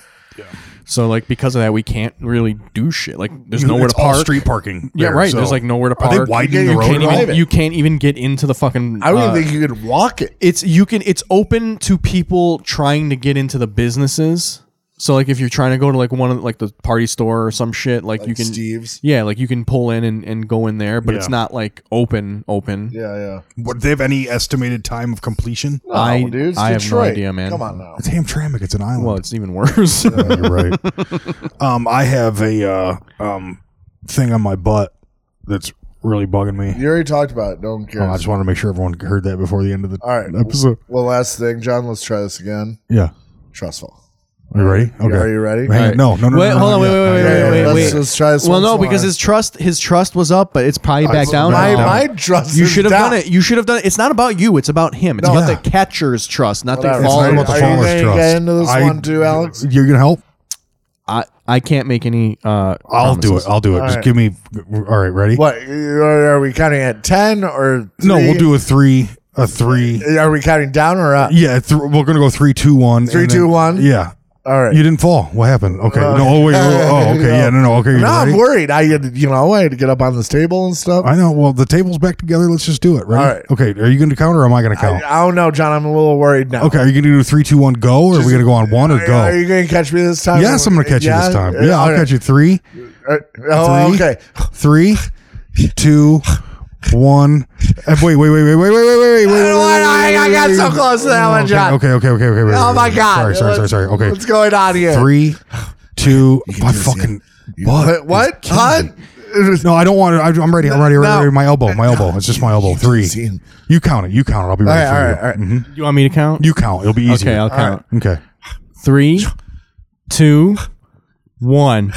Speaker 2: So like because of that, we can't really do shit. Like there's
Speaker 3: You-
Speaker 2: nowhere
Speaker 3: it's
Speaker 2: to park.
Speaker 3: All street parking.
Speaker 2: yeah,
Speaker 3: there,
Speaker 2: right.
Speaker 3: so-
Speaker 2: There's like nowhere to
Speaker 3: Are
Speaker 2: park.
Speaker 3: they widening
Speaker 4: You
Speaker 3: the
Speaker 2: you
Speaker 3: road?
Speaker 2: can't
Speaker 3: at all?
Speaker 4: drive
Speaker 2: even
Speaker 4: it.
Speaker 2: you can't even get into the fucking.
Speaker 4: I don't
Speaker 2: uh,
Speaker 4: even think you could walk it.
Speaker 2: it's you can it's open to people trying to get into the businesses. So like if you're trying to go to like one of like the party store or some shit, like, you
Speaker 4: Like
Speaker 2: can
Speaker 4: Steve's.
Speaker 2: yeah, like you can pull in and, and go in there, but it's
Speaker 3: Yeah.
Speaker 2: not like open open.
Speaker 4: Yeah, yeah.
Speaker 3: What, do they have any estimated time of completion?
Speaker 4: No,
Speaker 2: I-
Speaker 4: dude, it's
Speaker 2: I have no
Speaker 4: Detroit.
Speaker 2: idea, man.
Speaker 4: Come on now.
Speaker 3: It's Hamtramck. It's an island.
Speaker 2: Well, it's even worse.
Speaker 3: Yeah, you're right. um, I have a uh, um, thing on my butt that's really bugging me.
Speaker 4: You already talked about it. Don't care.
Speaker 3: Oh, I just wanted to make sure everyone heard that before the end of the
Speaker 4: All right.
Speaker 3: episode.
Speaker 4: Well, last thing, John. Let's try this again.
Speaker 3: Yeah.
Speaker 4: Trustful.
Speaker 3: Are you ready? Okay.
Speaker 4: Are you ready?
Speaker 3: Hang on.
Speaker 2: Alright.
Speaker 3: No, no, no.
Speaker 2: Wait,
Speaker 3: no, no,
Speaker 2: hold on,
Speaker 3: no,
Speaker 2: wait,
Speaker 3: yeah.
Speaker 2: wait, wait,
Speaker 3: Yeah,
Speaker 2: wait,
Speaker 3: yeah,
Speaker 2: wait,
Speaker 3: yeah.
Speaker 4: let's,
Speaker 2: wait.
Speaker 4: let's try this.
Speaker 2: well,
Speaker 4: once
Speaker 2: no,
Speaker 4: more.
Speaker 2: because his trust his trust was up, but it's probably back down.
Speaker 4: My,
Speaker 2: now.
Speaker 4: my trust.
Speaker 2: you
Speaker 4: is
Speaker 2: should have
Speaker 4: down.
Speaker 2: done it. You should have done it. It's not about you. It's about him. It's
Speaker 4: No.
Speaker 2: about
Speaker 3: Yeah.
Speaker 2: the catcher's trust, not
Speaker 4: Whatever.
Speaker 2: the
Speaker 4: It's
Speaker 2: fall.
Speaker 4: not
Speaker 3: It's
Speaker 4: Are
Speaker 3: not about
Speaker 4: you
Speaker 3: the faller's
Speaker 4: gonna
Speaker 3: trust.
Speaker 4: get into this
Speaker 3: I-
Speaker 4: one too, Alex?
Speaker 3: You're gonna help?
Speaker 2: I I can't make any. Uh,
Speaker 3: I'll do it. I'll do it. Just
Speaker 4: Alright.
Speaker 3: give me. All right, ready?
Speaker 4: What are, are we counting at ten or?
Speaker 3: No,
Speaker 4: three?
Speaker 3: we'll do a three. A three.
Speaker 4: Are we counting down or up?
Speaker 3: Yeah, th- we're gonna go three, two, one.
Speaker 4: Three,
Speaker 3: and then-
Speaker 4: two, one?
Speaker 3: Yeah.
Speaker 4: All right.
Speaker 3: You didn't fall. What happened? Okay.
Speaker 4: Uh,
Speaker 3: no. Oh wait. Oh, oh, okay.
Speaker 4: no.
Speaker 3: Yeah. No. No. Okay. you
Speaker 4: no, I'm
Speaker 3: ready?
Speaker 4: worried. I had, you know, I had to get up on this table and stuff.
Speaker 3: I know. Well, the table's back together. Let's just do it. Ready?
Speaker 4: All right.
Speaker 3: Okay. Are you going to count or am I going to
Speaker 4: I,
Speaker 3: count?
Speaker 4: I don't know, John. I'm a little worried now.
Speaker 3: okay. Are you going to do three, two, one, go, or are we going to go on one or
Speaker 4: Are, are
Speaker 3: go?
Speaker 4: you going to catch me this time?
Speaker 3: Yes, I'm going to catch you this time. Yeah, I'll catch you. Three,
Speaker 4: Oh,
Speaker 3: Three.
Speaker 4: okay.
Speaker 3: three, two, one. Uh, Wait, wait, wait, wait, wait, wait, wait, wait, wait, wait.
Speaker 4: I- I got so
Speaker 3: wait.
Speaker 4: close to that
Speaker 3: Oh,
Speaker 4: one,
Speaker 3: okay,
Speaker 4: John.
Speaker 3: Okay, okay, okay, okay. wait,
Speaker 4: Oh
Speaker 3: wait,
Speaker 4: my
Speaker 3: wait.
Speaker 4: god!
Speaker 3: Sorry, sorry, sorry,
Speaker 4: What's-
Speaker 3: sorry. Okay,
Speaker 4: what's going on here?
Speaker 3: three, two.
Speaker 4: can
Speaker 3: My
Speaker 4: do this again.
Speaker 3: fucking
Speaker 4: You-
Speaker 3: butt.
Speaker 4: What? Huh?
Speaker 3: No, I don't want to. I'm ready. I'm ready.
Speaker 4: No.
Speaker 3: ready, ready. My elbow. My elbow. It's just my elbow. Three.
Speaker 4: See him.
Speaker 3: You count it. You count it. I'll be
Speaker 4: All
Speaker 3: ready
Speaker 4: right, all right,
Speaker 3: for
Speaker 4: all right.
Speaker 2: You want me to count?
Speaker 3: you. You count. It'll be easier.
Speaker 2: okay, I'll count.
Speaker 3: Okay.
Speaker 2: Three, two, one.